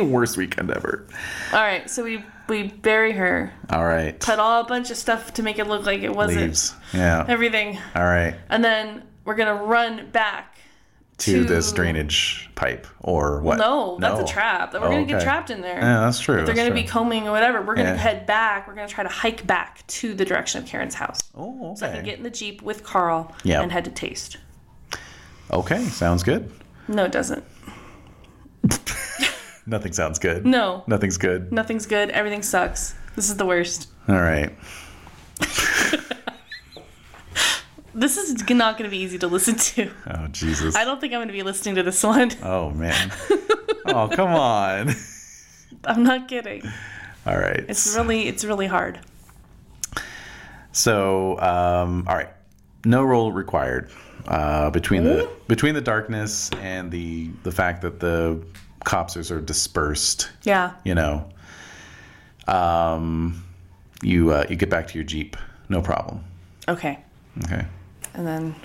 S4: Worst weekend ever.
S5: All right, so we we bury her.
S4: All right,
S5: Put all a bunch of stuff to make it look like it wasn't
S4: leaves. Yeah.
S5: everything.
S4: All right,
S5: And then we're gonna run back
S4: to this drainage pipe or what?
S5: No, that's a trap. We're
S4: Oh,
S5: gonna get
S4: okay.
S5: trapped in there.
S4: Yeah, that's true.
S5: They're
S4: that's
S5: gonna
S4: true.
S5: be combing or whatever. We're gonna
S4: Yeah.
S5: head back. We're gonna try to hike back to the direction of Karen's house.
S4: Oh, okay.
S5: So I can get in the jeep with Carl
S4: Yeah.
S5: and head to Taste.
S4: Okay, sounds good.
S5: No, it doesn't.
S4: Nothing sounds good.
S5: No.
S4: Nothing's good.
S5: Nothing's good. Everything sucks. This is the worst.
S4: All right.
S5: This is g- not going to be easy to listen to.
S4: Oh, Jesus.
S5: I don't think I'm going to be listening to this one.
S4: Oh, man. oh, come on.
S5: I'm not kidding.
S4: All right.
S5: It's really, it's really hard.
S4: So, um, all right, no roll required uh, between the between the darkness and the the fact that the cops are sort of dispersed.
S5: Yeah.
S4: You know, um, you uh, you get back to your jeep, no problem.
S5: Okay.
S4: Okay.
S5: And then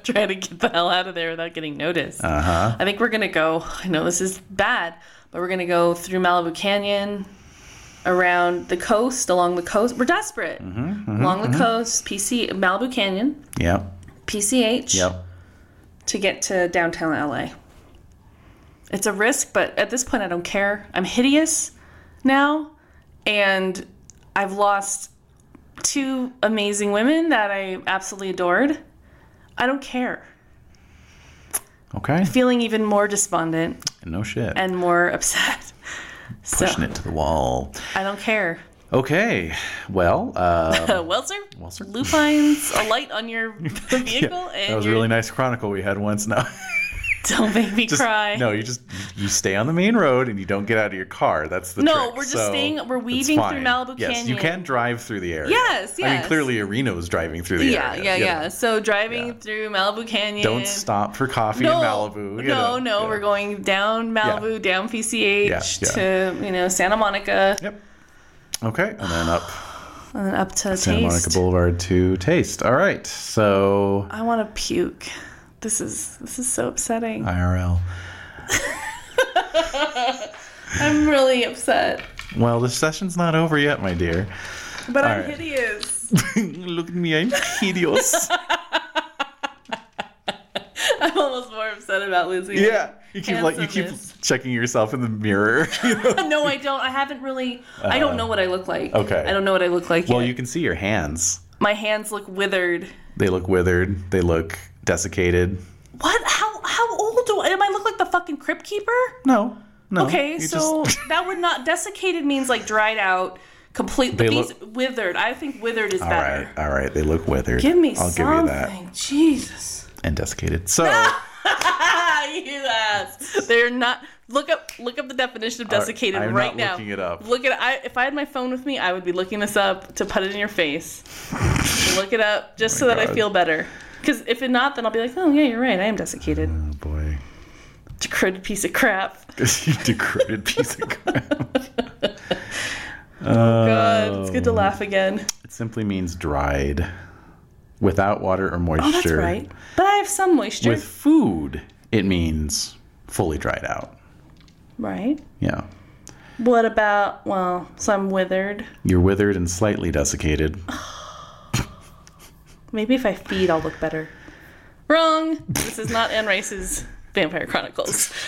S5: try to get the hell out of there without getting noticed. Uh huh.
S4: Uh-huh.
S5: I think we're going to go. I know this is bad, but we're going to go through Malibu Canyon, around the coast, along the coast. We're desperate. along the coast, PC Malibu Canyon,
S4: Yep.
S5: PCH.
S4: Yep.
S5: to get to downtown LA. It's a risk, but at this point, I don't care. I'm hideous now, and I've lost two amazing women that I absolutely adored. I don't care.
S4: Okay.
S5: Feeling even more despondent
S4: No shit.
S5: and more upset. So
S4: Pushing it to the wall.
S5: I don't care.
S4: Okay. Well, uh,
S5: Uh, Welser,
S4: well, sir,
S5: lupines, a light on your vehicle, and
S4: that was a
S5: your-
S4: really nice chronicle we had once. No.
S5: don't make me
S4: Just-
S5: cry.
S4: No, you just you stay on the main road and you don't get out of your car. That's the
S5: No,
S4: trick.
S5: we're just
S4: So
S5: staying- we're
S4: it's
S5: weaving through
S4: fine.
S5: Malibu
S4: yes, you
S5: Canyon.
S4: can drive through the area.
S5: Yes,
S4: I mean,
S5: yes.
S4: clearly Arena was driving through the
S5: yeah,
S4: area.
S5: yeah,
S4: you
S5: yeah.
S4: know.
S5: So driving
S4: Yeah.
S5: through Malibu Canyon.
S4: Don't stop for coffee in Malibu.
S5: No,
S4: you know.
S5: no,
S4: Yeah.
S5: we're going down Malibu, down PCH
S4: Yeah,
S5: to you know Santa Monica,
S4: Yep. Okay, and then up
S5: and then up to
S4: Santa Monica
S5: Taste.
S4: Boulevard to Taste. All right, so
S5: I want to puke. This is this is so upsetting.
S4: IRL.
S5: I'm really upset,
S4: Well, the session's not over yet, my dear.
S5: but I'm
S4: right.
S5: hideous.
S4: Look at me, I'm hideous.
S5: I'm almost more upset about losing. it.
S4: yeah, you keep like you keep
S5: Handsomeness.
S4: checking yourself in the mirror. you know?
S5: No, I don't. I haven't really. I don't know what I look like.
S4: Uh, okay.
S5: I don't know what I look like.
S4: Well,
S5: yet.
S4: you can see your hands.
S5: My hands look withered.
S4: They look withered. They look desiccated.
S5: What? How how old do I? Am I look like the fucking crypt keeper?
S4: No, no.
S5: Okay,
S4: you
S5: so
S4: just-
S5: that would not desiccated means like dried out, completely
S4: They
S5: means
S4: look-
S5: withered. I think withered is
S4: all
S5: better.
S4: right, all right. They look withered.
S5: Give me
S4: I'll
S5: something,
S4: give you that.
S5: Jesus.
S4: And desiccated. So
S5: Ah, you ass. They're not. Look up. Look up the definition of
S4: right,
S5: desiccated
S4: I am
S5: right
S4: not
S5: now.
S4: looking it up.
S5: Look at. I, if I had my phone with me, I would be looking this up to put it in your face. look it up just so
S4: Oh my
S5: that I
S4: God.
S5: feel better. Because if it not, then I'll be like, oh yeah, you're right. I am desiccated.
S4: oh boy,
S5: Decrepit piece of crap.
S4: you decrepit piece of crap.
S5: God, it's
S4: Oh.
S5: good to laugh again.
S4: It simply means dried, without water or moisture.
S5: Oh, that's right. But I have some moisture.
S4: With food, it means fully dried out.
S5: Right.
S4: Yeah,
S5: What about, well, so I'm withered.
S4: you're withered and slightly desiccated.
S5: Maybe if I feed, I'll look better. Wrong. This is not Anne Rice's Vampire Chronicles.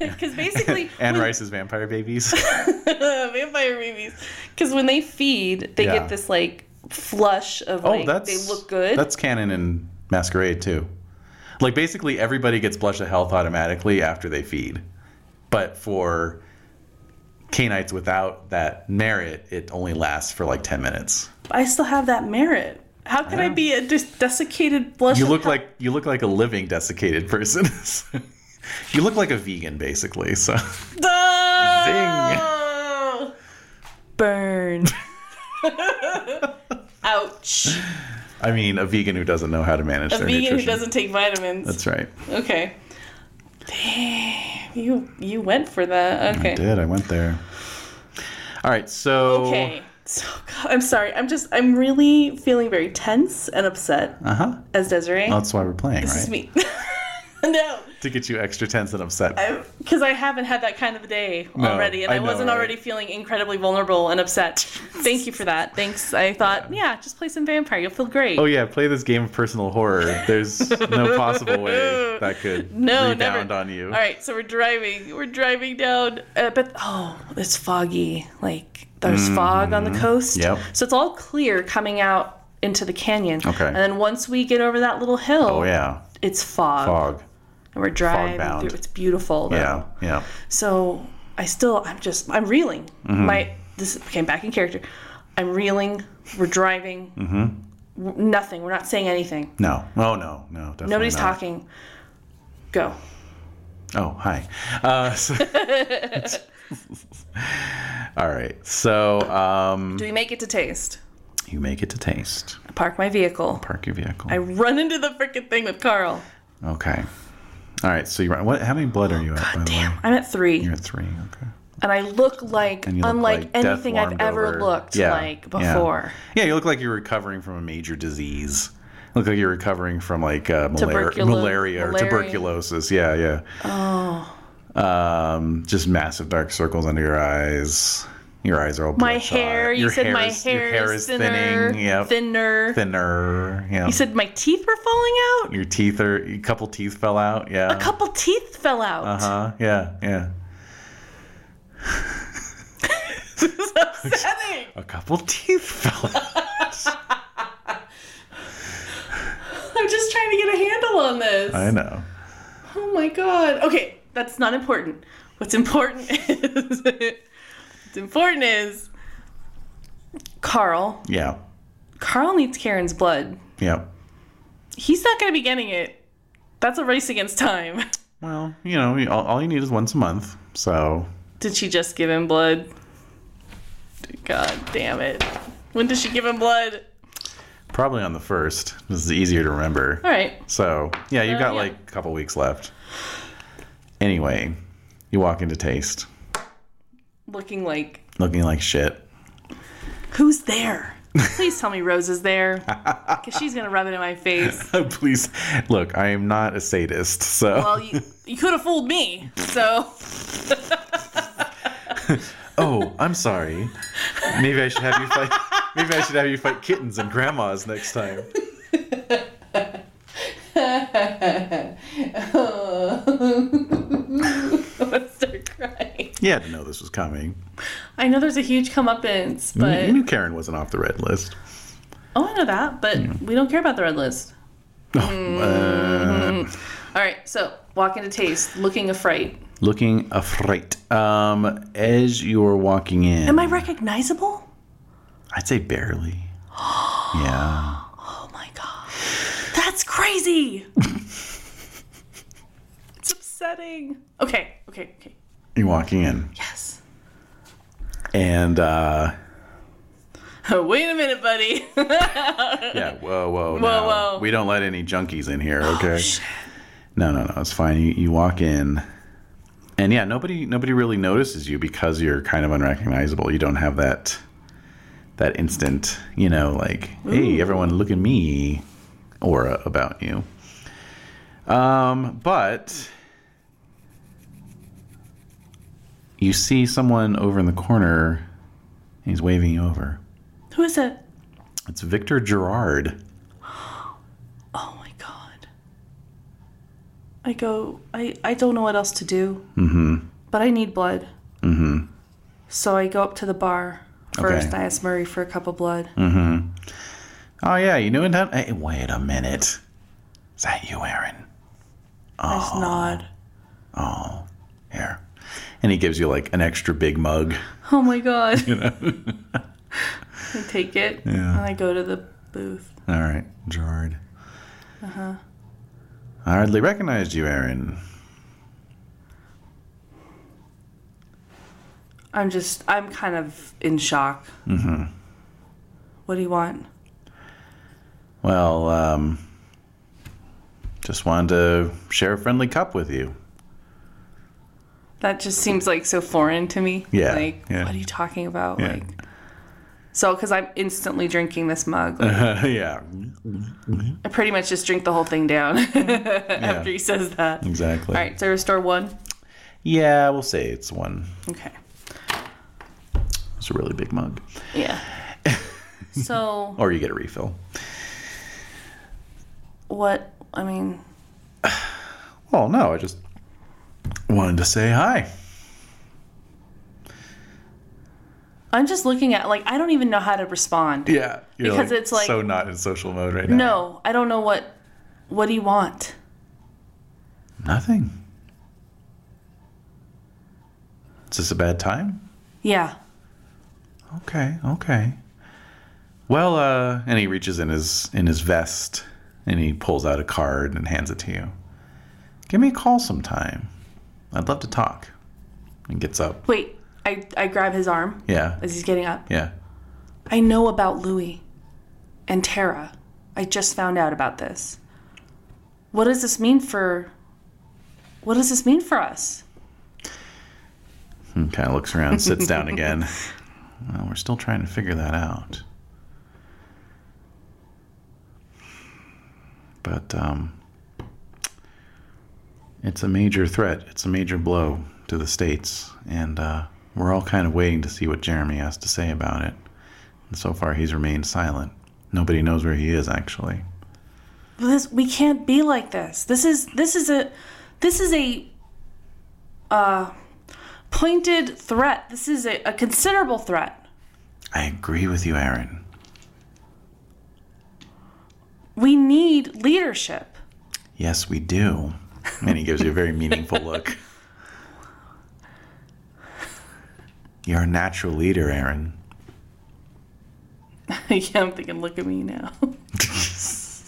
S5: Because basically,
S4: Anne
S5: when-
S4: Rice's vampire babies.
S5: vampire babies. Because when they feed, they
S4: Yeah.
S5: get this like flush of
S4: Oh,
S5: like
S4: that's
S5: they look good.
S4: That's canon in Masquerade too. Like basically everybody gets blush of health automatically after they feed, but for canites without that merit, it only lasts for like ten minutes.
S5: I still have that merit. How could I be a des- desiccated blush?
S4: You
S5: of
S4: look
S5: hell-
S4: like you look like a living desiccated person. you look like a vegan basically. So
S5: No! Burn. Ouch.
S4: I mean, a vegan who doesn't know how to manage
S5: A
S4: their
S5: vegan who
S4: nutrition.
S5: doesn't take vitamins.
S4: That's right.
S5: Okay. Damn, you you went for that.
S4: I
S5: Okay.
S4: did. I went there. All right. So
S5: Okay. So God, I'm sorry. I'm just I'm really feeling very tense and upset
S4: uh huh.
S5: as Desiree.
S4: That's why we're playing,
S5: this
S4: right?
S5: is me. no,
S4: To get you extra tense and upset.
S5: because I haven't had that kind of a day
S4: No,
S5: already, and I,
S4: I know,
S5: wasn't
S4: right?
S5: already feeling incredibly vulnerable and upset. Thank you for that. Thanks. I thought, yeah, just play some vampire. You'll feel great.
S4: Oh yeah, play this game of personal horror. There's no possible way that could
S5: no,
S4: rebound
S5: never.
S4: on you.
S5: All right, so we're driving. We're driving down, uh, but oh, it's foggy. Like there's fog on the coast.
S4: Mm-hmm. Yep.
S5: So it's all clear coming out into the canyon.
S4: Okay.
S5: And then once we get over that little hill,
S4: Oh yeah.
S5: it's fog,
S4: fog.
S5: and we're driving
S4: fog-bound.
S5: through. It's beautiful. Though.
S4: Yeah, yeah.
S5: So I still, I'm just, I'm reeling.
S4: Mm-hmm.
S5: My this came back in character. I'm reeling. We're driving. Mm-hmm. Nothing. We're not saying anything.
S4: No, oh no, no. Definitely
S5: Nobody's
S4: not.
S5: talking. Go.
S4: Oh, hi. Uh, so- all right. So um,
S5: Do we make it to taste?
S4: you make it to taste.
S5: I park my vehicle.
S4: Park your vehicle.
S5: I run into the freaking thing with Carl.
S4: Okay. All right. So you are what? How many blood are you at? by the way?
S5: I'm at three,
S4: You're at three. Okay.
S5: and I look like
S4: And you look
S5: unlike
S4: like death
S5: anything I've
S4: warmed
S5: ever
S4: over-
S5: looked like
S4: yeah.
S5: before.
S4: Yeah. you look like you're recovering from a major disease. Look like you're recovering from like uh, malar-
S5: Tuberculo-
S4: malaria or
S5: malaria.
S4: tuberculosis. Yeah, yeah. Oh. Um, just massive dark circles under your eyes. Your eyes are all
S5: My
S4: bloodshot.
S5: hair. You
S4: Your
S5: said my
S4: is-
S5: hair,
S4: Your hair is
S5: thinner,
S4: thinning. Yep.
S5: thinner.
S4: Thinner. Yeah.
S5: You said my teeth were falling out.
S4: your teeth are. A couple teeth fell out. Yeah.
S5: A couple teeth fell out.
S4: Uh huh. Yeah. Yeah.
S5: It's upsetting.
S4: A couple teeth fell out.
S5: I'm just trying to get a handle on this.
S4: I know.
S5: Oh my god. Okay, that's not important. What's important is what's important is Carl.
S4: Yeah.
S5: Carl needs Karen's blood.
S4: Yeah.
S5: He's not gonna be getting it. That's a race against time.
S4: Well, you know, you- all, all you need is once a month. So
S5: Did she just give him blood? God damn it. When did she give him blood?
S4: probably on the first. This is easier to remember.
S5: Alright.
S4: So yeah, you've
S5: Uh,
S4: got
S5: yeah.
S4: like a couple weeks left. Anyway, you walk into Taste,
S5: Looking like
S4: looking like shit.
S5: who's there? Please tell me Rose is there. Cause she's gonna rub it in my face.
S4: Please look. I am not a sadist, so
S5: Well, you, you could have fooled me. So
S4: oh, I'm sorry. Maybe I should have you fight. Maybe I should have you fight kittens and grandmas next time.
S5: I'm gonna start crying.
S4: You had to know this was coming.
S5: I know there's a huge comeuppance,
S4: You-
S5: but
S4: you knew Karen wasn't off the red list.
S5: oh, I know that. But we don't care about the red list. Mm-hmm. All right, so walk into taste, looking afraid.
S4: Looking afraid. Um, as you are walking in,
S5: Am I recognizable?
S4: I'd say barely. yeah.
S5: Oh my god, that's crazy. it's upsetting. Okay, okay, okay.
S4: You're walking in,
S5: Yes.
S4: and uh,
S5: Oh, wait a minute, buddy.
S4: yeah, whoa, whoa, whoa,
S5: whoa.
S4: We don't let any junkies in here, okay? No, no, no, it's fine. You, you walk in, and yeah, nobody, nobody really notices you because you're kind of unrecognizable. You don't have that, that instant, you know, like, hey, everyone, look at me, aura about you. Um, but you see someone over in the corner. and He's waving you over.
S5: Who is it?
S4: It's Victor Gerard.
S5: Oh my god. I go I I don't know what else to do. Mhm. But I need blood. Mhm. So I go up to the bar first.
S4: Okay.
S5: I ask Murray for a cup of blood.
S4: Oh yeah, you knew it. huh? Hey, wait a minute. Is that you, Aaron?
S5: I just nod.
S4: Here. And he gives you like an extra big mug.
S5: Oh my god. I take it and I go to the booth.
S4: All right, Gerard.
S5: Uh-huh.
S4: Uh huh. I hardly recognized you, Aaron.
S5: I'm just I'm kind of in shock. Mhm.
S4: Mm-hmm.
S5: What do you want?
S4: Well, um, just wanted to share a friendly cup with you.
S5: That just seems like so foreign to me.
S4: Yeah,
S5: Like
S4: yeah.
S5: what are you talking about?
S4: Yeah.
S5: Like so, because I'm instantly drinking this mug,
S4: Uh-huh.
S5: like,
S4: yeah,
S5: I pretty much just drink the whole thing down after he says that. All
S4: exactly.
S5: right, so restore one.
S4: Yeah, we'll say it's one.
S5: Okay.
S4: It's a really big mug.
S5: Yeah. so
S4: Or you get a refill.
S5: what? I mean,
S4: Oh no, I just wanted to say hi.
S5: I'm just looking at like I don't even know how to respond.
S4: Yeah, you're
S5: Because it's like-
S4: so not in social mode right now.
S5: No, I don't know what. What do you want?
S4: Nothing. Is this a bad time?
S5: Yeah.
S4: Okay, okay. Well, uh, and he reaches in his in his vest and he pulls out a card and hands it to you. Give me a call sometime. I'd love to talk. And gets up.
S5: Wait, I, I grab his arm
S4: Yeah.
S5: as he's getting up.
S4: Yeah.
S5: I know about Louis and Tara. I just found out about this. What does this mean for. What does this mean for us?
S4: And kind of Hmm. looks around, sits down again. Well, we're still trying to figure that out. But um, it's a major threat. It's a major blow to the states, and uh, we're all kind of waiting to see what Jeremy has to say about it. And so far, he's remained silent. Nobody knows where he is, actually.
S5: Well, this we can't be like this. This is this is a this is a uh, pointed threat. This is a, a considerable threat.
S4: I agree with you, Aaron.
S5: We need leadership.
S4: Yes, we do. And he gives you a very meaningful look. You're a natural leader, Aaron.
S5: yeah, I'm thinking, look at me now.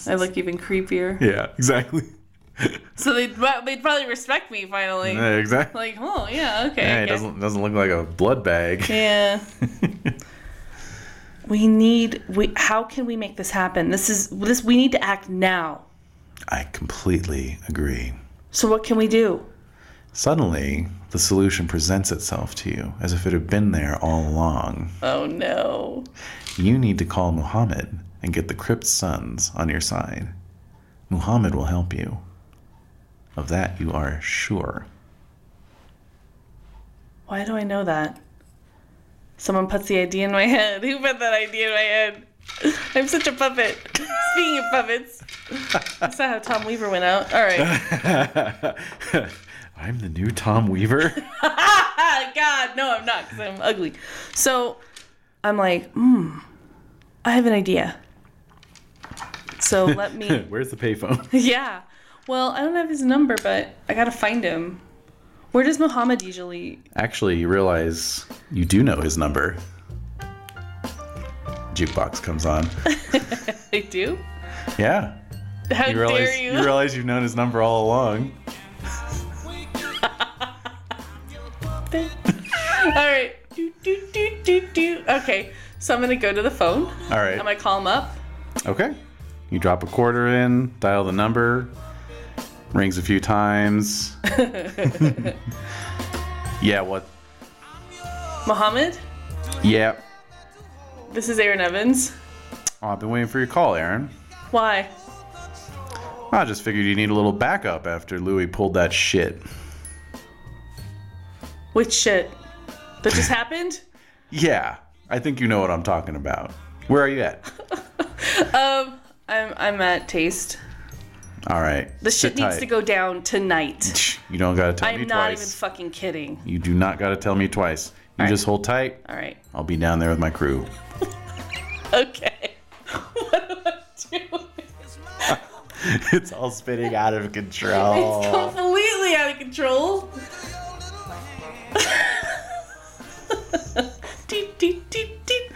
S5: I look even creepier.
S4: Yeah, exactly.
S5: So they'd they'd probably respect me finally.
S4: exactly.
S5: Like, oh yeah, okay.
S4: Yeah,
S5: okay.
S4: it doesn't doesn't look like a blood bag.
S5: Yeah. we need. We how can we make this happen? This is this. We need to act now.
S4: I completely agree.
S5: So what can we do?
S4: Suddenly, the solution presents itself to you as if it had been there all along.
S5: Oh no.
S4: You need to call Muhammad and get the Crypt Sons on your side. Muhammad will help you. Of that, you are sure.
S5: Why do I know that? Someone puts the idea in my head. Who put that idea in my head? I'm such a puppet. Speaking of puppets, that's not how Tom Weaver went out. All right.
S4: I'm the new Tom Weaver.
S5: Ah, God, no, I'm not because I'm ugly. So I'm like, hmm, I have an idea. So let me,
S4: Where's the payphone?
S5: yeah. Well, I don't have his number, but I gotta find him. Where does Muhammad usually?
S4: Actually, you realize you do know his number. Jukebox comes on.
S5: I do.
S4: Yeah.
S5: How
S4: You realize
S5: dare you?
S4: realize you've known his number all along.
S5: All right. Do, do, do, do, do. Okay. So I'm going to go to the phone.
S4: All right.
S5: I'm going to call him up.
S4: Okay. You drop a quarter in, dial the number, rings a few times. yeah, what?
S5: Mohammed,
S4: Yeah.
S5: this is Aaron Evans.
S4: Oh, I've been waiting for your call, Aaron.
S5: Why?
S4: I just figured you need a little backup after Louis pulled that shit.
S5: Which shit? That just happened?
S4: Yeah, I think you know what I'm talking about. Where are you at?
S5: Um, I'm, I'm at Taste.
S4: All right.
S5: The shit needs to go down tonight.
S4: You don't gotta tell me
S5: I'm not even
S4: twice.
S5: fucking kidding.
S4: you do not gotta tell me twice. You just hold tight.
S5: All right.
S4: I'll be down there with my crew.
S5: Okay. what am I doing?
S4: it's all spinning out of
S5: It's
S4: control.
S5: completely out of control. Deet, deet, deet, deet.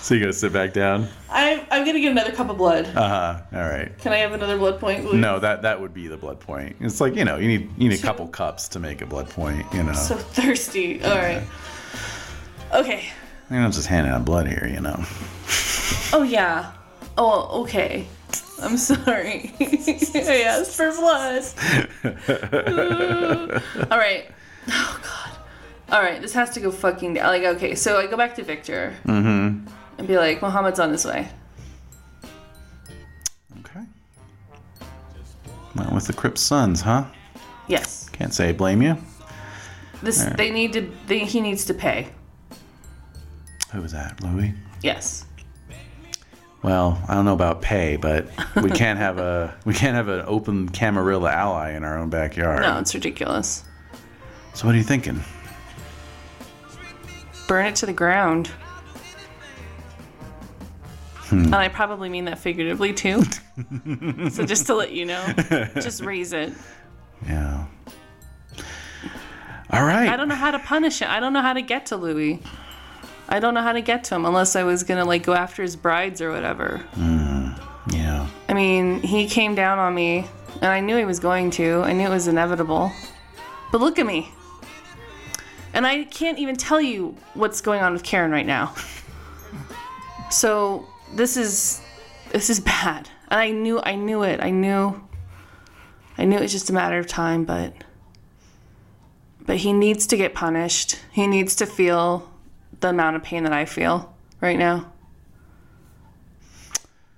S4: so you gotta sit back down.
S5: I'm, I'm gonna get another cup of blood.
S4: Uh huh. All right.
S5: Can I have another blood point? please?
S4: No, that that would be the blood point. It's like you know, you need you need a couple cups to make a blood point. You know,
S5: So thirsty. All right. Okay.
S4: you're not just handing out blood here. You know.
S5: Oh yeah. Oh okay. I'm sorry. I asked for blood. All right. Oh god. All right. This has to go fucking down. Like okay. So I go back to Victor. Mm-hmm. And be like, Muhammad's on his way.
S4: Okay. Went with the Crip Sons, huh?
S5: Yes.
S4: Can't say I blame you.
S5: This they need to. They, he needs to pay.
S4: Who was that, Louis?
S5: Yes.
S4: Well, I don't know about pay, but we can't have a we can't have an open Camarilla ally in our own backyard.
S5: No, it's ridiculous.
S4: So what are you thinking?
S5: burn it to the ground. And I probably mean that figuratively too. so just to let you know, just raise it.
S4: Yeah. All right.
S5: I don't know how to punish it. I don't know how to get to Louis. I don't know how to get to him unless I was gonna like go after his brides or whatever.
S4: Yeah.
S5: I mean, he came down on me, and I knew he was going to. I knew it was inevitable. But look at me. And I can't even tell you what's going on with Karen right now. So this is this is bad. And I knew I knew it. I knew I knew it was just a matter of time, but but he needs to get punished. He needs to feel the amount of pain that I feel right now.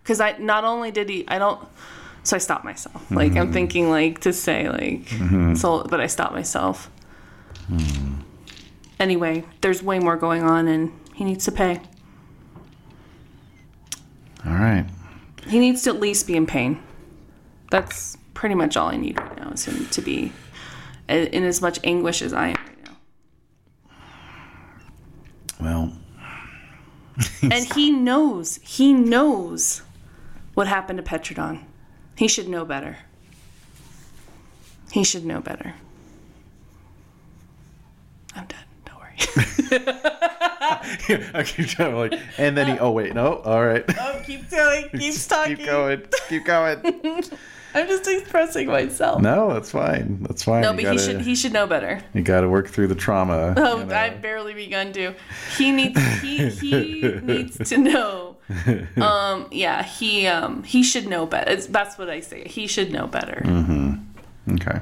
S5: Cuz I not only did he I don't so I stopped myself. Like I'm thinking like to say like so but I stopped myself. Anyway, there's way more going on and he needs to pay.
S4: All right.
S5: He needs to at least be in pain. That's pretty much all I need right now is him to be i- in as much anguish as I am right now.
S4: Well,
S5: And he knows, he knows what happened to Petrodon. He should know better. He should know better. I'm done. Don't worry.
S4: I keep trying to like, and then he. Oh wait, no. All right.
S5: oh, keep doing. Keep talking.
S4: keep going. Keep going.
S5: I'm just expressing myself. No,
S4: No, that's fine. That's fine.
S5: but
S4: you
S5: he
S4: gotta,
S5: should. He should know better.
S4: you got to work through the trauma.
S5: Oh,
S4: you know?
S5: I've barely begun to. He needs he he needs to know. Um, yeah, he um he should know better. It's, that's what I say. He should know better.
S4: Okay.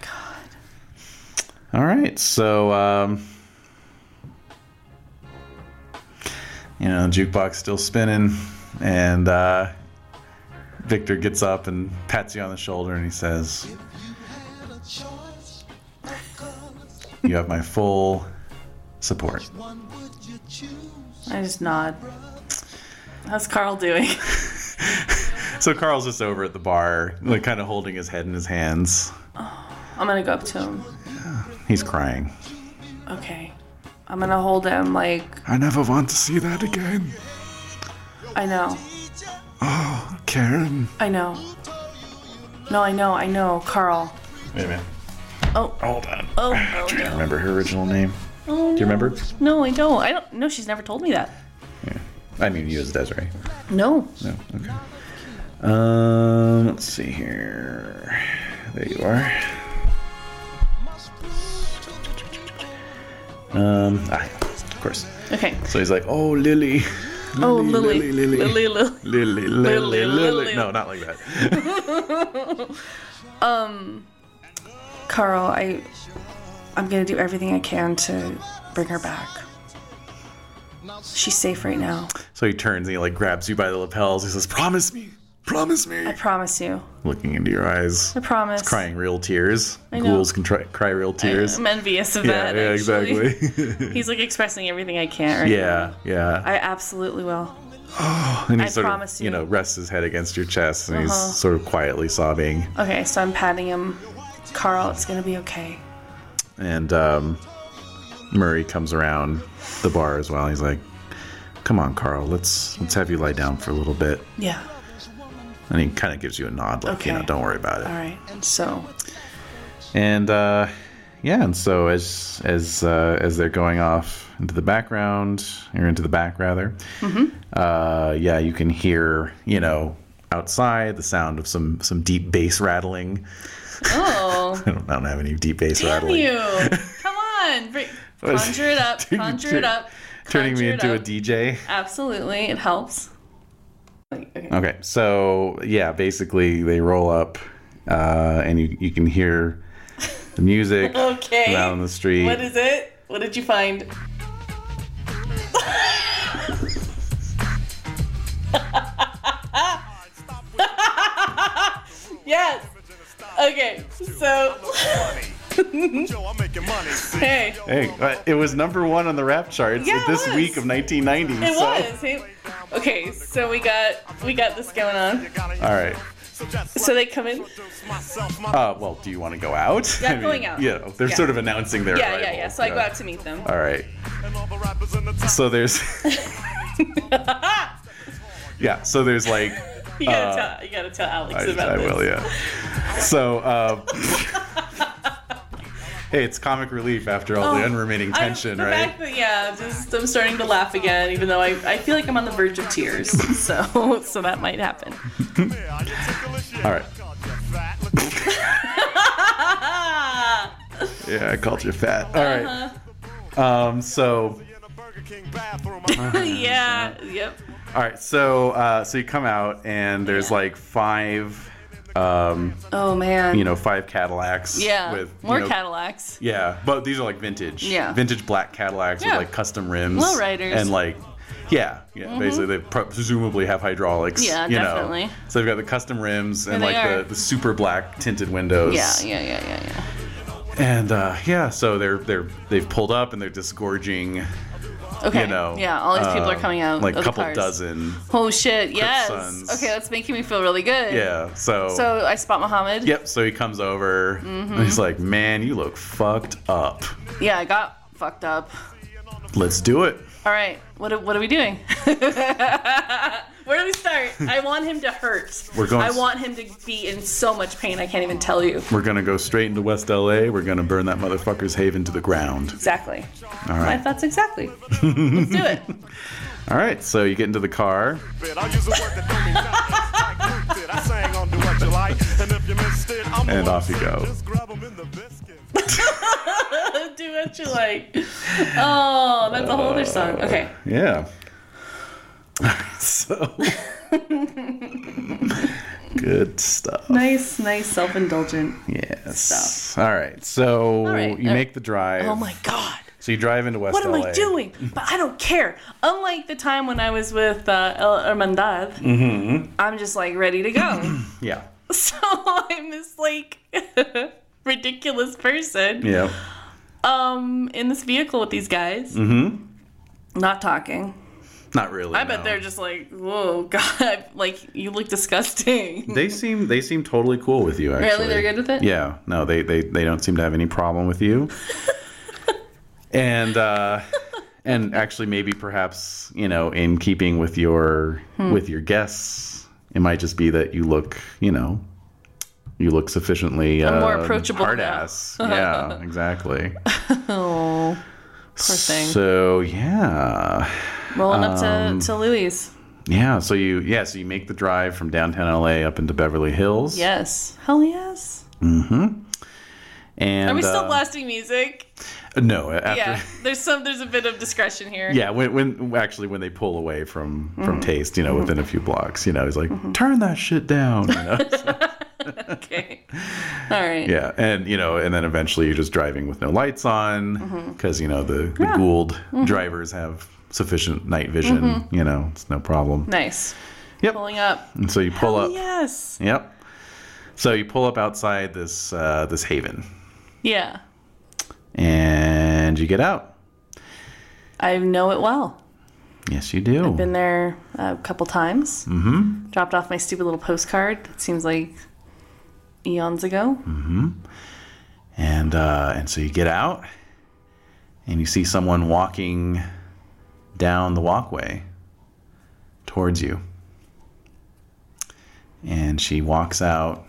S4: God. All right. So, um, you know, jukebox still spinning, and uh, Victor gets up and pats you on the shoulder, and he says, "You have my full support."
S5: I just nod. How's Carl doing?
S4: So Carl's just over at the bar, like kind of holding his head in his hands.
S5: I'm gonna go up to him.
S4: He's crying.
S5: Okay, I'm gonna hold him like
S4: I never want to see that again,
S5: I know,
S4: Karen.
S5: I know. No, I know, I know, Carl.
S4: Wait a minute.
S5: Oh,
S4: Hold on.
S5: oh, oh
S4: I
S5: no.
S4: remember her original name.
S5: Oh,
S4: Do you remember?
S5: No, I don't. I don't. No, she's never told me that.
S4: I mean, you as Desiree.
S5: No.
S4: No. Okay. Um, let's see here. There you are. Um, ah, of course.
S5: Okay.
S4: So he's like, "Oh, Lily,
S5: Oh, Lily,
S4: Lily, Lily.
S5: Lily, Lily.
S4: Lily, Lily,
S5: Lily,
S4: Lily."
S5: Lily.
S4: No, not like that.
S5: Carl, I I'm gonna do everything I can to bring her back. She's safe right now.
S4: So he turns and he like grabs you by the lapels. He says, "Promise me, promise
S5: I
S4: me."
S5: promise you.
S4: Looking into your eyes,
S5: I promise.
S4: crying real tears.
S5: know.
S4: Ghouls can try, cry real tears.
S5: I'm envious of
S4: Yeah,
S5: that.
S4: yeah,
S5: actually.
S4: exactly.
S5: He's like expressing everything I can right
S4: yeah,
S5: now.
S4: yeah.
S5: I absolutely will.
S4: And he
S5: I
S4: sort
S5: promise
S4: of, you
S5: you.
S4: know, rests his head against your chest and
S5: Uh-huh.
S4: he's sort of quietly sobbing.
S5: Okay, so I'm patting him. Carl, it's gonna be okay.
S4: And um, Murray comes around the bar as well. He's like, "Come on, Carl, let's let's have you lie down for a little bit."
S5: Yeah.
S4: And he kind of gives you a nod, like, "You
S5: Okay.
S4: know, don't worry about it."
S5: All right. So
S4: And uh, yeah, and so as as uh, as they're going off into the background or into the back rather,
S5: Mm-hmm.
S4: uh, yeah, you can hear you know outside the sound of some some deep bass rattling.
S5: Oh
S4: I don't, I don't have any deep bass
S5: damn
S4: rattling.
S5: you. Come on. Bring,
S4: was-
S5: conjure it up.
S4: Turning-
S5: Conjure it up.
S4: Turning me
S5: conjure it
S4: into a
S5: up.
S4: DJ.
S5: Absolutely. It helps. Like, okay.
S4: Okay, so yeah, basically they roll up, uh, and you, you can hear the music
S5: Okay.
S4: out on the street.
S5: What is it? What did you find? yes. Okay. So hey,
S4: hey, but it was number one on the rap charts
S5: Yeah, it
S4: this
S5: was.
S4: week of 1990.
S5: it
S4: so.
S5: was. Hey. Okay, so we got we got this going on.
S4: All right.
S5: So they come in.
S4: Uh, well, do you want to go out?
S5: Yeah, going out.
S4: Yeah, they're
S5: Yeah.
S4: sort of announcing their
S5: Yeah, yeah,
S4: arrival.
S5: yeah. So I go out to meet them.
S4: All right. So there's. yeah, so there's like
S5: You gotta tell. You gotta tell Alex
S4: Uh, I,
S5: about
S4: I
S5: this.
S4: will, yeah. So, uh, hey, it's comic relief after all the
S5: Oh,
S4: unremitting
S5: I-
S4: tension,
S5: the
S4: right?
S5: Fact that, yeah, just I'm starting to laugh again, even though I, I feel like I'm on the verge of tears. So so that might happen.
S4: all right.
S5: Ah,
S4: Yeah, I called you fat. All right.
S5: Uh-huh.
S4: Um, so,
S5: yeah. Yep.
S4: all right. So, uh, so you come out and there's
S5: Yeah.
S4: like five, um,
S5: Oh man.
S4: you know, five Cadillacs.
S5: Yeah.
S4: With you
S5: More
S4: know,
S5: Cadillacs.
S4: Yeah, but these are like vintage.
S5: Yeah.
S4: Vintage black Cadillacs
S5: Yeah.
S4: with like custom rims.
S5: Lowriders.
S4: And like, yeah, yeah. Basically, they pro- presumably have hydraulics.
S5: Mm-hmm.
S4: you
S5: Yeah,
S4: know.
S5: definitely.
S4: So they've got the custom rims and
S5: Yeah,
S4: like
S5: they are.
S4: the, the super black tinted windows.
S5: Yeah. Yeah. Yeah. Yeah. Yeah.
S4: And uh, yeah, so they're they're they've pulled up and they're disgorging.
S5: Okay.
S4: You know.
S5: yeah. All these people
S4: uh,
S5: are coming out.
S4: Like
S5: of
S4: a couple
S5: the cars.
S4: dozen.
S5: Oh shit. Yes.
S4: Sons.
S5: Okay, that's making me feel really good.
S4: Yeah. So.
S5: So Mm-hmm. I spot Muhammad.
S4: Yep. So he comes over and he's like, "Man, you look fucked up.
S5: Yeah. I got fucked up.
S4: Let's do it."
S5: All right. What are, what are we doing? Where do we start? I want him to hurt.
S4: We're going-
S5: I want him to be in so much pain. I can't even tell you
S4: We're gonna go straight into West LA. We're gonna burn that motherfucker's haven to the ground.
S5: exactly.
S4: All
S5: My
S4: right.
S5: thoughts exactly. Let's do it.
S4: All right. So you get into the car.
S7: I use a word that don't mean nothing. Like Luke did. I sang on Do What You Like. And if you missed it, I'm
S4: And
S7: the
S4: off
S7: one
S4: you
S7: to
S4: go.
S7: Just grab 'em in the biscuit.
S5: do what you like. Oh, that's a whole other song. Okay.
S4: Yeah. so. Good stuff.
S5: Nice, nice, self-indulgent.
S4: Yes.
S5: Stuff.
S4: All right. So
S5: right,
S4: you
S5: all
S4: make the drive.
S5: Oh my god.
S4: So you drive into West
S5: What am
S4: LA.
S5: I doing? But I don't care. Unlike the time when I was with uh, El Hermandad,
S4: Mm-hmm.
S5: I'm just like ready to go.
S4: Yeah.
S5: so I'm this like ridiculous person.
S4: Yeah.
S5: um in this vehicle with these guys. Mm-hmm. Not talking.
S4: Not really.
S5: I bet
S4: no.
S5: they're just like, whoa, God, like you look disgusting.
S4: They seem they seem totally cool with you. Actually,
S5: They're good with it?
S4: Yeah, no, they they, they don't seem to have any problem with you. and uh, and actually, maybe perhaps you know, in keeping with your
S5: Hmm.
S4: with your guests, it might just be that you look you know, you look sufficiently uh,
S5: more approachable
S4: hard
S5: now.
S4: ass. yeah, exactly.
S5: Oh, poor thing.
S4: So yeah,
S5: Rolling up
S4: um,
S5: to, to Louis.
S4: yeah. So you yeah, so you make the drive from downtown LA up into Beverly Hills.
S5: Yes. Hell yes.
S4: and
S5: Are we still
S4: uh,
S5: blasting music?
S4: No, after.
S5: Yeah. There's some there's a bit of discretion here.
S4: Yeah, when, when actually when they pull away from
S5: Mm-hmm.
S4: from taste, you know, within a few blocks, you know, he's like, turn that shit down. You know?
S5: Okay. All right.
S4: yeah, and you know, and then eventually you're just driving with no lights
S5: Mm-hmm.
S4: on because you know the, the Gould drivers have sufficient night vision. You know, it's no problem.
S5: Mm-hmm. Nice.
S4: Yep.
S5: Pulling Oh, up.
S4: And so you pull up.
S5: Yes.
S4: Yep. So you pull up outside this uh, this haven,
S5: Yeah.
S4: and you get out.
S5: I know it well.
S4: Yes, you do.
S5: Been there a couple times. Mm-hmm. Dropped off my stupid little postcard. That seems like eons ago.
S4: And uh, and so you get out, and you see someone walking down the walkway towards you. And she walks out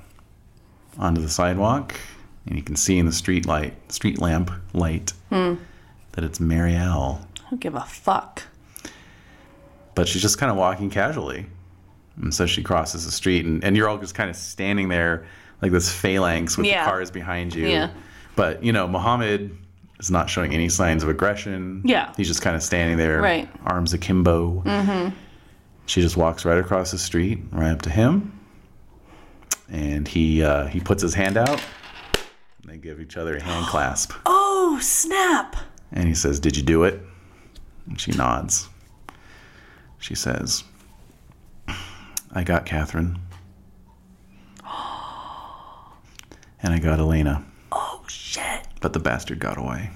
S4: onto the sidewalk, and you can see in the street light, street lamp light, that it's Marielle.
S5: I don't give a fuck.
S4: But she's just kind of walking casually. And so she crosses the street, and, and you're all just kind of standing there like this phalanx with
S5: Yeah.
S4: the cars behind you.
S5: Yeah.
S4: But, you know, Muhammad is not showing any signs of aggression.
S5: Yeah.
S4: He's just kind of standing there,
S5: Right.
S4: arms akimbo. Mm-hmm. She just walks right across the street, right up to him. And he uh, he puts his hand out, and they give each other a hand clasp.
S5: Oh, snap.
S4: And he says, Did you do it? And she nods. She says, I got Catherine. And I got Elena,
S5: Oh, Shit.
S4: but the bastard got away.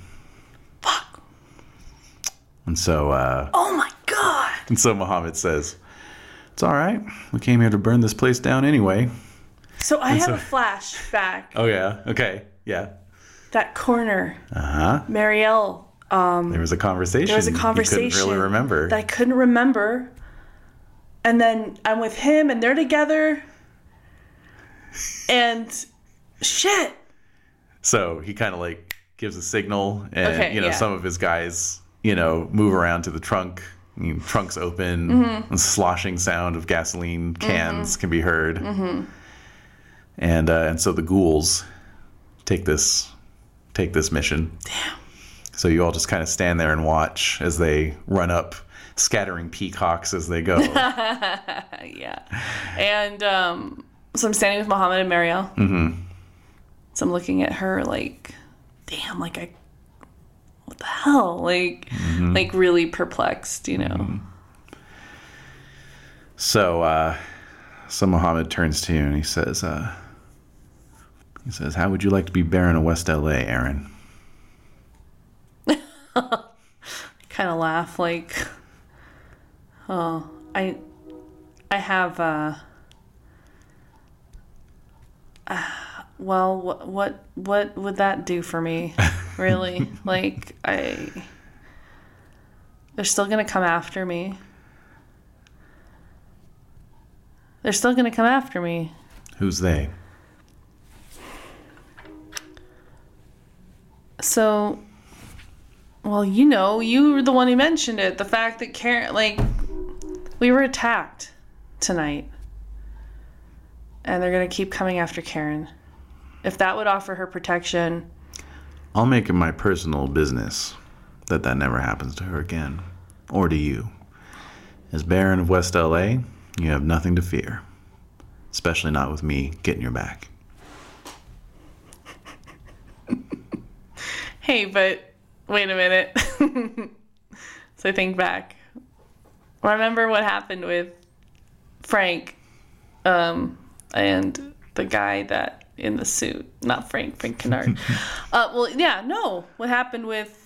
S5: Fuck.
S4: And so, uh,
S5: Oh my god.
S4: and so Muhammad says, It's all right. We came here to burn this place down anyway.
S5: So I have a flashback.
S4: Oh, yeah. Okay. Yeah.
S5: That corner,
S4: Uh
S5: Uh-huh.
S4: huh.
S5: Marielle,
S4: There was a conversation.
S5: there was a
S4: you
S5: conversation
S4: couldn't really remember.
S5: that I couldn't remember. and then I'm with him and they're together. And shit.
S4: So he kind of like gives a signal, and
S5: Okay,
S4: you know
S5: yeah.
S4: some of his guys, you know, move around to the trunk. You know, trunks open,
S5: Mm-hmm.
S4: and sloshing sound of gasoline cans can be heard,
S5: Mm-hmm.
S4: and uh, and so the ghouls take this take this mission. Damn. So you all just kind of stand there and watch as they run up, scattering peacocks as they go.
S5: Yeah. And um, so I'm standing with Mohammed and Marielle. Mm-hmm. So I'm looking at her like, damn, like I, what the hell? Like, like really perplexed, you know?
S4: So, uh, so Muhammad turns to you and he says, uh, he says, "How would you like to be Baron of West LA, Aaron?"
S5: Kind of laugh like, oh, I, I have, uh, ah, well, what, what, what would that do for me? Really? like, I, they're still gonna come after me. They're still gonna come after me.
S4: Who's they?
S5: So, well, you know, you were the one who mentioned it. The fact that Karen, like, we were attacked tonight. And they're going to keep coming after Karen. If that would offer her protection,
S4: I'll make it my personal business that that never happens to her again, or to you. As Baron of West LA, you have nothing to fear, especially not with me getting your back.
S5: hey, but wait a minute. so I think back. Remember what happened with Frank um, and the guy that in the suit. Not Frank, Frank Kennard. uh, well, yeah, no. What happened with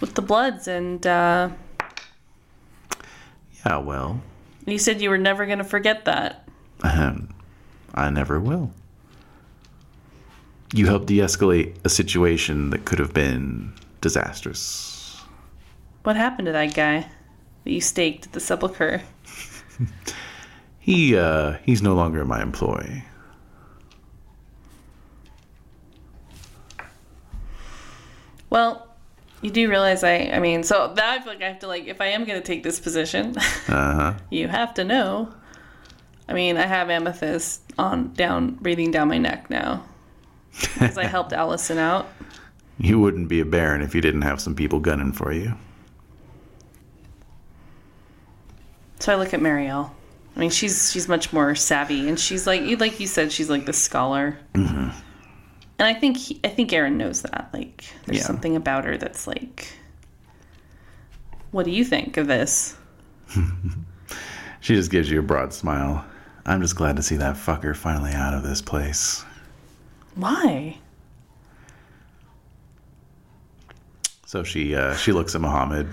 S5: with the Bloods and uh,
S4: Yeah, well,
S5: you said you were never going to forget that.
S4: Ahem. I never will. You helped de escalate a situation that could have been disastrous.
S5: What happened to that guy that you staked at the sepulcher?
S4: He, uh, he's no longer in my employ.
S5: Well, you do realize I, I mean, so that I feel like I have to, like, if I am going to take this position,
S4: Uh-huh.
S5: you have to know. I mean, I have amethyst on down, breathing down my neck now. Because I helped Allison out.
S4: You wouldn't be a baron if you didn't have some people gunning for you.
S5: So I look at Marielle. I mean, she's she's much more savvy, and she's like, you like you said, she's like the scholar. And I think he, I think Aaron knows that. Like, there's
S4: Yeah.
S5: something about her that's like, what do you think of this?
S4: She just gives you a broad smile. I'm just glad to see that fucker finally out of this place.
S5: Why?
S4: So she uh, she looks at Muhammad,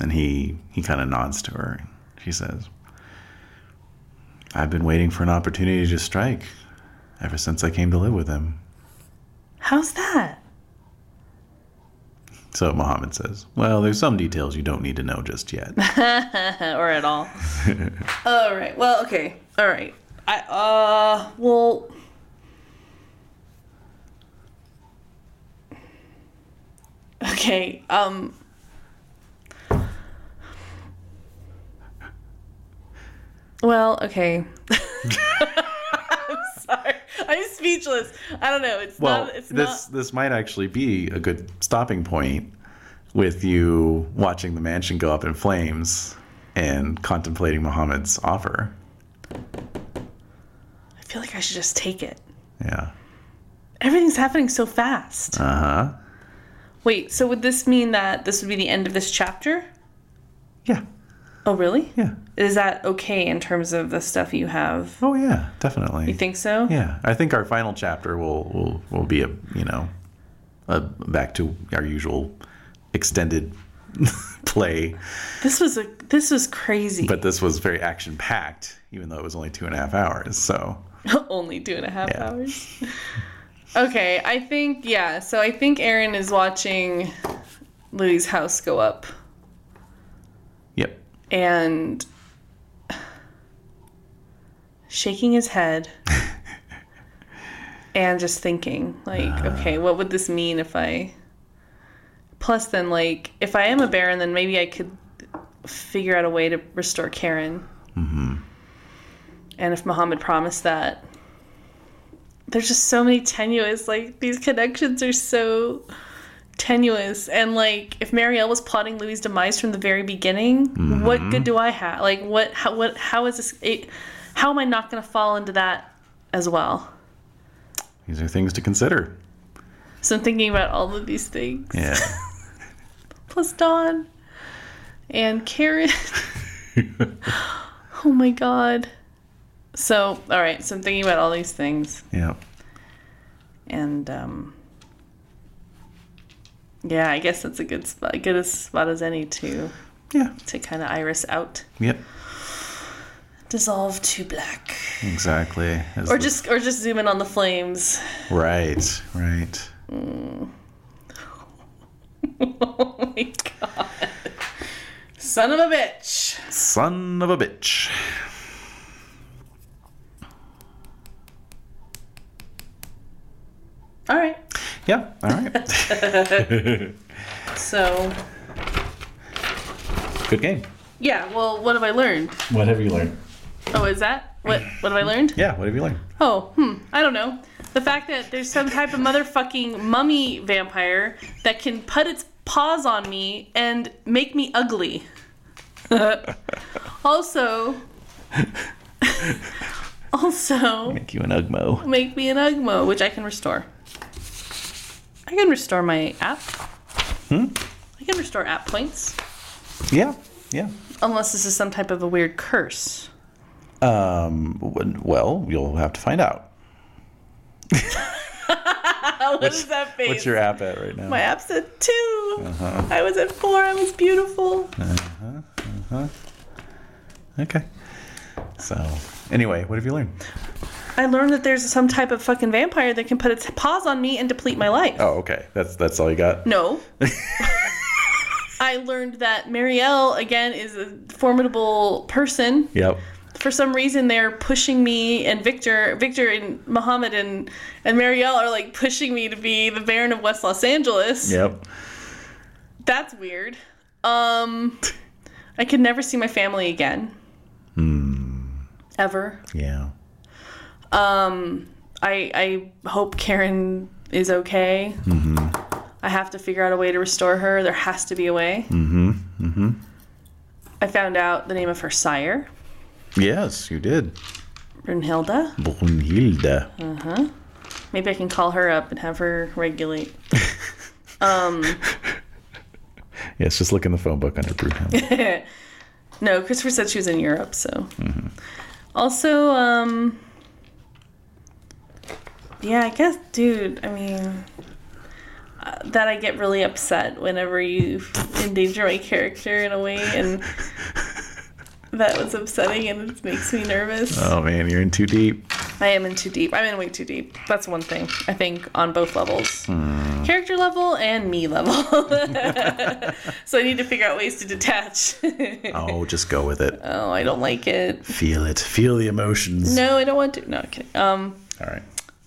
S4: and he he kind of nods to her. She says, "I've been waiting for an opportunity to strike ever since I came to live with him."
S5: How's that?
S4: So Muhammad says, "Well, there's some details you don't need to know just yet."
S5: uh, or at all. all right. Well, okay. All right. I uh well Okay. Um Well, okay. I'm sorry. I'm speechless. I don't know. It's
S4: well,
S5: not it's
S4: this
S5: not
S4: this might actually be a good stopping point with you watching the mansion go up in flames and contemplating Muhammad's offer.
S5: I feel like I should just take it.
S4: Yeah.
S5: Everything's happening so fast.
S4: Uh huh.
S5: Wait, so would this mean that this would be the end of this chapter?
S4: Yeah.
S5: Oh, really?
S4: Yeah.
S5: Is that okay in terms of the stuff you have?
S4: Oh yeah, definitely.
S5: You think so?
S4: Yeah, I think our final chapter will will will be a you know, a back to our usual extended play,
S5: This was a this was crazy.
S4: but this was very action packed, even though it was only two and a half hours. So
S5: Only two and a half
S4: Yeah.
S5: hours. okay, I think yeah. So I think Aaron is watching Louis' house go up,
S4: yep,
S5: and shaking his head and just thinking like okay what would this mean if i plus then like if i am a baron then maybe i could figure out a way to restore karen and if muhammad promised that there's just so many tenuous like these connections are so tenuous and like if marielle was plotting louis' demise from the very beginning what good do i have like what how what how is this it, how am i not going to fall into that as well
S4: These are things to consider.
S5: so I'm thinking about all of these things.
S4: Yeah.
S5: Plus Dawn and Karen. oh my god. So, all right. So I'm thinking about all these things,
S4: yeah.
S5: and um, yeah, I guess that's a good spot, good as spot as any to
S4: Yeah.
S5: to kind of iris out,
S4: Yep.
S5: dissolve to black,
S4: Exactly. As
S5: or
S4: the-
S5: just or just zoom in on the flames.
S4: right. Right.
S5: oh my god, son of a bitch.
S4: Son of a bitch.
S5: All right.
S4: Yeah. All right.
S5: So
S4: Good game.
S5: yeah. Well, what have I learned?
S3: What have you learned?
S5: Oh, is that what? What have I learned?
S4: Yeah. What have you learned?
S5: Oh, hmm. I don't know. The fact that there's some type of motherfucking mummy vampire that can put its paws on me and make me ugly. also, also
S4: Make you an Ugmo.
S5: make me an Ugmo, which I can restore. I can restore my app.
S4: Hmm?
S5: I can restore app points,
S4: Yeah. Yeah.
S5: unless this is some type of a weird curse.
S4: Um. w- Well, you'll have to find out.
S5: What is that face?
S4: What's your app Uh-huh. at right now?
S5: My app's at 2 I was at four. I was beautiful.
S4: okay. So, anyway, what have you learned?
S5: I learned that there's some type of fucking vampire that can put its paws on me and deplete my life.
S4: Oh, okay. That's that's all you got.
S5: No. I learned that Marielle, again, is a formidable person.
S4: Yep.
S5: For some reason, they're pushing me and Victor, Victor and Muhammad and, and Marielle are like pushing me to be the Baron of West Los Angeles.
S4: Yep.
S5: That's weird. Um, I could never see my family again. Hmm. Ever.
S4: Yeah.
S5: I I hope Karen is okay. I have to figure out a way to restore her. There has to be a way. Mm-hmm. Mm-hmm. I found out the name of her sire,
S4: Yes, you did.
S5: Brunhilde.
S4: Brunhilde.
S5: Maybe I can call her up and have her regulate.
S4: Yes, just look in the phone book under Brunhilde.
S5: No, Christopher said she was in Europe, so.
S4: Mm-hmm.
S5: Also, um. Yeah, I guess, dude, I mean. uh, That I get really upset whenever you endanger my character in a way, and that was upsetting and it makes me nervous.
S4: oh man, you're in too deep.
S5: I am in too deep. I'm in way too deep. That's one thing, I think, on both levels
S4: Hmm.
S5: character level and me level. so I need to figure out ways to detach.
S4: Oh, just go with it.
S5: oh, I don't like it.
S4: Feel it. Feel the emotions.
S5: No, I don't want to. No, I'm kidding. Um,
S4: All right.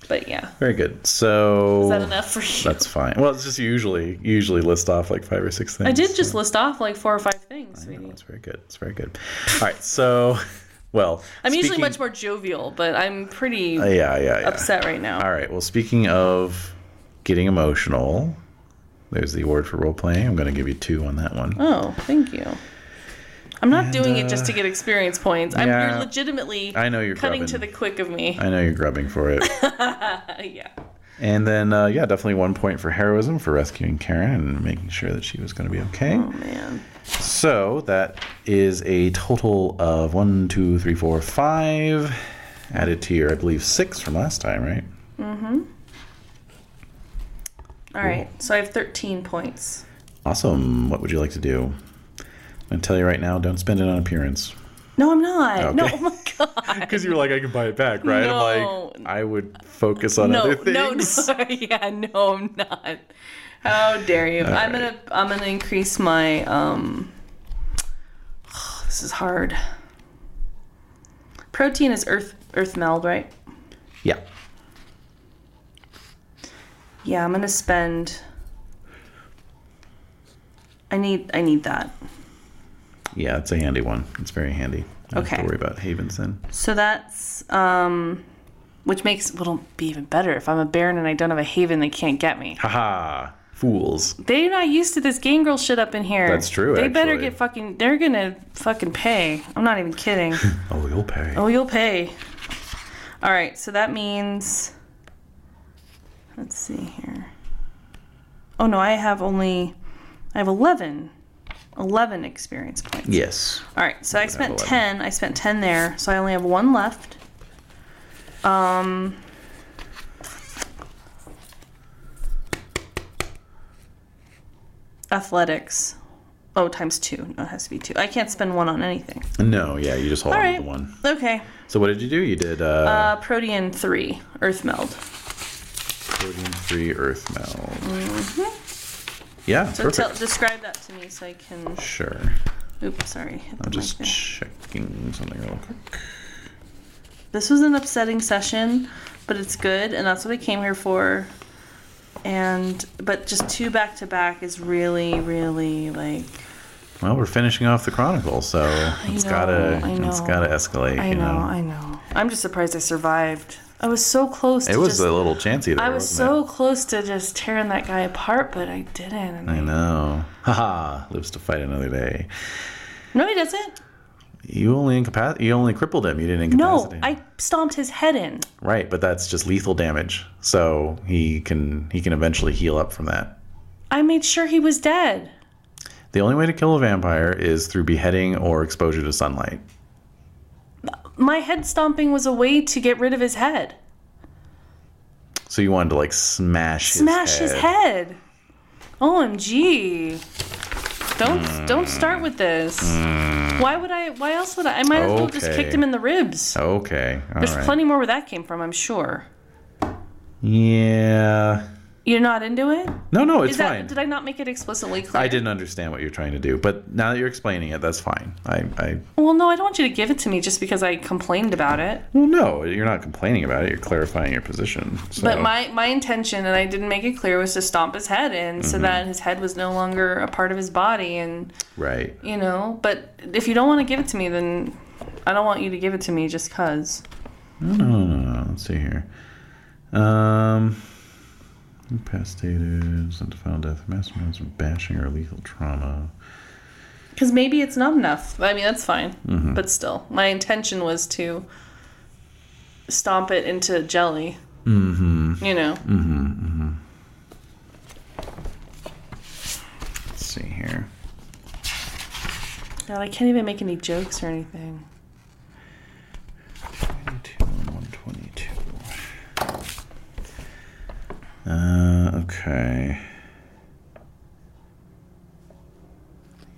S5: but yeah,
S4: Very good. So
S5: is that enough for you?
S4: that's fine. Well, it's just usually usually list off like five or six things.
S5: I did just list off like four or five things, sweetie.
S4: It's very good. It's very good. All right. So, well, Uh,
S5: I'm usually much more jovial, but I'm pretty
S4: Yeah, yeah, yeah.
S5: upset right now.
S4: All right. Well, speaking of getting emotional, there's the award for role playing. I'm going to give you two on that one.
S5: Oh, thank you. I'm not doing it just to get experience points. I'm
S4: uh, yeah.
S5: you're legitimately
S4: I know you're
S5: cutting to the
S4: grubbing.
S5: quick of me.
S4: I know you're grubbing for it.
S5: yeah.
S4: and then, uh, yeah, definitely one point for heroism for rescuing Karen and making sure that she was going to be okay.
S5: Man.
S4: So that is a total of one, two, three, four, five. Added to your, I believe, six from last time, right?
S5: All right. So I have 13 points.
S4: Awesome. What would you like to do? I'm going to tell you right now don't spend it on appearance.
S5: No, I'm not. No,
S4: Okay.
S5: oh my god.
S4: Because you were like, I can buy it back, right?
S5: No.
S4: I'm like, I would focus on
S5: No,
S4: other
S5: no,
S4: things.
S5: no. yeah, no, I'm not. How dare you? I'm
S4: right.
S5: gonna I'm gonna increase my um this is hard. Protein is earth Earth meld, right?
S4: Yeah.
S5: Yeah, I'm gonna spend. I need I need that.
S4: Yeah, it's a handy one. It's very handy. I don't have
S5: Okay.
S4: to worry about Havens then.
S5: So that's um, which makes what'll be even better if I'm a Baron and I don't have a Haven, they can't get me.
S4: Haha. Fools.
S5: They're not used to this gangrel shit up in here.
S4: That's true,
S5: They better
S4: actually.
S5: get fucking. They're gonna fucking pay. I'm not even kidding.
S4: Oh, you'll pay.
S5: oh, you'll pay. All right. So that means. Let's see here. Oh no, I have only. I have 11. 11 experience points.
S4: Yes.
S5: All right, so I spent
S4: eleven.
S5: ten. I spent ten there, so I only have one left. Um. Athletics. Oh, times two. No, it has to be two. I can't spend one on anything.
S4: No, yeah, you just hold
S5: All
S4: on
S5: right.
S4: to the one.
S5: Okay.
S4: So what did you do? You did uh,
S5: Uh, Protean three. Earth meld.
S4: protein free earth meld. Yeah,
S5: Mm-hmm. So
S4: perfect.
S5: tell, describe that to me so I can.
S4: sure.
S5: Oops, sorry. hit the
S4: I'm
S5: mic
S4: just
S5: there.
S4: checking something real quick.
S5: this was an upsetting session, but it's good, and that's what I came here for. And but just two back to back is really, really like
S4: Well, we're finishing off the chronicle, so it's
S5: know,
S4: gotta
S5: I
S4: it's
S5: know.
S4: gotta escalate.
S5: I
S4: you
S5: know,
S4: know,
S5: I know. I'm just surprised I survived. I was so close.
S4: it
S5: to
S4: was
S5: just,
S4: a little chancy there.
S5: I was
S4: wasn't
S5: so close to just tearing that guy apart, but I didn't. And
S4: It? I know. Haha. Lives to fight another day.
S5: No, he doesn't.
S4: You only incapac- You only crippled him. You didn't
S5: No,
S4: incapacitate. him.
S5: I stomped his head in.
S4: Right, but that's just lethal damage. So he can he can eventually heal up from that.
S5: I made sure he was dead.
S4: The only way to kill a vampire is through beheading or exposure to sunlight.
S5: My head stomping was a way to get rid of his head.
S4: So you wanted to like smash his
S5: smash
S4: head.
S5: his head. OMG. Don't
S4: Hmm.
S5: don't start with this. Why would I why else would I I might as well just
S4: Okay.
S5: kicked him in the ribs.
S4: Okay, all
S5: There's
S4: right.
S5: plenty more where that came from, I'm sure.
S4: Yeah.
S5: You're not into it?
S4: No, no, it's
S5: Is that
S4: fine.
S5: did I not make it explicitly clear?
S4: I didn't understand what you're trying to do, but now that you're explaining it, that's fine. I, I
S5: Well no, I don't want you to give it to me just because I complained about it.
S4: well, no, you're not complaining about it. You're clarifying your position. So.
S5: But my my intention and I didn't make it clear was to stomp his head in so
S4: Mm-hmm.
S5: that his head was no longer a part of his body and
S4: right.
S5: you know, but if you don't want to give it to me then I don't want you to give it to me just cuz.
S4: Uh, let's see here. Um, incapacitated, sent to final death, masterminds of bashing or lethal trauma.
S5: Because maybe it's not enough. I mean, that's fine. But still, my intention was to stomp it into jelly. Mm-hmm. You know?
S4: Let's see here.
S5: God, I can't even make any jokes or anything.
S4: 22 and 122. Uh, okay.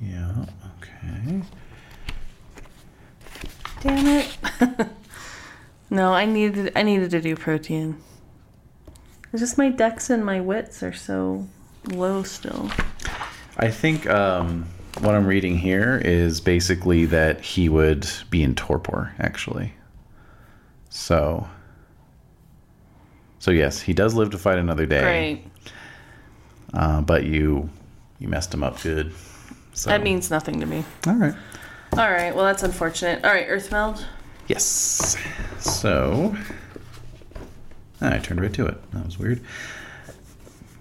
S4: Yeah, okay.
S5: Damn it. no, I needed I needed to do protein. It's just my decks and my wits are so low still.
S4: I think um, what I'm reading here is basically that he would be in torpor, actually. So. So yes, he does live to fight another day.
S5: Great.
S4: Uh, but you, you messed him up good. So.
S5: That means nothing to me.
S4: all right.
S5: All right. Well, that's unfortunate. All right, Earthmeld.
S4: Yes. So Ah, I turned right to it. That was weird.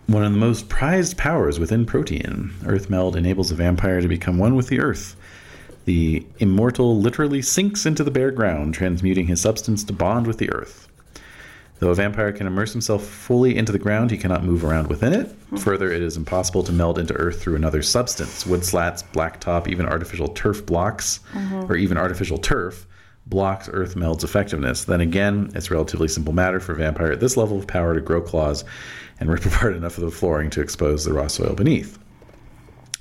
S4: One of the most prized powers within Protean, Earth Meld enables a vampire to become one with the Earth. The immortal literally sinks into the bare ground, transmuting his substance to bond with the Earth. Though a vampire can immerse himself fully into the ground, he cannot move around within it. Further, it is impossible to meld into earth through another substance. Wood slats, blacktop, even artificial turf blocks, or even artificial turf, blocks earth meld's effectiveness. Then again, it's a relatively simple matter for a vampire at this level of power to grow claws and rip apart enough of the flooring to expose the raw soil beneath.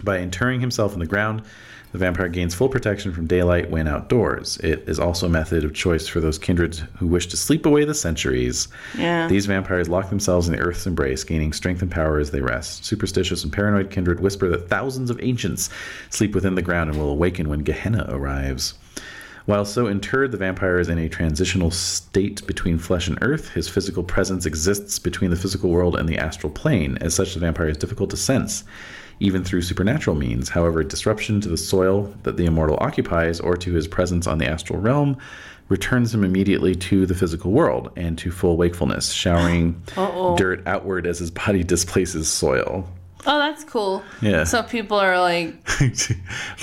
S4: By interring himself in the ground, the vampire gains full protection from daylight when outdoors. It is also a method of choice for those kindreds who wish to sleep away the centuries.
S5: Yeah.
S4: These vampires lock themselves in the earth's embrace, gaining strength and power as they rest. Superstitious and paranoid kindred whisper that thousands of ancients sleep within the ground and will awaken when Gehenna arrives. While so interred, the vampire is in a transitional state between flesh and earth. His physical presence exists between the physical world and the astral plane. As such, the vampire is difficult to sense, even through supernatural means. However, disruption to the soil that the immortal occupies or to his presence on the astral realm returns him immediately to the physical world and to full wakefulness, showering dirt outward as his body displaces soil.
S5: Oh, that's cool.
S4: Yeah.
S5: So people are like,
S4: it's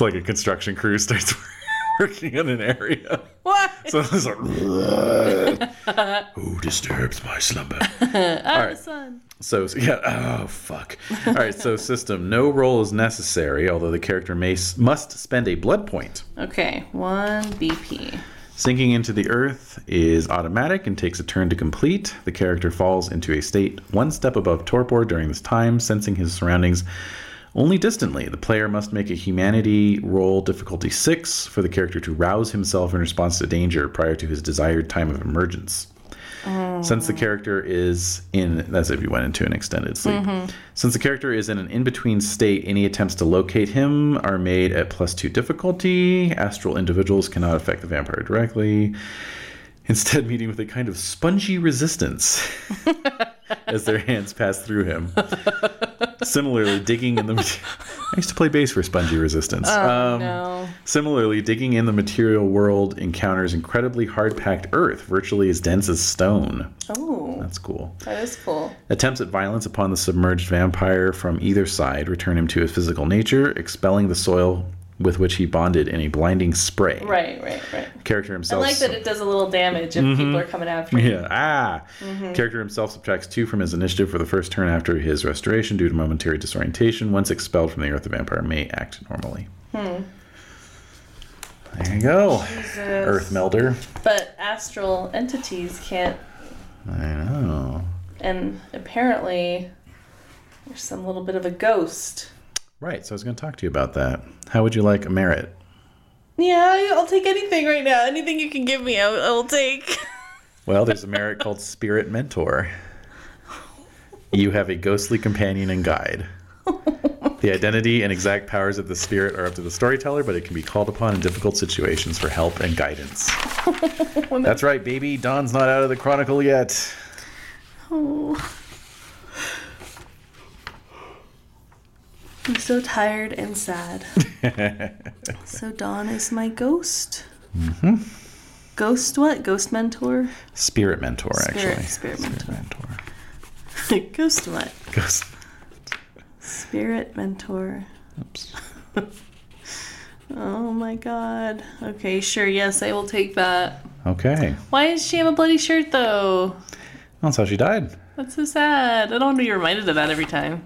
S4: like a construction crew starts working in an area.
S5: what?
S4: So it's like, who disturbs my slumber? All right.
S5: Son.
S4: So so- yeah. Oh fuck. All right. So system. No roll is necessary, although the character may must spend a blood point.
S5: Okay, one BP.
S4: Sinking into the earth is automatic and takes a turn to complete. The character falls into a state one step above torpor during this time, sensing his surroundings only distantly. The player must make a humanity roll difficulty 6 for the character to rouse himself in response to danger prior to his desired time of emergence. Since the character is in, that's if you went into an extended sleep. Since the character is in an in between state, any attempts to locate him are made at plus two difficulty. Astral individuals cannot affect the vampire directly, instead, meeting with a kind of spongy resistance as their hands pass through him. Similarly, digging in the. I used to play bass for spongy resistance. um,
S5: No.
S4: Similarly, digging in the material world encounters incredibly hard packed earth, virtually as dense as stone.
S5: Oh,
S4: That's cool.
S5: that is cool.
S4: Attempts at violence upon the submerged vampire from either side return him to his physical nature, expelling the soil with which he bonded in a blinding spray.
S5: Right, right, right.
S4: Character
S5: I
S4: himself.
S5: like that it does a little damage if people are coming after you.
S4: Mm-hmm. Yeah. Ah.
S5: Mm-hmm.
S4: Character himself subtracts two from his initiative for the first turn after his restoration due to momentary disorientation. Once expelled from the earth, the vampire may act normally.
S5: Hmm.
S4: There you go. Earth melder.
S5: But astral entities can't,
S4: I know.
S5: and apparently there's some little bit of a ghost.
S4: Right, so I was going to talk to you about that. How would you like a merit?
S5: Yeah, I- I'll take anything right now. Anything you can give me, I will, I will take.
S4: Well, there's a merit called Spirit Mentor. You have a ghostly companion and guide. The identity and exact powers of the spirit are up to the storyteller, but it can be called upon in difficult situations for help and guidance. That's right, baby. Don's not out of the chronicle yet.
S5: Oh. I'm so tired and sad. so Dawn is my ghost. Mm-hmm. Ghost what? Ghost mentor?
S4: Spirit Mentor,
S5: Spirit-
S4: actually.
S5: Spirit
S4: Mentor.
S5: ghost what?
S4: Ghost.
S5: Spirit mentor.
S4: Oops.
S5: Oh my god. Okay, sure, yes, I will take that.
S4: Okay.
S5: Why does she have a bloody shirt though?
S4: That's how she died.
S5: That's so sad. I don't want to be reminded of that every time.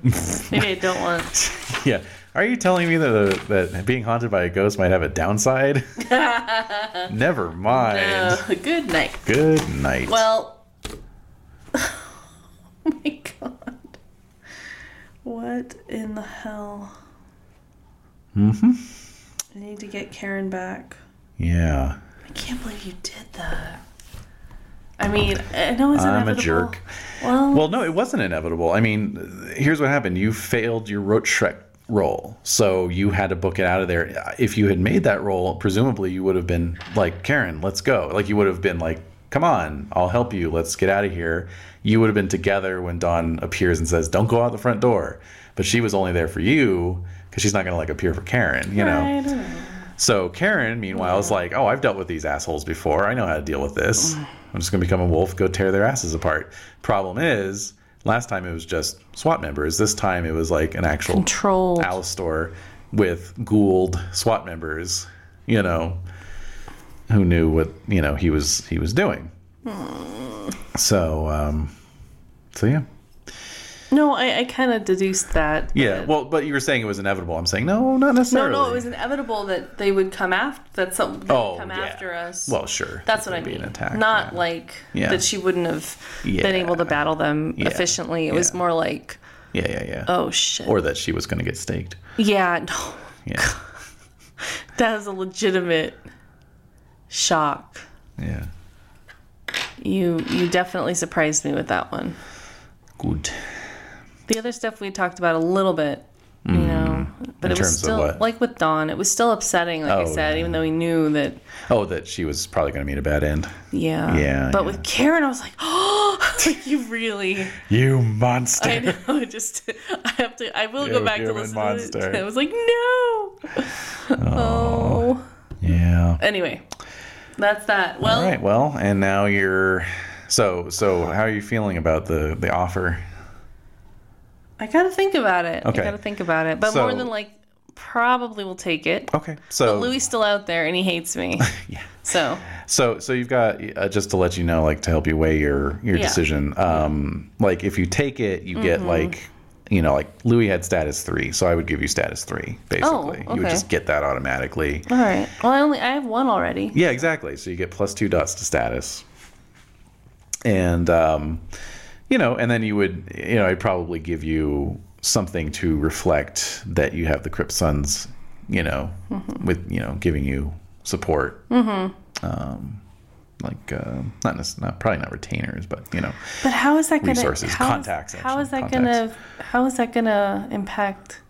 S5: Maybe I don't want.
S4: Yeah. Are you telling me that a, that being haunted by a ghost might have a downside? Never mind.
S5: Uh, good night.
S4: Good night.
S5: Well, oh my god. What in the hell?
S4: Mm-hmm.
S5: Mm hmm. I need to get Karen back.
S4: yeah.
S5: I can't believe you did that. I mean, I know it's
S4: I'm a
S5: inevitable.
S4: jerk.
S5: Well,
S4: Well, no, it wasn't inevitable. I mean, here's what happened. You failed your road Shrek roll. So you had to book it out of there. If you had made that roll, presumably you would have been like, Karen, let's go. Like you would have been like, come on, I'll help you. Let's get out of here. You would have been together when Dawn appears and says, don't go out the front door. But she was only there for you because she's not going to like appear for Karen, you know?
S5: I don't know.
S4: So Karen, meanwhile, is like, "Oh, I've dealt with these assholes before. I know how to deal with this.
S5: Mm.
S4: I'm just gonna become a wolf, go tear their asses apart." Problem is, last time it was just SWAT members. This time it was like an actual
S5: Troll.
S4: owl store with Gould SWAT members. You know, who knew what you know he was he was doing.
S5: Hmm.
S4: So, um, so yeah.
S5: No, I, I kind of deduced that.
S4: Yeah,
S5: but-
S4: well, but you were saying it was inevitable. I'm saying no, not
S5: No,
S4: necessarily.
S5: no, it was inevitable that they would come after that. Some they would
S4: Oh,
S5: come
S4: yeah.
S5: after us.
S4: Well, sure.
S5: That's what I
S4: It'd be
S5: mean.
S4: An attack,
S5: Not
S4: yeah.
S5: like
S4: Yeah.
S5: that she wouldn't have
S4: Yeah.
S5: been able to battle them
S4: Yeah.
S5: efficiently. It was
S4: Yeah.
S5: more like,
S4: Yeah, yeah, yeah.
S5: oh shit.
S4: or that she was going to get staked.
S5: yeah, no,
S4: Yeah,
S5: that is a legitimate shock.
S4: yeah.
S5: You you definitely surprised me with that one.
S4: Good.
S5: The other stuff we talked about a little bit, you know, but
S4: Mm-hmm. In
S5: it was
S4: terms of
S5: still
S4: what?
S5: like with Dawn, it was still upsetting. Like I
S4: Oh,
S5: said,
S4: yeah.
S5: even though we knew that,
S4: Oh, that she was probably going to meet a bad end.
S5: yeah,
S4: Yeah,
S5: But
S4: yeah.
S5: with Karen, I was like, oh, like you really.
S4: You monster.
S5: I know. it Just I have to. I will
S4: You
S5: go back to
S4: human
S5: listen to it.
S4: monster.
S5: I was like, no. Oh.
S4: Yeah.
S5: Anyway, that's that. Well,
S4: All right. Well, and now you're. So, so how are you feeling about the the offer?
S5: I gotta think about it.
S4: Okay.
S5: I gotta think about it. But
S4: So-
S5: more than like, probably will take it.
S4: Okay. So
S5: Louis still out there and he hates me. yeah. So
S4: So, so you've got uh, just to let you know, like to help you weigh your your
S5: Yeah. Mm-hmm.
S4: decision. Um, like if you take it, you get like, you know, like Louis had status three, so I would give you status three. Basically, you would
S5: Oh, okay.
S4: just get that automatically.
S5: all right. Well, I only I have one already.
S4: Yeah, exactly. So you get plus two dots to status, and um, you know, and then you would, you know, I'd probably give you something to reflect that you have the Crypt Sons, you know,
S5: Mm-hmm.
S4: with you know, giving you support. Mm-hmm. Um, like uh, not necess- not probably not retainers, but you know,
S5: But how is that gonna
S4: Resources,
S5: how is-
S4: contacts,
S5: how is that
S4: actually,
S5: gonna how is that gonna impact?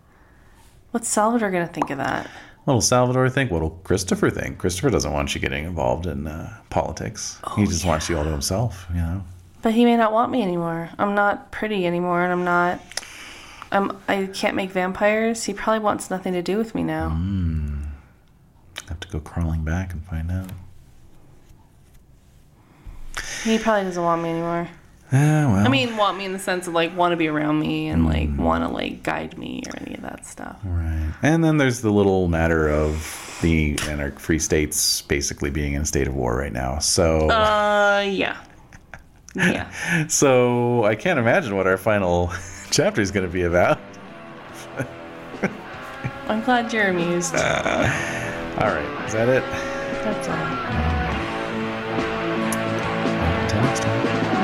S5: What's Salvador gonna think of that?
S4: what'll Salvador think? What'll Christopher think? Christopher doesn't want you getting involved in uh, politics.
S5: Oh,
S4: he just wants you all to himself. You know.
S5: But he may not want me anymore. I'm not pretty anymore, and I'm not. I'm. I can't make vampires. He probably wants nothing to do with me now.
S4: Have to go crawling back and find out.
S5: He probably doesn't want me anymore.
S4: Ah, well.
S5: I mean, want me in the sense of like want to be around me and like want to like guide me or any of that stuff.
S4: Right. And then there's the little matter of the anarch free states basically being in a state of war right now. So
S5: Uh, yeah, yeah.
S4: so I can't imagine what our final chapter is going to be about.
S5: I'm glad you're amused.
S4: All right. Is that it?
S5: That's all.
S4: Until next time.